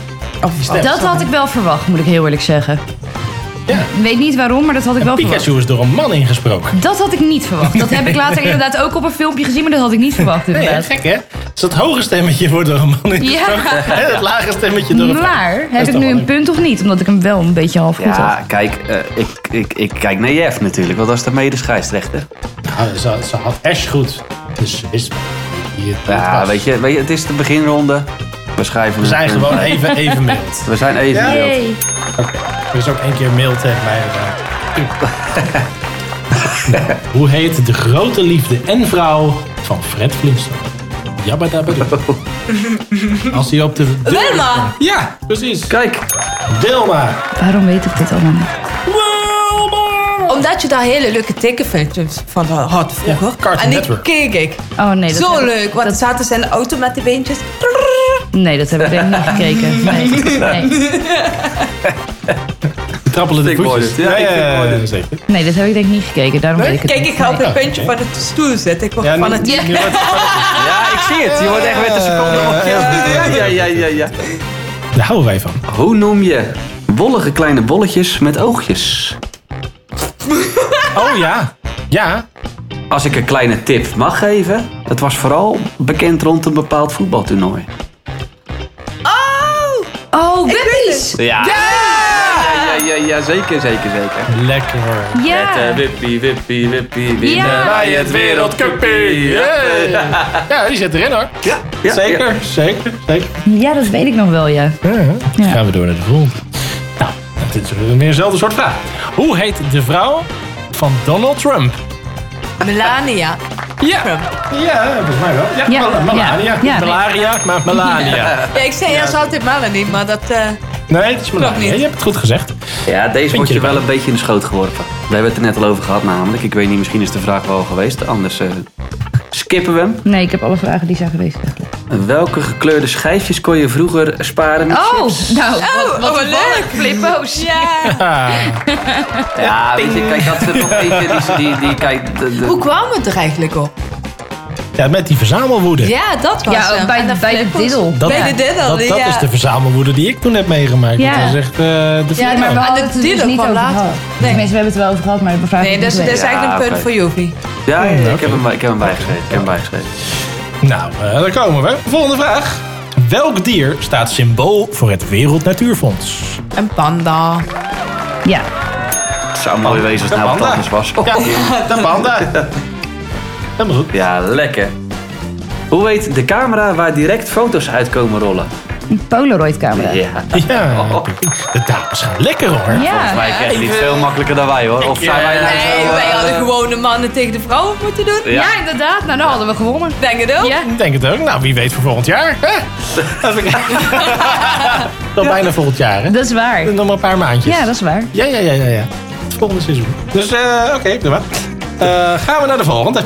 [SPEAKER 3] Die stem.
[SPEAKER 1] Dat had ik wel verwacht, moet ik heel eerlijk zeggen.
[SPEAKER 3] Ja.
[SPEAKER 1] Ik weet niet waarom, maar dat had ik wel verwacht.
[SPEAKER 3] Pikachu is door een man ingesproken.
[SPEAKER 1] Dat had ik niet verwacht. Dat heb ik later inderdaad ook op een filmpje gezien, maar dat had ik niet verwacht
[SPEAKER 3] Nee, hè,
[SPEAKER 1] inderdaad.
[SPEAKER 3] gek hè? Dus dat hoge stemmetje wordt door een man ingesproken.
[SPEAKER 1] Ja.
[SPEAKER 3] En het lage stemmetje door een vrouw.
[SPEAKER 1] Maar
[SPEAKER 3] is
[SPEAKER 1] heb ik
[SPEAKER 3] toch
[SPEAKER 1] nu
[SPEAKER 3] wel
[SPEAKER 1] een punt of niet? Omdat ik hem wel een beetje half goed had.
[SPEAKER 2] Ja, kijk, eh, ik, ik, ik kijk naar Jeff natuurlijk, want dat is de mede scheidsrechter.
[SPEAKER 3] Nou, ze, ze had Ash goed. Dus ze wist wie het
[SPEAKER 2] Ja,
[SPEAKER 3] was.
[SPEAKER 2] weet je, weet je, het is de beginronde. We schrijven
[SPEAKER 3] We zijn gewoon even, even mild.
[SPEAKER 2] We zijn even.
[SPEAKER 3] Ja?
[SPEAKER 2] mild.
[SPEAKER 1] Hey.
[SPEAKER 3] Er is ook één keer mail tegen mij. gedaan. Hoe heet de grote liefde en vrouw van Fred Flintstone? Jabba dabba doe. Als hij op de... deur-
[SPEAKER 5] Wilma.
[SPEAKER 3] Ja, precies.
[SPEAKER 2] Kijk,
[SPEAKER 3] Dilma.
[SPEAKER 1] Waarom weet ik dit allemaal niet?
[SPEAKER 5] Omdat je daar hele leuke tekenfilmpjes van had vroeger.
[SPEAKER 3] Ja, Cartoon
[SPEAKER 5] en die
[SPEAKER 3] Network.
[SPEAKER 5] keek ik.
[SPEAKER 1] Oh nee, dat,
[SPEAKER 5] Zo
[SPEAKER 1] heb,
[SPEAKER 5] leuk, want dan zaten ze in de auto met de beentjes.
[SPEAKER 1] nee, dat heb ik denk ik niet gekeken. Nee. Nee.
[SPEAKER 3] De trappelen de
[SPEAKER 2] Ik hoor
[SPEAKER 3] voetjes.
[SPEAKER 2] het. dus. Ja, ik hoor het.
[SPEAKER 3] zeker.
[SPEAKER 1] nee, dat heb ik denk ik niet gekeken. Daarom weet ik het
[SPEAKER 5] Kijk,
[SPEAKER 1] niet.
[SPEAKER 5] ik ga op
[SPEAKER 1] Nee.
[SPEAKER 5] het puntje van de stoel zitten. Ik word
[SPEAKER 3] Ja, nu,
[SPEAKER 5] van het...
[SPEAKER 3] nu wordt het-
[SPEAKER 2] ja, ik zie het. Je wordt echt met de seconde.
[SPEAKER 3] Eh,
[SPEAKER 2] Ja, ja, ja, ja, ja.
[SPEAKER 3] Daar houden wij van.
[SPEAKER 2] Hoe noem je wollige kleine bolletjes met oogjes?
[SPEAKER 3] Oh ja. Ja.
[SPEAKER 2] Als ik een kleine tip mag geven, dat was vooral bekend rond een bepaald voetbaltoernooi.
[SPEAKER 5] Oh!
[SPEAKER 1] Oh, Wippies!
[SPEAKER 2] Ja! Ja, ja, ja, zeker, zeker, zeker.
[SPEAKER 3] Lekker.
[SPEAKER 2] Met
[SPEAKER 1] Ja!
[SPEAKER 2] eh, wippie, wippie, wippie, winnen
[SPEAKER 1] Ja.
[SPEAKER 2] wij het wereldcupie.
[SPEAKER 3] Ja, die zit erin hoor.
[SPEAKER 2] Ja, ja,
[SPEAKER 3] Zeker,
[SPEAKER 2] ja.
[SPEAKER 3] zeker, zeker.
[SPEAKER 1] Ja, dat weet ik nog wel, ja.
[SPEAKER 3] Dan gaan we door naar de volgende. Nou, dit is weer eenzelfde soort vraag. Hoe heet de vrouw van Donald Trump?
[SPEAKER 5] Melania.
[SPEAKER 3] Ja, ja volgens mij wel. Ja,
[SPEAKER 1] Ja,
[SPEAKER 3] Mel- Melania.
[SPEAKER 1] ja, ja, nee.
[SPEAKER 3] Malaria, maar Melania.
[SPEAKER 5] Ja, ik zei eerst altijd Melanie, maar dat... eh,
[SPEAKER 3] Nee, het is Melania.
[SPEAKER 5] niet.
[SPEAKER 3] Je hebt het goed gezegd.
[SPEAKER 2] Ja, deze wordt je
[SPEAKER 3] je
[SPEAKER 2] wel
[SPEAKER 3] wel.
[SPEAKER 2] een beetje in de schoot geworpen. We hebben het er net al over gehad namelijk. Ik weet niet, misschien is de vraag wel geweest. Anders eh, skippen we hem.
[SPEAKER 1] Nee, ik heb alle vragen die zijn geweest. eigenlijk.
[SPEAKER 2] Welke gekleurde schijfjes kon je vroeger sparen met
[SPEAKER 1] Oh,
[SPEAKER 2] chips?
[SPEAKER 1] nou,
[SPEAKER 5] Oh,
[SPEAKER 1] wat,
[SPEAKER 5] oh,
[SPEAKER 1] wat toevallig.
[SPEAKER 5] leuk.
[SPEAKER 1] Flippo's.
[SPEAKER 5] ja.
[SPEAKER 3] Ah,
[SPEAKER 2] Ja, weet je, kijk, dat is toch eentje die, die, die kijk, de- de-
[SPEAKER 5] Hoe kwam het er eigenlijk op?
[SPEAKER 3] ja, met die verzamelwoede.
[SPEAKER 5] Ja, dat was
[SPEAKER 1] Ja,
[SPEAKER 5] hem.
[SPEAKER 1] ook bij,
[SPEAKER 5] En
[SPEAKER 1] de-
[SPEAKER 5] de
[SPEAKER 1] bij de
[SPEAKER 5] flippers.
[SPEAKER 1] diddel.
[SPEAKER 3] Dat,
[SPEAKER 5] Bij de diddel,
[SPEAKER 3] dat, dat
[SPEAKER 5] ja.
[SPEAKER 3] is de verzamelwoede die ik toen heb meegemaakt.
[SPEAKER 1] Ja.
[SPEAKER 3] Dat is echt eh, de
[SPEAKER 1] Ja,
[SPEAKER 3] vliegtuig.
[SPEAKER 1] maar we hadden
[SPEAKER 5] de
[SPEAKER 1] het er dus
[SPEAKER 5] dealer
[SPEAKER 1] niet
[SPEAKER 5] van
[SPEAKER 1] over
[SPEAKER 5] later.
[SPEAKER 1] gehad.
[SPEAKER 5] Nee.
[SPEAKER 1] Tenminste, we hebben het wel over gehad, maar de vraag
[SPEAKER 5] Nee, dat is, dat is
[SPEAKER 2] Ja,
[SPEAKER 5] eigenlijk een punt
[SPEAKER 2] oké.
[SPEAKER 5] voor Jovi.
[SPEAKER 2] ja, ja, ja, ik heb hem, ik heb hem bijgeschreven. Ik heb hem bijgeschreven.
[SPEAKER 3] Nou, eh, daar komen we. Volgende vraag. Welk dier staat symbool voor het Wereld Natuurfonds?
[SPEAKER 5] Een panda.
[SPEAKER 1] Ja.
[SPEAKER 2] Het zou mooi wezen als het nou wat anders was.
[SPEAKER 3] Ja, de panda. Helemaal goed.
[SPEAKER 2] Ja, lekker. Hoe heet de camera waar direct foto's uit komen rollen?
[SPEAKER 1] Een Polaroid-camera.
[SPEAKER 2] Ja.
[SPEAKER 3] Ja,
[SPEAKER 2] Oh.
[SPEAKER 3] de dames gaan lekker hoor.
[SPEAKER 1] Ja.
[SPEAKER 2] Wij krijgen niet veel makkelijker dan wij hoor. Of zijn wij nou zo...
[SPEAKER 5] Nee,
[SPEAKER 2] eh,
[SPEAKER 5] wij hadden gewoon de mannen tegen de vrouwen moeten doen.
[SPEAKER 2] Ja.
[SPEAKER 1] Ja, inderdaad. Nou, dan hadden we gewonnen.
[SPEAKER 5] Denk het ook.
[SPEAKER 1] Ja.
[SPEAKER 3] Ik denk het ook. Nou, wie weet voor volgend jaar. hè? Even kijken. Wel bijna volgend jaar, hè?
[SPEAKER 1] Dat is waar.
[SPEAKER 3] Nog maar een paar maandjes.
[SPEAKER 1] Ja, dat is waar.
[SPEAKER 3] Ja, ja, ja, ja, ja. Het volgende seizoen. Dus eh, oké, prima. Eh, gaan we naar de volgende.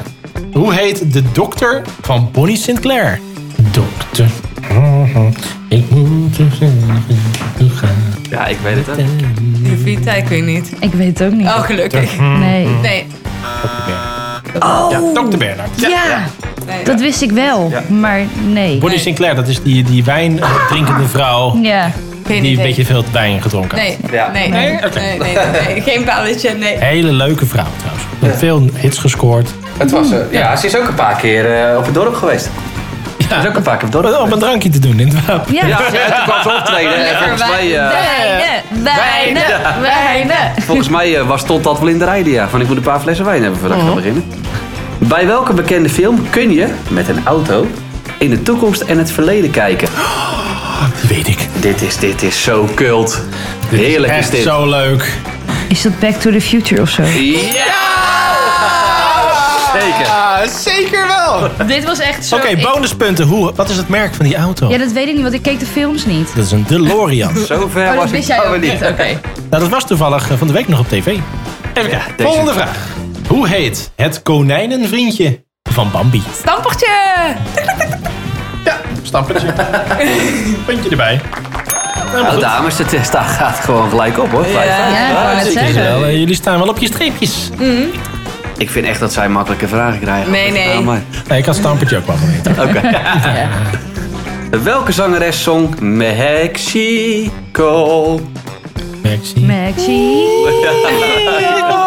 [SPEAKER 3] Hoe heet de dokter van Bonnie Sinclair? Dokter. Mhm. Ik moet er naartoe gaan.
[SPEAKER 2] Ja, ik weet het ook.
[SPEAKER 5] De Vita, ik weet niet.
[SPEAKER 1] Ik weet het ook niet.
[SPEAKER 5] Oh, gelukkig.
[SPEAKER 1] nee.
[SPEAKER 5] Nee.
[SPEAKER 3] Ja, dokter Bernard.
[SPEAKER 1] Ja,
[SPEAKER 5] nee.
[SPEAKER 1] dat wist ik wel. Maar nee. Ah.
[SPEAKER 3] Bonnie Sinclair, dat is die, die wijndrinkende vrouw
[SPEAKER 1] Ja.
[SPEAKER 5] Geen
[SPEAKER 3] die een
[SPEAKER 5] idee.
[SPEAKER 3] beetje veel wijn gedronken heeft.
[SPEAKER 5] Nee,
[SPEAKER 2] Ja.
[SPEAKER 5] nee, nee,
[SPEAKER 3] Nee? Oké.
[SPEAKER 5] nee, nee, nee. Geen balletje, nee.
[SPEAKER 3] Hele leuke vrouw trouwens. Met veel hits gescoord.
[SPEAKER 2] Het was,
[SPEAKER 1] Hmm.
[SPEAKER 2] eh, ja, ze is ook een paar keer eh, op het dorp geweest. Ze is ook een paar keer op
[SPEAKER 1] Oh,
[SPEAKER 2] het dorp
[SPEAKER 3] Om een
[SPEAKER 2] geweest.
[SPEAKER 3] drankje te doen in het wapen.
[SPEAKER 1] Ja.
[SPEAKER 2] Ja, en toen kwam ze optreden. En volgens mij, eh,
[SPEAKER 1] Wijnen, wijnen, wijnen.
[SPEAKER 2] volgens mij eh, was, stond dat wel in de rij. die, Ja. Van ik moet een paar flessen wijn hebben voordat ik
[SPEAKER 1] Mhm.
[SPEAKER 2] ga beginnen. Bij welke bekende film kun je met een auto in de toekomst en het verleden kijken?
[SPEAKER 3] Die weet ik.
[SPEAKER 2] Dit is, dit is zo cult.
[SPEAKER 3] Dit
[SPEAKER 2] Heerlijk is
[SPEAKER 3] echt
[SPEAKER 2] dit.
[SPEAKER 3] zo leuk.
[SPEAKER 1] Is dat Back to the Future of zo?
[SPEAKER 2] Ja! Zeker.
[SPEAKER 3] Ah, zeker wel. Oké,
[SPEAKER 1] Dit was echt zo. ik-
[SPEAKER 3] bonuspunten. Hoe, wat is het merk van die auto?
[SPEAKER 1] Ja, dat weet ik niet, want ik keek de films niet.
[SPEAKER 3] Dat is een DeLorean. nou,
[SPEAKER 2] Zover
[SPEAKER 1] Oh, dat
[SPEAKER 2] was ik
[SPEAKER 1] wist jij
[SPEAKER 2] nou
[SPEAKER 1] ook
[SPEAKER 2] weer
[SPEAKER 1] niet. Oké.
[SPEAKER 3] dat was toevallig eh, van de week nog op tv. Even kijken.
[SPEAKER 2] deze-
[SPEAKER 3] Volgende vraag. Hoe heet het konijnenvriendje van Bambi?
[SPEAKER 5] Stampertje!
[SPEAKER 3] Ja, stampertje. Puntje erbij.
[SPEAKER 2] Nou, dames, het eh, staat, gaat gewoon gelijk op hoor. Vijf, vijf.
[SPEAKER 1] Ja, ik wou net
[SPEAKER 2] zeker.
[SPEAKER 1] zeggen.
[SPEAKER 3] Wel, eh, jullie staan wel op je streepjes.
[SPEAKER 2] Ik vind echt dat zij makkelijke vragen krijgen.
[SPEAKER 5] Nee, nee.
[SPEAKER 2] Ja, maar-
[SPEAKER 3] Nee, Eh, ik had stampertje ook wel geweten.
[SPEAKER 2] Welke zangeres zong Mexico?
[SPEAKER 3] Maxi.
[SPEAKER 1] Maxi.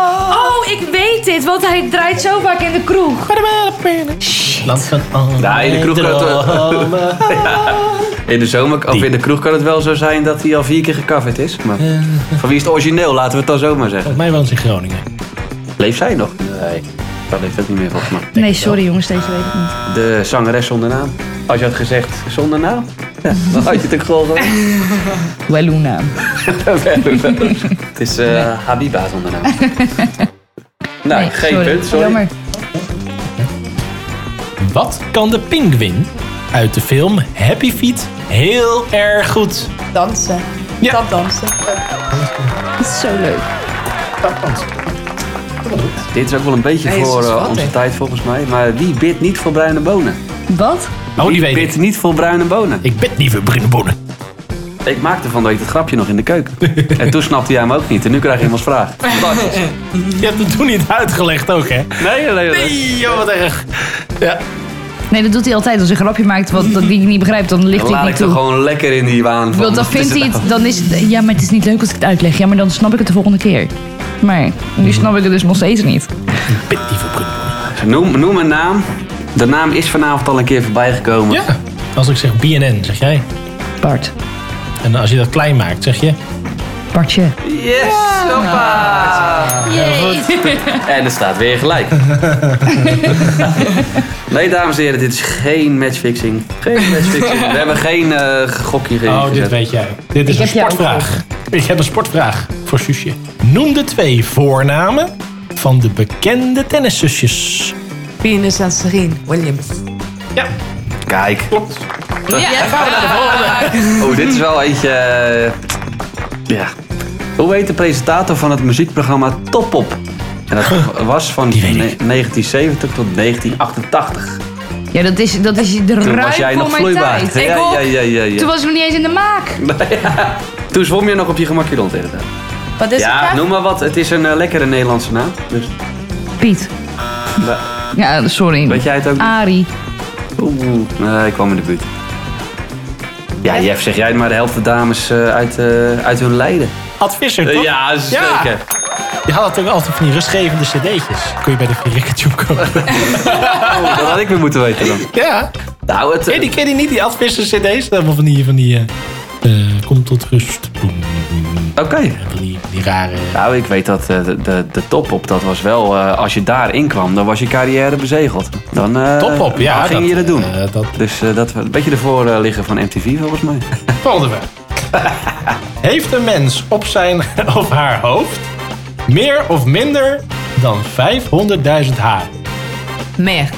[SPEAKER 1] Oh, ik weet dit, want hij draait zo vaak in de kroeg.
[SPEAKER 3] Land van
[SPEAKER 2] Ja, in de kroeg kan het-
[SPEAKER 3] dromen.
[SPEAKER 2] In de zomer, of
[SPEAKER 3] Die.
[SPEAKER 2] in de kroeg kan het wel zo zijn dat hij al vier keer gecoverd is. Maar van wie is het origineel, laten we het dan zomaar zeggen.
[SPEAKER 3] Volgens mij woont ze in Groningen.
[SPEAKER 2] Leeft zij nog? Nee, dat leeft ook niet meer volgens mij.
[SPEAKER 1] Nee, sorry jongens, deze weet ik niet.
[SPEAKER 2] De zangeres zonder naam. Als je had gezegd zonder naam, ja, dan had je het ook gewoon gedaan.
[SPEAKER 1] Weluna.
[SPEAKER 2] Het is eh, Habiba zonder naam. Nou, geen punt, sorry.
[SPEAKER 1] Jammer.
[SPEAKER 3] Wat kan de pinguïn uit de film Happy Feet heel erg goed?
[SPEAKER 5] Dansen.
[SPEAKER 3] Ja.
[SPEAKER 5] Tapdansen.
[SPEAKER 1] Dat is zo leuk.
[SPEAKER 2] Dit is ook wel een beetje
[SPEAKER 5] Nee, het is
[SPEAKER 2] voor eh,
[SPEAKER 5] schattig.
[SPEAKER 2] onze tijd volgens mij. Maar wie bidt niet voor bruine bonen?
[SPEAKER 1] Wat?
[SPEAKER 3] Oh, die
[SPEAKER 2] Wie
[SPEAKER 3] weet
[SPEAKER 2] bidt
[SPEAKER 3] ik.
[SPEAKER 2] niet voor bruine bonen?
[SPEAKER 3] Ik bid niet voor
[SPEAKER 2] Mm.
[SPEAKER 3] brunnenbonen.
[SPEAKER 2] Ik maakte van de week dat grapje nog in de keuken. en toen snapte jij hem ook niet. En nu krijg je hem als vraag. Fantastisch.
[SPEAKER 3] Je hebt het toen niet uitgelegd ook, hè?
[SPEAKER 2] Nee, nee, nee.
[SPEAKER 3] joh, wat erg. Ja.
[SPEAKER 1] Nee, dat doet hij altijd. Als hij een grapje maakt wat dat die ik niet begrijp, dan ligt hij het
[SPEAKER 2] Dan laat
[SPEAKER 1] niet
[SPEAKER 2] ik er
[SPEAKER 1] toe.
[SPEAKER 2] gewoon lekker in die waan van.
[SPEAKER 1] Want dan
[SPEAKER 2] wat is
[SPEAKER 1] vindt hij
[SPEAKER 2] nou?
[SPEAKER 1] het, dan is het, ja, maar het is niet leuk als ik het uitleg. Ja, maar dan snap ik het de volgende keer. Maar nu snap ik het dus nog steeds niet.
[SPEAKER 3] Ik bid niet voor brunnenbonen.
[SPEAKER 2] Noem, noem een naam. De naam is vanavond al een keer voorbij gekomen.
[SPEAKER 3] Ja. Als ik zeg BNN, zeg jij.
[SPEAKER 1] Bart.
[SPEAKER 3] En als je dat klein maakt, zeg je.
[SPEAKER 1] Bartje.
[SPEAKER 2] Yes, hoppa. En er staat weer gelijk. nee, dames en heren, dit is geen matchfixing. Geen matchfixing. We hebben geen eh, gokje gezet.
[SPEAKER 3] Oh, dit weet jij. Dit is
[SPEAKER 1] Ik
[SPEAKER 3] een
[SPEAKER 1] heb jou ook
[SPEAKER 3] sportvraag. Ik heb een sportvraag voor Suusje. Noem de twee voornamen van de bekende tenniszusjes.
[SPEAKER 5] Venus en Serene Williams.
[SPEAKER 3] Ja,
[SPEAKER 2] Kijk.
[SPEAKER 3] klopt.
[SPEAKER 2] Oh, dit is wel eentje... eh, ja. Hoe heet de presentator van het muziekprogramma Top Op? En dat was van
[SPEAKER 3] Die weet ik.
[SPEAKER 2] ne- 1970 tot 1988.
[SPEAKER 1] Ja, dat is, dat is de
[SPEAKER 2] Toen
[SPEAKER 1] ruim
[SPEAKER 2] was jij
[SPEAKER 1] voor
[SPEAKER 2] nog
[SPEAKER 1] mijn
[SPEAKER 2] vloeibaar.
[SPEAKER 1] tijd. Ik
[SPEAKER 2] Ja,
[SPEAKER 1] ook.
[SPEAKER 2] ja, ja, ja, ja.
[SPEAKER 1] Toen was ik nog niet eens in de maak.
[SPEAKER 2] Toen zwom je nog op je gemakje rond inderdaad.
[SPEAKER 5] Wat is het?
[SPEAKER 2] Ja,
[SPEAKER 5] graag?
[SPEAKER 2] noem maar wat. Het is een eh, lekkere Nederlandse naam. Dus
[SPEAKER 1] Piet.
[SPEAKER 2] Nee.
[SPEAKER 1] Ja, sorry.
[SPEAKER 2] weet jij het ook?
[SPEAKER 1] Arie.
[SPEAKER 2] Oeh, nee, ik kwam in de buurt. Ja, Jeff, zeg jij het maar de helft de dames eh, uit, eh, uit hun lijden.
[SPEAKER 3] Ad Visser,
[SPEAKER 2] Eh,
[SPEAKER 3] toch?
[SPEAKER 2] ja, zeker.
[SPEAKER 3] Je had ook altijd van die rustgevende cd'tjes. Kun je bij de Frikkertube kopen.
[SPEAKER 2] Oh, dat had ik weer moeten weten dan.
[SPEAKER 3] ja.
[SPEAKER 2] Nou, het,
[SPEAKER 3] Ken je die, ken je die niet, die Ad Visser cd's? Dat waren van die, van die eh, Eh, kom tot rust. Boem.
[SPEAKER 2] eh, Oké.
[SPEAKER 3] Van Die, die rare...
[SPEAKER 2] Nou, ik weet dat eh, de, de, de top op, dat was wel, eh, als je daarin kwam, dan was je carrière bezegeld. Dan, eh,
[SPEAKER 3] Top op, ja.
[SPEAKER 2] Dan ging
[SPEAKER 3] dat-
[SPEAKER 2] je dat doen.
[SPEAKER 3] eh, dat
[SPEAKER 2] dus eh, dat we een beetje ervoor eh, liggen van MTV volgens mij.
[SPEAKER 3] volgende vraag. Heeft een mens op zijn of haar hoofd meer of minder dan 500.000 haar?
[SPEAKER 5] Meer.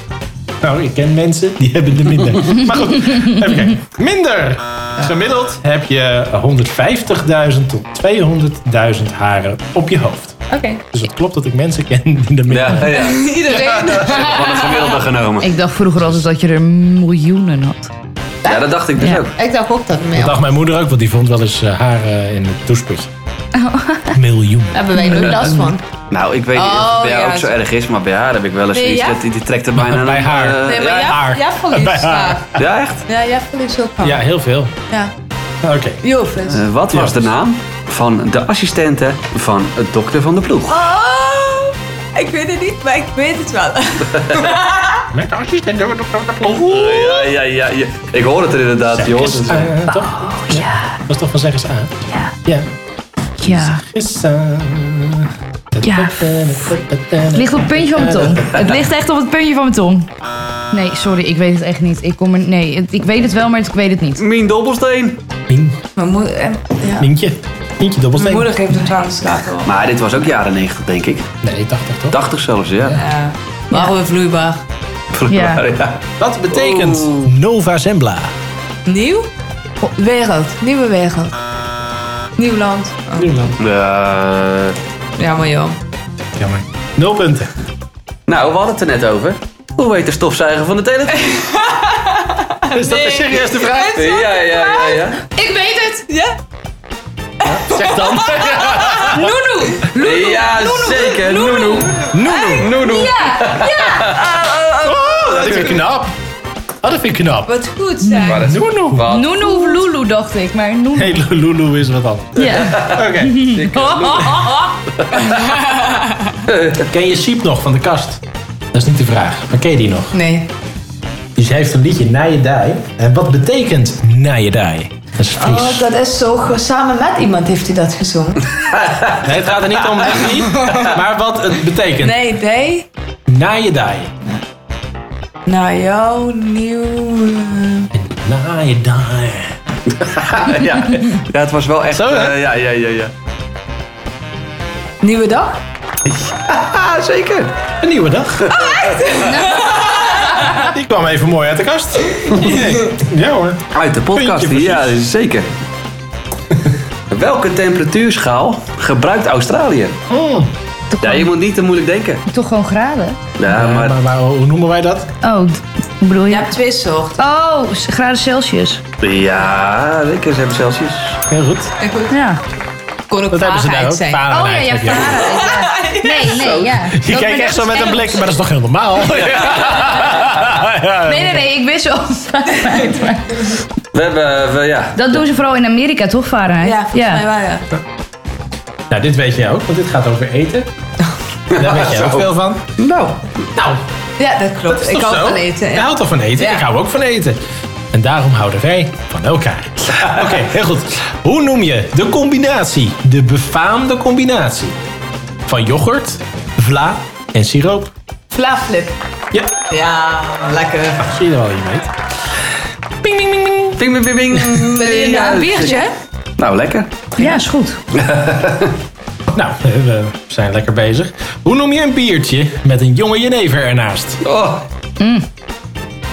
[SPEAKER 3] Nou, ik ken mensen die hebben er minder. maar goed, even kijken. Minder! Gemiddeld heb je 150.000 tot 200.000 haren op je hoofd.
[SPEAKER 1] Oké.
[SPEAKER 3] Dus het klopt dat ik mensen ken die er minder
[SPEAKER 2] Ja, ja.
[SPEAKER 1] Iedereen.
[SPEAKER 2] Van het gemiddelde genomen.
[SPEAKER 1] Ik dacht vroeger altijd dat je er miljoenen had.
[SPEAKER 2] Ja, dat dacht ik dus
[SPEAKER 1] Ja.
[SPEAKER 2] ook.
[SPEAKER 8] Ik dacht ook dat het
[SPEAKER 3] Dat
[SPEAKER 8] meer.
[SPEAKER 3] dacht mijn moeder ook, want die vond wel eens eh, haren in het doucheputje. Miljoen.
[SPEAKER 5] Oh.
[SPEAKER 8] Daar hebben wij nooit last van.
[SPEAKER 2] Nou, ik weet niet of
[SPEAKER 8] Oh,
[SPEAKER 2] het bij jou
[SPEAKER 8] ja,
[SPEAKER 2] ook zo
[SPEAKER 8] zo-
[SPEAKER 2] erg is, maar bij haar heb ik wel eens
[SPEAKER 8] Nee,
[SPEAKER 2] zoiets.
[SPEAKER 8] ja?
[SPEAKER 2] dat Die, die trekt er bijna
[SPEAKER 3] Bij
[SPEAKER 2] een,
[SPEAKER 3] haar.
[SPEAKER 2] eh,
[SPEAKER 8] Nee,
[SPEAKER 2] ja,
[SPEAKER 8] maar
[SPEAKER 3] haar.
[SPEAKER 8] jij, jij verliest
[SPEAKER 3] Bij haar.
[SPEAKER 8] vaak.
[SPEAKER 2] ja, echt?
[SPEAKER 8] Ja, jij verliest ook vaak.
[SPEAKER 3] Ja, heel veel.
[SPEAKER 8] Ja.
[SPEAKER 3] Oké.
[SPEAKER 8] Jovens.
[SPEAKER 2] Eh, wat was
[SPEAKER 3] Ja.
[SPEAKER 2] de naam van de assistente van het dokter van de ploeg?
[SPEAKER 5] Oh, ik weet het niet, maar ik weet het wel.
[SPEAKER 3] Met de assistent door de
[SPEAKER 2] Ja, ja, ja, ja. Ik hoor het er inderdaad, joh. eh,
[SPEAKER 3] eh, toch?
[SPEAKER 7] Oh ja,
[SPEAKER 3] Dat was toch van zeggen ze aan?
[SPEAKER 7] ja,
[SPEAKER 3] Ja.
[SPEAKER 7] ja.
[SPEAKER 3] Gisteren.
[SPEAKER 7] Ja. Het ligt op het puntje van mijn tong. Het ligt echt op het puntje van mijn tong. Nee, sorry, ik weet het echt niet. Ik kom er, nee, het- ik weet het wel, maar het- ik weet het niet.
[SPEAKER 2] Mien Dobbelsteen.
[SPEAKER 3] Mien-
[SPEAKER 5] Mijn moeder, eh, ja.
[SPEAKER 3] Mientje. Mientje
[SPEAKER 5] Mijn
[SPEAKER 3] dobbelsteen.
[SPEAKER 5] moeder geeft het wel een slag hoor.
[SPEAKER 2] Maar dit was ook jaren 90, denk ik.
[SPEAKER 3] Nee, 80 toch?
[SPEAKER 2] 80 zelfs, ja.
[SPEAKER 5] Ja. Maar we vloeibaar.
[SPEAKER 2] Vloeibaar, ja.
[SPEAKER 3] Dat betekent Oh. Nova Zembla.
[SPEAKER 5] Nieuw? Wereld. Nieuwe wereld. Nieuw land. Oh,
[SPEAKER 2] Eh,
[SPEAKER 5] Jammer joh.
[SPEAKER 3] Jammer. Nul punten.
[SPEAKER 2] nou, we hadden het er net over. Hoe weet de stofzuiger van de televisie?
[SPEAKER 3] Is dat een serieuze vraag?
[SPEAKER 2] ja, ja, ja, ja.
[SPEAKER 5] Ik weet het! Ja?
[SPEAKER 3] Zeg dan.
[SPEAKER 5] Noenoe!
[SPEAKER 2] ja, zeker. Noenoe. Noenoe. Noenoe.
[SPEAKER 3] Oh, dat vind ik knap. Oh, dat vind ik knap.
[SPEAKER 5] Wat goed zijn.
[SPEAKER 2] Maar dat is-
[SPEAKER 3] Noenoe.
[SPEAKER 2] Wat?
[SPEAKER 1] Noenu of Lulu dacht ik, maar Noenu.
[SPEAKER 3] Nee, Lulu is wat anders.
[SPEAKER 1] Ja.
[SPEAKER 3] Oké. Ken je Siep nog van de kast? Dat is niet de vraag. Maar ken je die nog?
[SPEAKER 5] Nee.
[SPEAKER 3] Dus hij heeft een liedje Naaiedij. En wat betekent Naaiedij? Dat is Fries.
[SPEAKER 8] Oh, dat is zo. ge- Samen met iemand heeft hij dat gezongen.
[SPEAKER 3] Nee, het gaat er niet om het lied, maar wat het betekent.
[SPEAKER 5] Nee, nee.
[SPEAKER 3] Naaiedij.
[SPEAKER 5] Nou, jouw nieuw...
[SPEAKER 3] Naaiedij.
[SPEAKER 2] Ja. ja, het was wel echt...
[SPEAKER 3] Zo, hè?
[SPEAKER 2] eh, ja, ja, ja, ja.
[SPEAKER 5] Nieuwe dag?
[SPEAKER 2] Ah, zeker.
[SPEAKER 3] Een nieuwe dag. Die kwam even mooi uit de kast. Ja hoor.
[SPEAKER 2] Uit de podcast,
[SPEAKER 3] Puntje
[SPEAKER 2] ja, zeker. Welke temperatuurschaal gebruikt Australië?
[SPEAKER 3] Hmm.
[SPEAKER 2] Ja, je moet niet te moeilijk denken.
[SPEAKER 1] Toch gewoon graden?
[SPEAKER 2] Ja,
[SPEAKER 3] maar,
[SPEAKER 2] maar...
[SPEAKER 3] waar- hoe noemen wij dat?
[SPEAKER 1] Oh, d- hoe bedoel
[SPEAKER 5] Je
[SPEAKER 1] je?
[SPEAKER 5] hebt twee soorten.
[SPEAKER 1] Oh, s- graden Celsius.
[SPEAKER 2] Ja, zeker. Ze hebben Celsius.
[SPEAKER 3] Heel goed.
[SPEAKER 5] Ik wil-
[SPEAKER 1] Ja.
[SPEAKER 5] kon ook
[SPEAKER 3] Dat hebben ze daar
[SPEAKER 5] vaagheid
[SPEAKER 3] ook.
[SPEAKER 5] zijn.
[SPEAKER 3] Vader
[SPEAKER 1] Oh ja, ja,
[SPEAKER 3] eigenlijk,
[SPEAKER 1] graden. Nee, nee, ja.
[SPEAKER 3] Je kijkt echt zo met een blik, maar dat is toch heel normaal?
[SPEAKER 1] Nee, nee, nee, ik wist wel vaarheid. maar-
[SPEAKER 2] We hebben... We, ja.
[SPEAKER 1] Dat doen ze vooral in Amerika, toch, vaarheid?
[SPEAKER 5] Ja, volgens mij wel ja.
[SPEAKER 3] Nou, dit weet jij ook, want dit gaat over eten. Daar weet jij ook
[SPEAKER 2] Zo.
[SPEAKER 3] veel van.
[SPEAKER 2] Nou,
[SPEAKER 3] Nou,
[SPEAKER 5] Ja, dat klopt.
[SPEAKER 3] is
[SPEAKER 5] ik
[SPEAKER 3] toch
[SPEAKER 5] hou
[SPEAKER 3] zo?
[SPEAKER 5] van eten.
[SPEAKER 3] Jij
[SPEAKER 5] Ja.
[SPEAKER 3] houdt al van eten,
[SPEAKER 5] Ja.
[SPEAKER 3] ik hou ook van eten. En daarom houden wij van elkaar. Oké, heel goed. Hoe noem je de combinatie, de befaamde combinatie van yoghurt, vla en siroop?
[SPEAKER 5] Vlaflip.
[SPEAKER 3] Ja,
[SPEAKER 5] Ja, lekker.
[SPEAKER 3] zie je er wel je weet.
[SPEAKER 5] Ping, ping, ping, ping.
[SPEAKER 2] ping, ping, ping.
[SPEAKER 5] Ja, een biertje.
[SPEAKER 2] Nou, lekker.
[SPEAKER 1] Ja, is goed.
[SPEAKER 3] Nou, we zijn lekker bezig. Hoe noem je een biertje met een jonge jenever ernaast?
[SPEAKER 2] Oh,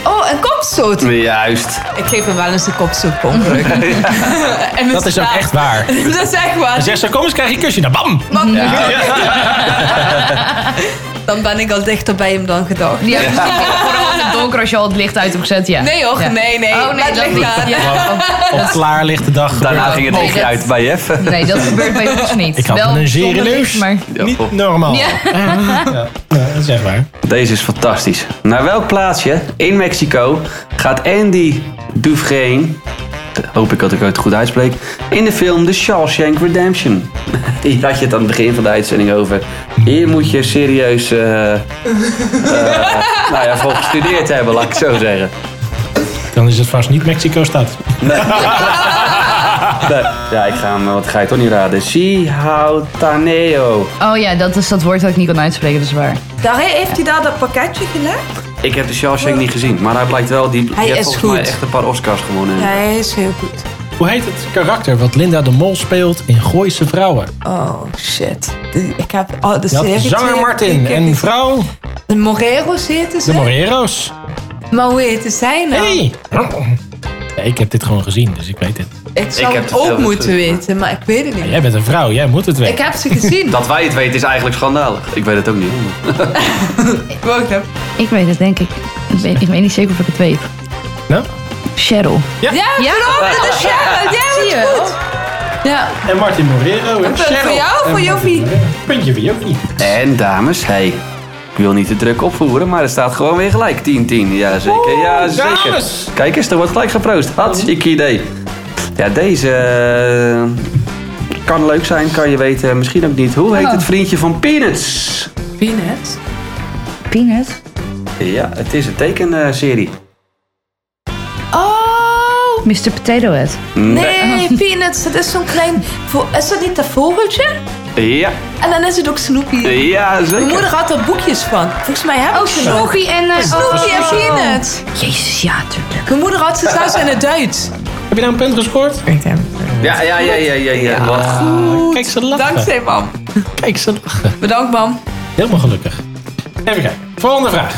[SPEAKER 5] Oh, een kopstoot.
[SPEAKER 2] juist.
[SPEAKER 5] Ik geef hem wel eens een kopstoot per ongeluk. En met
[SPEAKER 3] Dat is ook
[SPEAKER 5] slaap.
[SPEAKER 3] echt waar.
[SPEAKER 5] Dat is echt waar.
[SPEAKER 3] Dan zegt ze, kom eens, krijg je een kusje. Nou, bam!
[SPEAKER 5] Dan ben ik al dichter bij hem dan gedacht.
[SPEAKER 1] Ja, precies. Vooral in het donker als je al het licht uit hebt gezet, ja.
[SPEAKER 5] Nee hoor,
[SPEAKER 1] Ja.
[SPEAKER 5] nee, nee.
[SPEAKER 1] Oh, nee,
[SPEAKER 5] Laat
[SPEAKER 1] dat
[SPEAKER 5] liggen. Ja.
[SPEAKER 1] niet. Ja.
[SPEAKER 3] Op klaarlichte dag.
[SPEAKER 2] Daarna ging het
[SPEAKER 1] Nee,
[SPEAKER 2] oogje
[SPEAKER 1] dat-
[SPEAKER 2] uit bij Jeff.
[SPEAKER 1] Nee, dat gebeurt bij ons niet.
[SPEAKER 3] Ik had een zere
[SPEAKER 1] zonder
[SPEAKER 3] neus.
[SPEAKER 1] licht, Maar...
[SPEAKER 2] Ja,
[SPEAKER 3] Niet
[SPEAKER 2] pop.
[SPEAKER 3] normaal. Ja. Ja, dat is echt waar.
[SPEAKER 2] Deze is fantastisch. Naar welk plaatsje in Mexico gaat Andy Dufresne, hoop ik dat ik het goed uitspreek, in de film The Shawshank Redemption? Die had je het aan het begin van de uitzending over. Hier moet je serieus, eh, eh, nou ja, voor gestudeerd hebben, laat ik het zo zeggen.
[SPEAKER 3] Dan is het vast niet Mexico-stad.
[SPEAKER 2] Nee. Ja, ik ga hem, want ik ga je toch niet raden. Shihautaneo.
[SPEAKER 1] Oh ja, dat is dat woord dat ik niet kon uitspreken, dat is waar.
[SPEAKER 5] Daar heeft hij daar dat pakketje gelegd?
[SPEAKER 2] Ik heb de Shawshank niet gezien, maar hij blijkt wel, die die
[SPEAKER 5] Hij
[SPEAKER 2] heeft
[SPEAKER 5] is
[SPEAKER 2] volgens
[SPEAKER 5] goed.
[SPEAKER 2] mij echt een paar Oscars gewonnen.
[SPEAKER 5] Ja, hij is heel goed.
[SPEAKER 3] Hoe heet het karakter wat Linda de Mol speelt in Gooise Vrouwen?
[SPEAKER 5] Oh, shit. De- Ik heb al de
[SPEAKER 3] Je had
[SPEAKER 5] serie...
[SPEAKER 3] zanger
[SPEAKER 5] twee-
[SPEAKER 3] Martin
[SPEAKER 5] ik heb-
[SPEAKER 3] en vrouw
[SPEAKER 5] De Moreros heette
[SPEAKER 3] de
[SPEAKER 5] ze.
[SPEAKER 3] Moreros.
[SPEAKER 5] maar hoe heette zij nou?
[SPEAKER 3] Hey! Ja, ik heb dit gewoon gezien, dus ik weet het.
[SPEAKER 5] Ik
[SPEAKER 2] Ik
[SPEAKER 5] zou
[SPEAKER 2] heb
[SPEAKER 5] het
[SPEAKER 2] het heel
[SPEAKER 5] ook
[SPEAKER 2] goed
[SPEAKER 5] moeten
[SPEAKER 2] gezien.
[SPEAKER 5] weten, maar ik weet het
[SPEAKER 3] Maar
[SPEAKER 5] niet.
[SPEAKER 3] jij bent een vrouw, jij moet het
[SPEAKER 5] Ik
[SPEAKER 3] weten.
[SPEAKER 5] heb ze gezien.
[SPEAKER 2] Dat wij het weten is eigenlijk schandalig. Ik weet het ook niet.
[SPEAKER 5] Wacht even.
[SPEAKER 1] Ik weet het, denk ik. Ik weet, ik weet niet zeker of ik het weet.
[SPEAKER 3] Nou?
[SPEAKER 1] Cheryl.
[SPEAKER 5] Ja,
[SPEAKER 1] Ja?
[SPEAKER 5] klopt, het is Sharon. Ja,
[SPEAKER 1] Zie je wel?
[SPEAKER 5] ja.
[SPEAKER 3] En Martin Morero en
[SPEAKER 5] punt voor
[SPEAKER 3] Cheryl.
[SPEAKER 5] jou,
[SPEAKER 3] En
[SPEAKER 5] voor
[SPEAKER 3] Martin
[SPEAKER 5] Joffie.
[SPEAKER 3] Morero. Puntje voor Joffie.
[SPEAKER 2] En dames, hey, ik wil niet te druk opvoeren, maar er staat gewoon weer gelijk 10-10. Ja, zeker. Ja, zeker.
[SPEAKER 3] dames!
[SPEAKER 2] Kijk eens, er wordt gelijk geproost. Hartstikke idee. Ja, deze eh, kan leuk zijn, kan je weten. Misschien ook niet. Hoe heet het vriendje van Peanuts?
[SPEAKER 5] Peanuts.
[SPEAKER 1] Oh, Peanut.
[SPEAKER 2] Ja, het is een tekenserie.
[SPEAKER 5] Oh,
[SPEAKER 1] Mr. Potato Head.
[SPEAKER 5] nee, Peanuts. Dat is zo'n klein... vo- Is dat niet dat vogeltje?
[SPEAKER 2] Ja,
[SPEAKER 5] En dan is het ook Snoopy.
[SPEAKER 2] ja, zeker.
[SPEAKER 5] Mijn moeder had er boekjes van. Volgens mij hebben
[SPEAKER 1] Oh,
[SPEAKER 5] ze nog.
[SPEAKER 1] Snoopy en... eh,
[SPEAKER 5] Snoopy en
[SPEAKER 1] oh.
[SPEAKER 5] Peanuts.
[SPEAKER 1] Jezus, ja, tuurlijk.
[SPEAKER 5] Mijn moeder had ze zelfs in het Duits.
[SPEAKER 3] Heb je nou een punt gescoord?
[SPEAKER 2] Ja, ja, ja, ja, ja. ja. Wat
[SPEAKER 3] Kijk ze lachen.
[SPEAKER 5] Dankzij mam.
[SPEAKER 3] Kijk ze lachen.
[SPEAKER 5] Bedankt mam.
[SPEAKER 3] Helemaal gelukkig. Even kijken. Volgende vraag.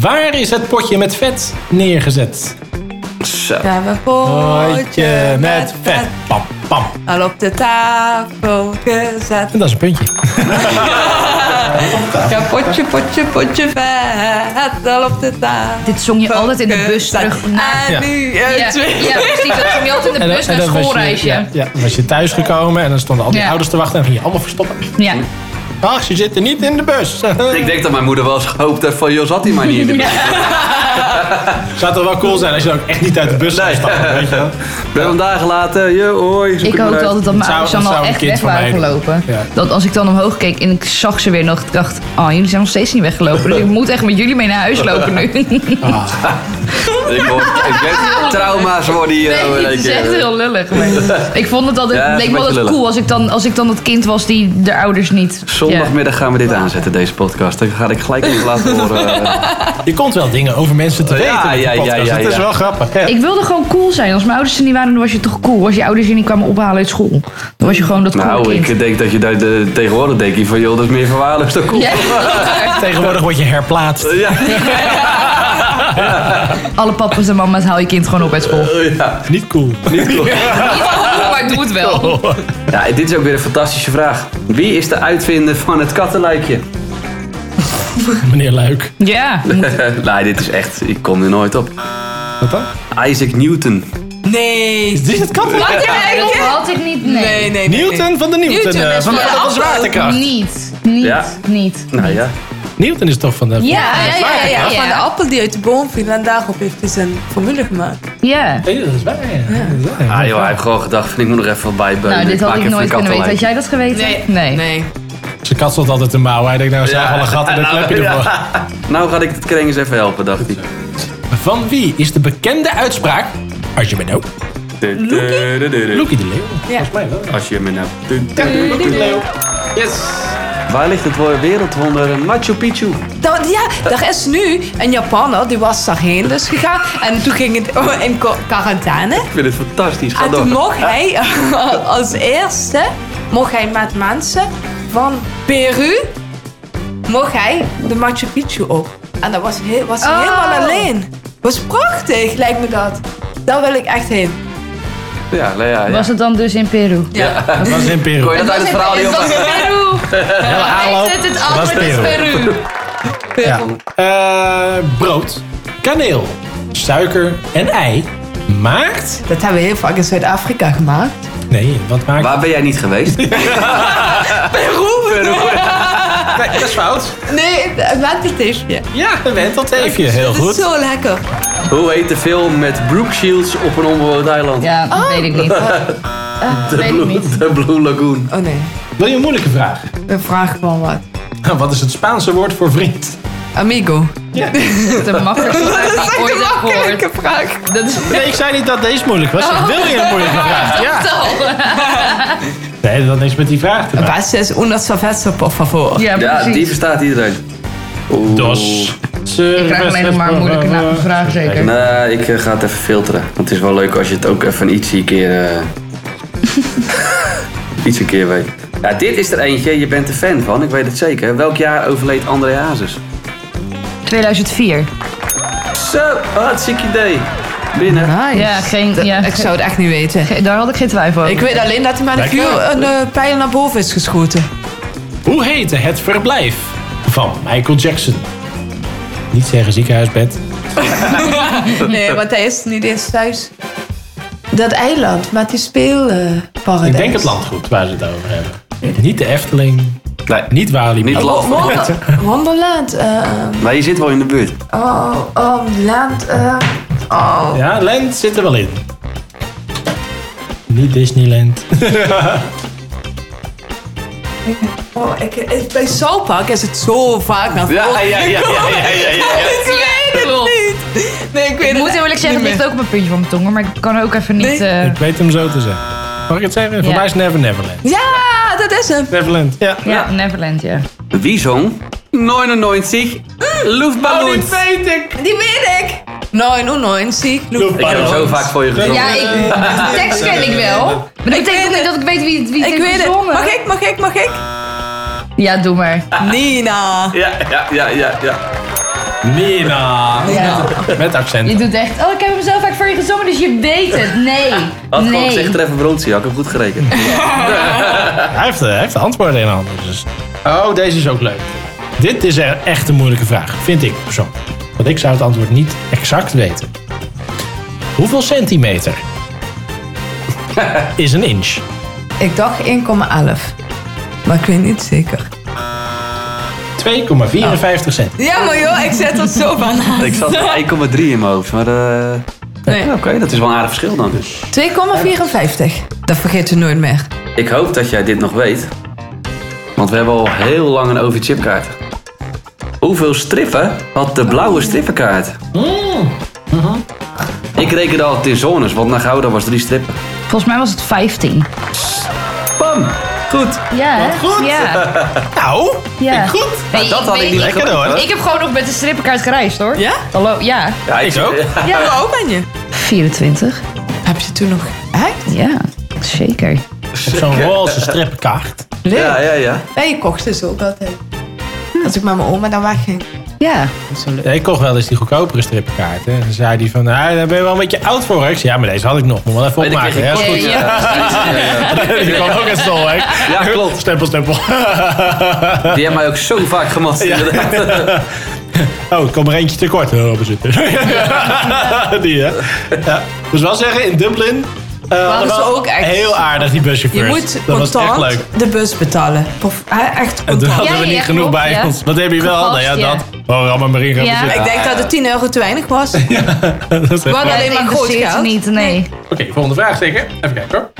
[SPEAKER 3] Waar is het potje met vet neergezet?
[SPEAKER 2] Zo.
[SPEAKER 5] We hebben een potje met vet.
[SPEAKER 3] Pam, pam.
[SPEAKER 5] Al op de tafel gezet.
[SPEAKER 3] En dat is een puntje.
[SPEAKER 5] Ja, potje, potje, potje vet. Al op de tafel.
[SPEAKER 1] Dit zong je altijd
[SPEAKER 5] eh,
[SPEAKER 1] in de bus terug naar...
[SPEAKER 5] En
[SPEAKER 3] Ja.
[SPEAKER 5] nu eh,
[SPEAKER 1] Ja,
[SPEAKER 5] twee.
[SPEAKER 1] ja, precies. Dat zong je altijd in de
[SPEAKER 5] Dus
[SPEAKER 1] bus naar het
[SPEAKER 3] was je,
[SPEAKER 1] schoolreisje.
[SPEAKER 3] ja, ja, dan was je thuisgekomen en dan stonden al die
[SPEAKER 1] Ja.
[SPEAKER 3] ouders te wachten en dan ging je allemaal verstoppen.
[SPEAKER 1] Ja.
[SPEAKER 3] Ach, ze zitten niet in de bus.
[SPEAKER 2] Ik denk dat mijn moeder wel eens gehoopt heeft van, joh, zat hij maar niet in de bus.
[SPEAKER 3] Zou toch wel cool zijn als je dan ook echt niet uit de bus zou stappen, weet je wel?
[SPEAKER 2] Ik ben hem daar gelaten. Je, hoi. zoek
[SPEAKER 1] Ik
[SPEAKER 2] hem
[SPEAKER 1] hoopte
[SPEAKER 2] uit.
[SPEAKER 1] altijd dat mijn
[SPEAKER 3] zou-
[SPEAKER 1] ouders
[SPEAKER 3] dat
[SPEAKER 1] dan al
[SPEAKER 3] zou een
[SPEAKER 1] echt
[SPEAKER 3] kind
[SPEAKER 1] weg
[SPEAKER 3] van
[SPEAKER 1] waren
[SPEAKER 3] mij doen.
[SPEAKER 1] gelopen.
[SPEAKER 3] Ja.
[SPEAKER 1] Dat als ik dan omhoog keek en ik zag ze weer nog, ik dacht, oh, jullie zijn nog steeds niet weggelopen. Dus ik moet echt met jullie mee naar huis lopen nu.
[SPEAKER 2] Ik, hoor, ik weet, trauma's worden hier.
[SPEAKER 1] Nee,
[SPEAKER 2] hoor,
[SPEAKER 1] het
[SPEAKER 2] ik,
[SPEAKER 1] is
[SPEAKER 2] eh,
[SPEAKER 1] echt heel lullig. maar ik vond het altijd,
[SPEAKER 2] Ja,
[SPEAKER 1] het
[SPEAKER 2] het is
[SPEAKER 1] leek me
[SPEAKER 2] een beetje
[SPEAKER 1] altijd
[SPEAKER 2] lullig.
[SPEAKER 1] cool als ik, dan, als ik dan dat kind was die de ouders niet... Ja.
[SPEAKER 2] Zondagmiddag gaan we dit aanzetten, deze podcast. Dan ga ik gelijk even laten horen.
[SPEAKER 3] Je komt wel dingen over mensen te
[SPEAKER 2] Ja,
[SPEAKER 3] weten met die
[SPEAKER 2] ja, ja,
[SPEAKER 3] podcast. dus
[SPEAKER 2] ja,
[SPEAKER 3] Het is
[SPEAKER 2] ja.
[SPEAKER 3] wel grappig. Ja.
[SPEAKER 1] Ik wilde gewoon cool zijn. Als mijn ouders er niet waren, dan was je toch cool. Als je ouders je niet kwamen ophalen uit school, dan was je gewoon dat cool
[SPEAKER 2] Nou,
[SPEAKER 1] kind.
[SPEAKER 2] ik denk dat je daar de, tegenwoordig denk je van, joh, dat is meer verwaarloosd dan cool.
[SPEAKER 1] Ja,
[SPEAKER 3] Tegenwoordig word je herplaatst.
[SPEAKER 2] Ja,
[SPEAKER 1] alle papa's en mama's haal je kind gewoon op uit school.
[SPEAKER 2] Oh, ja.
[SPEAKER 3] Niet cool.
[SPEAKER 2] Niet cool.
[SPEAKER 1] Niet cool, maar doe het wel.
[SPEAKER 2] Ja, dit is ook weer een fantastische vraag. Wie is de uitvinder van het kattenluikje?
[SPEAKER 3] Meneer Luik.
[SPEAKER 1] Ja.
[SPEAKER 2] nee, Nou, dit is echt, ik kom er nooit op.
[SPEAKER 3] Wat dan?
[SPEAKER 2] Isaac Newton.
[SPEAKER 5] Nee.
[SPEAKER 3] Is het kat?
[SPEAKER 5] Wat je
[SPEAKER 1] Dat
[SPEAKER 5] eigenlijk?
[SPEAKER 1] had ik niet. Nee.
[SPEAKER 5] Nee, nee, nee.
[SPEAKER 3] Newton van de Newton.
[SPEAKER 5] Newton
[SPEAKER 3] eh,
[SPEAKER 5] is
[SPEAKER 3] van de,
[SPEAKER 5] van de
[SPEAKER 3] van de
[SPEAKER 5] afstand.
[SPEAKER 3] zwaartekracht.
[SPEAKER 1] Niet. Niet.
[SPEAKER 2] Ja.
[SPEAKER 1] Niet.
[SPEAKER 2] Nou ja.
[SPEAKER 3] Ah, Newton is toch van de...
[SPEAKER 1] Ja, ja, ja, ja,
[SPEAKER 5] Van de
[SPEAKER 1] ja.
[SPEAKER 5] appel die uit de boom viel en daarop heeft hij zijn formule gemaakt.
[SPEAKER 1] Ja.
[SPEAKER 3] Nee, dat is waar. ja. Dat is waar.
[SPEAKER 2] Ah joh, hij heeft gewoon gedacht van, ik moet nog even wat bijbeunen.
[SPEAKER 1] Nou, dit
[SPEAKER 2] Ik
[SPEAKER 1] had
[SPEAKER 2] maak
[SPEAKER 1] ik
[SPEAKER 2] even
[SPEAKER 1] nooit
[SPEAKER 2] een
[SPEAKER 1] kunnen weten. Had
[SPEAKER 2] kattenluikje.
[SPEAKER 1] jij dat geweten?
[SPEAKER 5] Nee.
[SPEAKER 3] Ze katselt altijd de mouw. Hij denkt, nou, zagen
[SPEAKER 2] Ja.
[SPEAKER 3] alle gaten, dan klep je ervoor.
[SPEAKER 2] Nou ga ik het kring eens even helpen, dacht hij.
[SPEAKER 3] Van wie is de bekende uitspraak... Als je me nou... Loekie de Leeuw. Volgens mij wel.
[SPEAKER 2] Als je me nou...
[SPEAKER 3] Loekie de Leeuw.
[SPEAKER 2] Waar ligt het wereldwonder Machu Picchu?
[SPEAKER 5] Dan, ja, daar is nu een Japanner, die was daarheen dus gegaan. En toen ging het oh, in qua- quarantaine.
[SPEAKER 2] Ik vind het fantastisch. Ga
[SPEAKER 5] En
[SPEAKER 2] door.
[SPEAKER 5] toen mocht hij als eerste, mocht hij met mensen van Peru, mocht hij de Machu Picchu op. En dat was, heel, was hij
[SPEAKER 1] Oh.
[SPEAKER 5] helemaal alleen. Was prachtig, lijkt me dat. Daar wil ik echt heen.
[SPEAKER 2] Ja, nou ja, ja.
[SPEAKER 1] Was het dan dus in Peru?
[SPEAKER 3] Dat was in Peru.
[SPEAKER 2] Kon je dat uit het verhaal niet
[SPEAKER 1] Dat
[SPEAKER 2] op?
[SPEAKER 1] is Peru.
[SPEAKER 3] Hele aanloop.
[SPEAKER 1] Het, het
[SPEAKER 3] Dat was
[SPEAKER 1] antwoord is
[SPEAKER 3] Peru.
[SPEAKER 1] Peru.
[SPEAKER 3] Ja. Eh, brood, kaneel, suiker en ei maakt...
[SPEAKER 5] Dat hebben we heel vaak in Zuid-Afrika gemaakt.
[SPEAKER 3] Nee, wat maakt...
[SPEAKER 2] Waar ben jij niet geweest?
[SPEAKER 5] Peru?
[SPEAKER 3] Nee, dat is fout.
[SPEAKER 5] Nee, met het teefje.
[SPEAKER 3] Ja, een wentelteefje. Heel
[SPEAKER 5] Dat is
[SPEAKER 3] goed.
[SPEAKER 5] zo lekker.
[SPEAKER 2] Hoe heet de film met Brooke Shields op een onbewoond eiland?
[SPEAKER 1] Ja, dat weet ik niet. Ah,
[SPEAKER 2] de,
[SPEAKER 1] weet ik
[SPEAKER 2] Blue,
[SPEAKER 1] niet.
[SPEAKER 2] de Blue Lagoon.
[SPEAKER 5] Oh nee,
[SPEAKER 3] Wil je een moeilijke vraag?
[SPEAKER 5] een vraag gewoon wat.
[SPEAKER 3] Wat is het Spaanse woord voor vriend?
[SPEAKER 5] Amigo.
[SPEAKER 3] Ja.
[SPEAKER 1] Dat is de makkelijkste vraag die ik Ah, ooit heb gehoord.
[SPEAKER 5] vraag.
[SPEAKER 1] Dat is
[SPEAKER 3] Nee, ik zei niet dat deze moeilijk was. Ik wil je een
[SPEAKER 2] Oh.
[SPEAKER 3] moeilijke vraag. Ja.
[SPEAKER 1] al.
[SPEAKER 3] Nee, dat had niks met die vraag te maken.
[SPEAKER 5] Was is onder servetsen, por favor?
[SPEAKER 1] Ja,
[SPEAKER 2] Ja,
[SPEAKER 1] precies.
[SPEAKER 2] die verstaat iedereen. Oeh.
[SPEAKER 3] Dos.
[SPEAKER 1] Ik krijg alleen nog maar moeilijke na- vragen, zeker.
[SPEAKER 2] Nee, ik eh, ga het even filteren. Want het is wel leuk als je het ook even iets een keer... eh, iets een keer weet. Ja, dit is er eentje. Je bent er fan van, ik weet het zeker. Welk jaar overleed André Hazes?
[SPEAKER 1] 2004.
[SPEAKER 2] Zo, hartstikke idee. Binnen.
[SPEAKER 1] Ja, geen, ja,
[SPEAKER 5] Ik zou het echt niet weten.
[SPEAKER 1] ge- daar had ik geen twijfel over.
[SPEAKER 5] Ik weet alleen dat hij met een,
[SPEAKER 3] Lekker.
[SPEAKER 5] vuur, een eh, pijl naar boven is geschoten.
[SPEAKER 3] Hoe heette het verblijf van Michael Jackson? Niet zeggen ziekenhuisbed.
[SPEAKER 2] Oh,
[SPEAKER 9] Nee, want hij is niet eens thuis. Dat eiland met die speelparadijs.
[SPEAKER 3] Ik denk het landgoed waar ze het over hebben. Niet de Efteling.
[SPEAKER 2] Nee,
[SPEAKER 3] Niet Walibi.
[SPEAKER 2] niet laf.
[SPEAKER 9] Wonderland. eh,
[SPEAKER 2] Maar je zit wel in de buurt.
[SPEAKER 9] oh, oh, land. eh, oh.
[SPEAKER 3] Ja, Land zit er wel in. Niet Disneyland.
[SPEAKER 5] Oh, ik, ik- bij South Park is het zo vaak naar voren.
[SPEAKER 2] Ja, ja, ja, ja, ja, ja, ja.
[SPEAKER 5] Ik weet het niet. Nee, ik weet
[SPEAKER 1] Ik
[SPEAKER 5] het
[SPEAKER 1] moet eerlijk zeggen, het
[SPEAKER 5] niet
[SPEAKER 1] ligt ook op een puntje van mijn tong, hoor, maar ik kan ook even niet...
[SPEAKER 5] Nee.
[SPEAKER 1] eh,
[SPEAKER 3] Ik weet hem zo te zeggen. Mag ik het zeggen? Voor
[SPEAKER 1] Ja.
[SPEAKER 3] mij is Never Neverland.
[SPEAKER 5] Ja, dat is hem.
[SPEAKER 3] Neverland, ja.
[SPEAKER 1] ja, Neverland, ja.
[SPEAKER 2] Wie zong? 99 Luftballons.
[SPEAKER 1] Oh,
[SPEAKER 5] weet ik. Die weet ik. oh, 99
[SPEAKER 2] Ik heb hem zo vaak voor je gezongen.
[SPEAKER 1] Ja, ik, de tekst ken ik wel. Maar dat betekent ook
[SPEAKER 5] het.
[SPEAKER 1] niet dat ik weet wie, wie
[SPEAKER 5] Ik
[SPEAKER 1] dit
[SPEAKER 5] weet het.
[SPEAKER 1] gezongen.
[SPEAKER 5] Mag ik, mag ik, mag ik?
[SPEAKER 1] Ja, doe maar.
[SPEAKER 5] Nina.
[SPEAKER 2] Ja, ja, ja, ja, ja.
[SPEAKER 3] Nina.
[SPEAKER 1] Ja.
[SPEAKER 3] Met accent.
[SPEAKER 1] Je doet echt, oh, ik heb hem zo vaak voor je gezongen, dus je weet het. Nee,
[SPEAKER 2] Had gewoon
[SPEAKER 1] nee.
[SPEAKER 2] gezegd er even bronzen, had ik hem goed gerekend.
[SPEAKER 3] Hij heeft, eh, hij heeft de antwoorden in handen. Dus. Oh, deze is ook leuk. Dit is e- echt een moeilijke vraag, vind ik persoonlijk. Want ik zou het antwoord niet exact weten. Hoeveel centimeter is een inch?
[SPEAKER 5] Ik dacht 1,11. Maar ik weet niet zeker.
[SPEAKER 3] 2,54 cent.
[SPEAKER 5] Ja, maar joh, ik zet het zo van aan.
[SPEAKER 2] Ik zat met 1,3 in mijn hoofd, maar eh,
[SPEAKER 5] Nee.
[SPEAKER 2] ja, oké, dat is wel een aardig verschil dan. dus.
[SPEAKER 5] 2,54. Dat vergeet je nooit meer.
[SPEAKER 2] Ik hoop dat jij dit nog weet, want we hebben al heel lang een overchipkaart. Hoeveel strippen had de blauwe strippenkaart?
[SPEAKER 1] Mm. Mhm.
[SPEAKER 2] Ik reken altijd in zones, want naar Gouda was drie strippen.
[SPEAKER 1] Volgens mij was het 15.
[SPEAKER 2] Bam! Goed!
[SPEAKER 1] Ja, hè?
[SPEAKER 3] goed.
[SPEAKER 1] Ja,
[SPEAKER 3] Nou,
[SPEAKER 1] ja. goed.
[SPEAKER 2] Nou, dat had ik
[SPEAKER 1] weet-
[SPEAKER 2] niet
[SPEAKER 3] lekker hoor.
[SPEAKER 1] Ik heb gewoon nog met de strippenkaart gereisd, hoor.
[SPEAKER 5] Ja?
[SPEAKER 1] Hallo, ja.
[SPEAKER 2] Ja,
[SPEAKER 3] Ik ook.
[SPEAKER 5] Ja, hoe oud ben je?
[SPEAKER 1] 24.
[SPEAKER 5] Heb je toen nog... Echt?
[SPEAKER 1] Ja, zeker.
[SPEAKER 3] Zo'n roze strippenkaart.
[SPEAKER 5] Leuk.
[SPEAKER 2] Ja, ja, ja.
[SPEAKER 9] Ja, je kocht dus ook altijd.
[SPEAKER 5] Hm.
[SPEAKER 9] Als ik met mijn oma dan wegging.
[SPEAKER 1] Ja.
[SPEAKER 3] Ja, ik kocht wel eens die goedkopere strippenkaart. Hè. En dan zei hij van, ah, daar ben je wel een beetje oud voor. hè?" Ik zei, ja, maar deze had ik nog. Moet wel even
[SPEAKER 2] Nee, dan
[SPEAKER 3] opmaken.
[SPEAKER 2] kreeg
[SPEAKER 3] hè.
[SPEAKER 2] ik
[SPEAKER 3] Is
[SPEAKER 2] kost.
[SPEAKER 3] goed. Die kwam ook uit stol, hè.
[SPEAKER 2] Ja, klopt.
[SPEAKER 3] Stempel, stempel.
[SPEAKER 2] Die hebben mij ook zo vaak gemast. inderdaad.
[SPEAKER 3] Oh, ik kom er eentje tekort. Oh, we zitten. die, hè? Ja. Dus wel zeggen, in Dublin... eh,
[SPEAKER 5] Hadden ze
[SPEAKER 3] wel
[SPEAKER 5] ook echt-
[SPEAKER 3] Heel aardig, die
[SPEAKER 5] Je
[SPEAKER 3] buschauffeurs.
[SPEAKER 5] moet
[SPEAKER 3] Dat was echt
[SPEAKER 5] contant
[SPEAKER 3] leuk.
[SPEAKER 5] de bus betalen. Of, eh, echt
[SPEAKER 3] En toen
[SPEAKER 5] contant.
[SPEAKER 3] hadden
[SPEAKER 1] Ja,
[SPEAKER 3] we
[SPEAKER 1] ja,
[SPEAKER 3] niet
[SPEAKER 1] ja,
[SPEAKER 3] genoeg
[SPEAKER 1] klopt,
[SPEAKER 3] bij
[SPEAKER 1] ja.
[SPEAKER 3] ons. Wat heb je wel?
[SPEAKER 1] Gepast,
[SPEAKER 3] nou ja,
[SPEAKER 1] ja.
[SPEAKER 3] dat. Oh, we allemaal maar in gaan
[SPEAKER 1] Ja.
[SPEAKER 3] zitten.
[SPEAKER 5] Ik denk dat het 10 euro te weinig was.
[SPEAKER 3] Dat is echt
[SPEAKER 5] Wat alleen
[SPEAKER 1] Het
[SPEAKER 3] leuk.
[SPEAKER 5] maar groot
[SPEAKER 1] interesseert
[SPEAKER 5] geld.
[SPEAKER 1] niet, nee.
[SPEAKER 3] Oké, volgende vraag zeker. Even kijken hoor.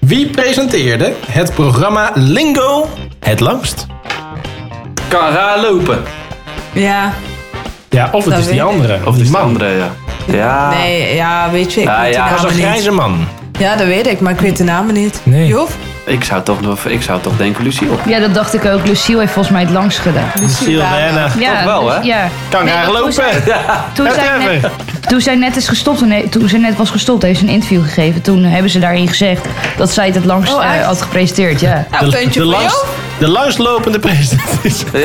[SPEAKER 3] Wie presenteerde het programma Lingo het langst?
[SPEAKER 2] Kan raar lopen.
[SPEAKER 5] Ja,
[SPEAKER 3] Ja, of het
[SPEAKER 5] Dat
[SPEAKER 3] is die
[SPEAKER 5] weet ik.
[SPEAKER 3] andere.
[SPEAKER 2] Of die
[SPEAKER 3] man.
[SPEAKER 2] andere, ja. Ja.
[SPEAKER 5] nee, ja, weet je, ik
[SPEAKER 2] Ja,
[SPEAKER 5] weet
[SPEAKER 2] ja,
[SPEAKER 5] de
[SPEAKER 3] Dat
[SPEAKER 5] namen
[SPEAKER 3] was een
[SPEAKER 5] niet.
[SPEAKER 3] grijze man.
[SPEAKER 5] Ja, dat weet ik, maar ik weet de namen niet.
[SPEAKER 3] Nee.
[SPEAKER 5] Jof?
[SPEAKER 2] Ik zou toch, nog- ik zou toch denken Luciel.
[SPEAKER 1] Ja, dat dacht ik ook. Luciel heeft volgens mij het langst gedaan.
[SPEAKER 3] Lucille Werner.
[SPEAKER 1] Ja, dus-
[SPEAKER 2] wel, hè?
[SPEAKER 1] Ja.
[SPEAKER 3] Kan
[SPEAKER 1] Nee,
[SPEAKER 3] haar
[SPEAKER 1] maar toen zij-
[SPEAKER 3] lopen.
[SPEAKER 1] Toen
[SPEAKER 3] Het
[SPEAKER 1] zij, net,
[SPEAKER 3] even.
[SPEAKER 1] toen zij net is gestopt, en he- toen zij net was gestopt, heeft ze een interview gegeven. Toen hebben ze daarin gezegd dat zij het het langst
[SPEAKER 5] Oh,
[SPEAKER 1] eh,
[SPEAKER 5] echt?
[SPEAKER 1] had gepresenteerd. Ja.
[SPEAKER 5] Nou, puntje voor
[SPEAKER 3] langst-
[SPEAKER 5] jou.
[SPEAKER 3] de langstlopende presentatie.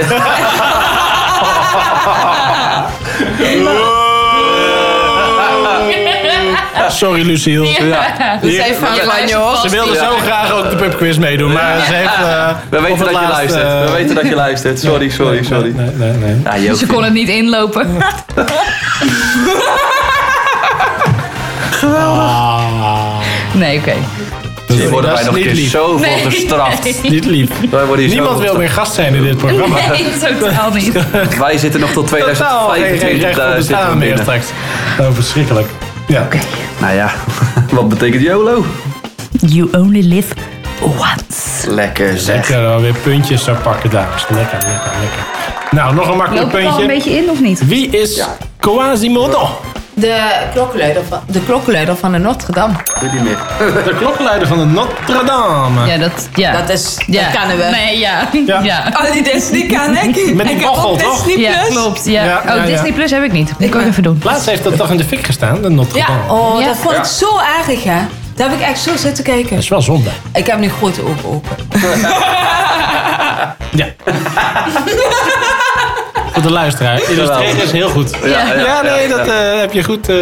[SPEAKER 3] Wow. Sorry Lucille.
[SPEAKER 5] We zijn
[SPEAKER 2] Ja,
[SPEAKER 5] fan van Jof.
[SPEAKER 3] Ze wilde
[SPEAKER 2] Ja.
[SPEAKER 3] zo graag ook de pubquiz meedoen, maar ze heeft... eh,
[SPEAKER 2] We
[SPEAKER 3] op
[SPEAKER 2] weten
[SPEAKER 3] het
[SPEAKER 2] dat je
[SPEAKER 3] laatst,
[SPEAKER 2] luistert.
[SPEAKER 3] eh,
[SPEAKER 2] We weten dat je luistert. Sorry, sorry, sorry.
[SPEAKER 3] Nee, nee, nee.
[SPEAKER 2] Ja, Joop.
[SPEAKER 1] Ze kon het niet inlopen.
[SPEAKER 3] Ah.
[SPEAKER 1] Nee, oké.
[SPEAKER 2] Hier Oh. worden wij
[SPEAKER 3] dat is
[SPEAKER 2] nog een
[SPEAKER 3] niet
[SPEAKER 2] keer
[SPEAKER 3] lief.
[SPEAKER 2] zoveel gestraft.
[SPEAKER 3] Niet lief.
[SPEAKER 2] Wij worden hier
[SPEAKER 3] Niemand wil
[SPEAKER 2] zoveel
[SPEAKER 3] meer gast zijn in dit programma.
[SPEAKER 1] Nee, totaal niet.
[SPEAKER 2] gestraft. Wij zitten nog tot
[SPEAKER 3] Totaal geen, geen
[SPEAKER 2] 2025.
[SPEAKER 3] recht
[SPEAKER 2] eh, zitten we
[SPEAKER 3] op bestaan meer
[SPEAKER 2] binnen.
[SPEAKER 3] straks. Oh, verschrikkelijk. Ja.
[SPEAKER 2] Nou ja, wat betekent YOLO?
[SPEAKER 1] You only live once.
[SPEAKER 2] Lekker zeg.
[SPEAKER 3] eh, Lekker, oh, weer puntjes zou pakken, dames. Lekker, lekker, lekker. Nou, nog een makkelijk
[SPEAKER 10] Loop ik al een
[SPEAKER 3] puntje.
[SPEAKER 10] beetje in of niet?
[SPEAKER 3] Wie is Quasimodo?
[SPEAKER 5] De klokkenluider van de, klokkenluider van de Notre Dame.
[SPEAKER 2] Doe die meer.
[SPEAKER 3] De klokkenluider van de Notre Dame.
[SPEAKER 1] Ja, dat, ja.
[SPEAKER 5] Dat is,
[SPEAKER 1] ja.
[SPEAKER 5] dat kennen we.
[SPEAKER 1] Nee, ja.
[SPEAKER 3] Ja.
[SPEAKER 1] Ja, Oh,
[SPEAKER 5] Oh, die Disney kan ik.
[SPEAKER 3] Met die
[SPEAKER 5] ik heb
[SPEAKER 3] bochel,
[SPEAKER 5] ook
[SPEAKER 3] toch?
[SPEAKER 5] Disney
[SPEAKER 1] Ja,
[SPEAKER 5] Plus.
[SPEAKER 1] klopt. Ja.
[SPEAKER 3] Ja, ja,
[SPEAKER 1] oh,
[SPEAKER 3] ja.
[SPEAKER 1] Disney Plus heb ik niet. Moet ik ook even doen.
[SPEAKER 3] Laatst heeft dat toch in de fik gestaan, de Notre Dame.
[SPEAKER 5] Ja, oh,
[SPEAKER 1] Ja.
[SPEAKER 5] dat vond ik zo erg, hè. Daar heb ik echt zo zitten kijken.
[SPEAKER 3] Dat is wel zonde.
[SPEAKER 5] Ik heb nu grote ogen open.
[SPEAKER 3] Ja. Voor de luisteraar. Illustreren is heel goed.
[SPEAKER 2] Ja,
[SPEAKER 3] Ja, nee, dat
[SPEAKER 2] ja.
[SPEAKER 3] eh, heb je goed. eh,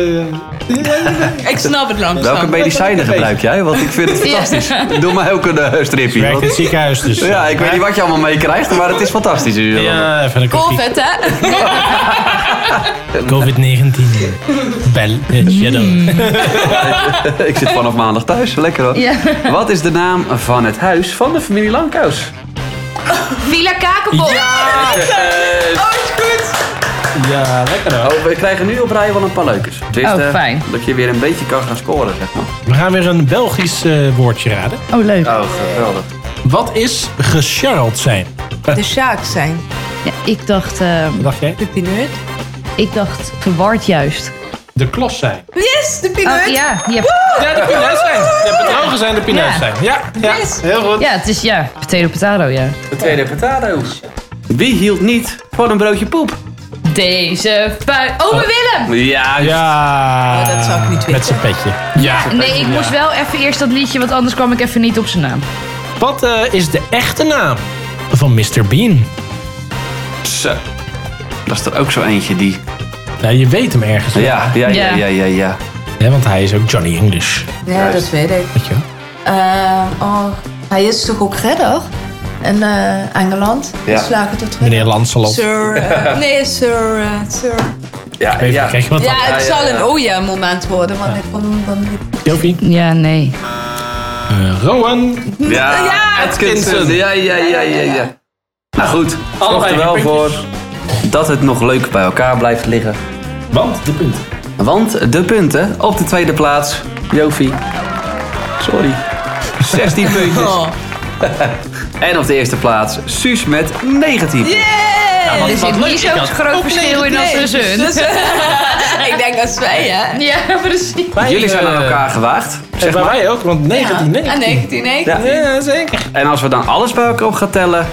[SPEAKER 5] Ik snap het langzaam.
[SPEAKER 2] Welke medicijnen gebruik jij? Want ik vind het fantastisch. Doe maar ook een eh,
[SPEAKER 3] je
[SPEAKER 2] stripje.
[SPEAKER 3] werkt in het
[SPEAKER 2] want-
[SPEAKER 3] ziekenhuis, dus.
[SPEAKER 2] Ja, ik weet niet wat je allemaal meekrijgt, maar het is fantastisch. hier.
[SPEAKER 3] Ja, even een kopie.
[SPEAKER 5] Covid, hè?
[SPEAKER 3] COVID-19. Bel. eh,
[SPEAKER 10] Mm.
[SPEAKER 3] Shadow.
[SPEAKER 2] Ik zit vanaf maandag thuis, lekker hoor.
[SPEAKER 1] Ja.
[SPEAKER 2] Wat is de naam van het huis van de familie Lankhuis?
[SPEAKER 1] Villa Kakenbol.
[SPEAKER 3] Ja!
[SPEAKER 5] Oh, is goed.
[SPEAKER 3] Ja, lekker hoor.
[SPEAKER 2] Oh, we krijgen nu op rij wel een paar leukers. Het is,
[SPEAKER 1] Oh,
[SPEAKER 2] eh,
[SPEAKER 1] fijn.
[SPEAKER 2] Dat je weer een beetje kan gaan scoren, zeg maar.
[SPEAKER 3] We gaan weer een Belgisch eh, woordje raden.
[SPEAKER 1] Oh, leuk.
[SPEAKER 2] Oh, geweldig.
[SPEAKER 3] Wat is gecharreld zijn?
[SPEAKER 5] De Sjaaks zijn.
[SPEAKER 1] Ja, ik dacht, eh,
[SPEAKER 3] Wat dacht jij?
[SPEAKER 5] De pineut.
[SPEAKER 1] ik dacht verward juist.
[SPEAKER 3] De klos zijn.
[SPEAKER 5] Yes, de pineut.
[SPEAKER 1] Oh, ja, ja,
[SPEAKER 3] Ja, de pineut zijn. De bedrogen zijn de pineut
[SPEAKER 1] Ja.
[SPEAKER 3] zijn. Ja, ja.
[SPEAKER 5] Yes.
[SPEAKER 3] heel goed.
[SPEAKER 1] ja, het is ja, potato potato, ja.
[SPEAKER 2] De tweede potato. Wie hield niet van een broodje poep?
[SPEAKER 1] Deze vuil. Oh, mijn Willem!
[SPEAKER 2] Ja,
[SPEAKER 3] Ja.
[SPEAKER 5] Oh, dat zou ik niet weten.
[SPEAKER 3] Met zijn petje. Ja.
[SPEAKER 1] Nee, ik moest wel even eerst dat liedje, want anders kwam ik even niet op zijn naam.
[SPEAKER 3] Wat eh, is de echte naam van Mr. Bean?
[SPEAKER 2] Zo. Dat is er ook zo eentje die...
[SPEAKER 3] Nou, je weet hem ergens. wel.
[SPEAKER 2] Ja, ja, ja,
[SPEAKER 1] Ja.
[SPEAKER 2] ja, ja. ja.
[SPEAKER 3] Hè, want hij is ook Johnny English.
[SPEAKER 5] Ja, dat weet ik.
[SPEAKER 3] Weet je wel?
[SPEAKER 5] Eh, oh, hij is toch ook redder? In eh, Engeland.
[SPEAKER 2] Ja.
[SPEAKER 5] Dus laat ik het terug.
[SPEAKER 3] Meneer Lancelot.
[SPEAKER 5] Sir. eh, nee, sir. eh, sir.
[SPEAKER 2] ja,
[SPEAKER 3] Even,
[SPEAKER 2] ja.
[SPEAKER 3] Kijk je wat?
[SPEAKER 5] Ja,
[SPEAKER 2] Ah, ja,
[SPEAKER 5] het
[SPEAKER 2] ja,
[SPEAKER 5] zal
[SPEAKER 2] ja.
[SPEAKER 5] een oh ja moment worden, want ik kom dan niet.
[SPEAKER 3] Jopie.
[SPEAKER 1] Ja, nee.
[SPEAKER 3] Eh, Rowan.
[SPEAKER 2] Ja,
[SPEAKER 5] Ja,
[SPEAKER 2] Atkinson. Ja, ja, ja, ja, ja. Nou goed, zorg
[SPEAKER 3] Allebei
[SPEAKER 2] er wel
[SPEAKER 3] die
[SPEAKER 2] voor
[SPEAKER 3] puntjes.
[SPEAKER 2] dat het nog leuk bij elkaar blijft liggen.
[SPEAKER 3] Want de punt.
[SPEAKER 2] Want de punten op de tweede plaats, Jofi. Sorry. 16 puntjes. En op de eerste plaats, Suus met 19.
[SPEAKER 5] Yeah!
[SPEAKER 1] Er zit niet zo'n groot verschil in als
[SPEAKER 5] Dus,
[SPEAKER 1] tussen.
[SPEAKER 5] eh, ik denk als wij, hè?
[SPEAKER 1] Ja, precies.
[SPEAKER 2] Jullie zijn aan elkaar gewaagd. Zeg maar.
[SPEAKER 3] wij eh, ook, want 19,
[SPEAKER 5] Ah, 19, nee.
[SPEAKER 2] Ja.
[SPEAKER 3] Ja, zeker.
[SPEAKER 2] En als we dan alles bij elkaar op gaan tellen,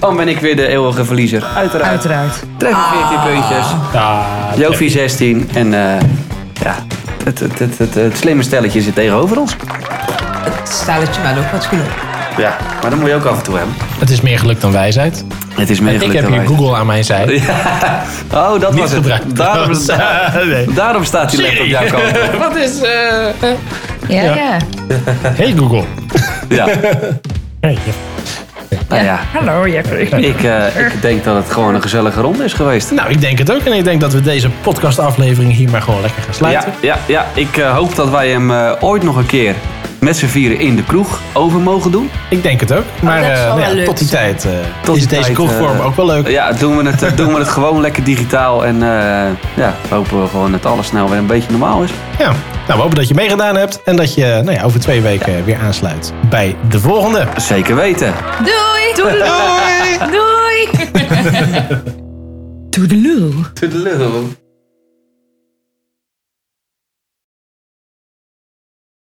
[SPEAKER 2] dan ben ik weer de eeuwige verliezer. Uiteraard.
[SPEAKER 1] Uiteraard.
[SPEAKER 2] Treffer 14 puntjes.
[SPEAKER 3] Ja,
[SPEAKER 2] Jofi 16. En eh, ja, het, het, het, het, het slimme stelletje zit tegenover ons.
[SPEAKER 5] Het stelletje wel ook wat geluk.
[SPEAKER 2] Ja, maar dat moet je ook af en toe hebben.
[SPEAKER 3] Het is meer geluk dan wijsheid.
[SPEAKER 2] Het is meer
[SPEAKER 3] En ik
[SPEAKER 2] gelukt
[SPEAKER 3] heb
[SPEAKER 2] dan
[SPEAKER 3] hier
[SPEAKER 2] wij.
[SPEAKER 3] Google aan mijn zij.
[SPEAKER 2] Oh, dat
[SPEAKER 3] Niet
[SPEAKER 2] was
[SPEAKER 3] gebruikt.
[SPEAKER 2] het. Daarom,
[SPEAKER 3] Nee.
[SPEAKER 2] daarom staat die lap op jouw kant.
[SPEAKER 3] Wat is... eh,
[SPEAKER 1] Ja, ja.
[SPEAKER 3] Hey Google.
[SPEAKER 2] Ja.
[SPEAKER 3] Hey, ja.
[SPEAKER 2] Nou ja,
[SPEAKER 1] Hallo, Jeffrey.
[SPEAKER 2] ik, eh, ik denk dat het gewoon een gezellige ronde is geweest.
[SPEAKER 3] Nou, ik denk het ook. En ik denk dat we deze podcastaflevering hier maar gewoon lekker gaan
[SPEAKER 2] Ja,
[SPEAKER 3] sluiten.
[SPEAKER 2] ja, ja. ik eh, hoop dat wij hem eh, ooit nog een keer met z'n vieren in de kroeg over mogen doen.
[SPEAKER 3] Ik denk het ook. Maar
[SPEAKER 5] Oh, dat
[SPEAKER 3] eh,
[SPEAKER 5] zal
[SPEAKER 3] nou ja,
[SPEAKER 5] wel leuk
[SPEAKER 3] tot die tijd eh,
[SPEAKER 2] Tot
[SPEAKER 3] is
[SPEAKER 2] die
[SPEAKER 3] deze
[SPEAKER 2] tijd,
[SPEAKER 3] kroegvorm
[SPEAKER 2] eh,
[SPEAKER 3] ook wel leuk.
[SPEAKER 2] Ja, doen we het, eh, doen we het gewoon lekker digitaal. En eh, ja, hopen we gewoon dat alles snel weer een beetje normaal is.
[SPEAKER 3] Ja. Nou, we hopen dat je meegedaan hebt. En dat je nou ja, over twee weken weer aansluit bij de volgende.
[SPEAKER 2] Zeker weten.
[SPEAKER 1] Doei! Doei! Doei! Doei!
[SPEAKER 2] Toedeloe.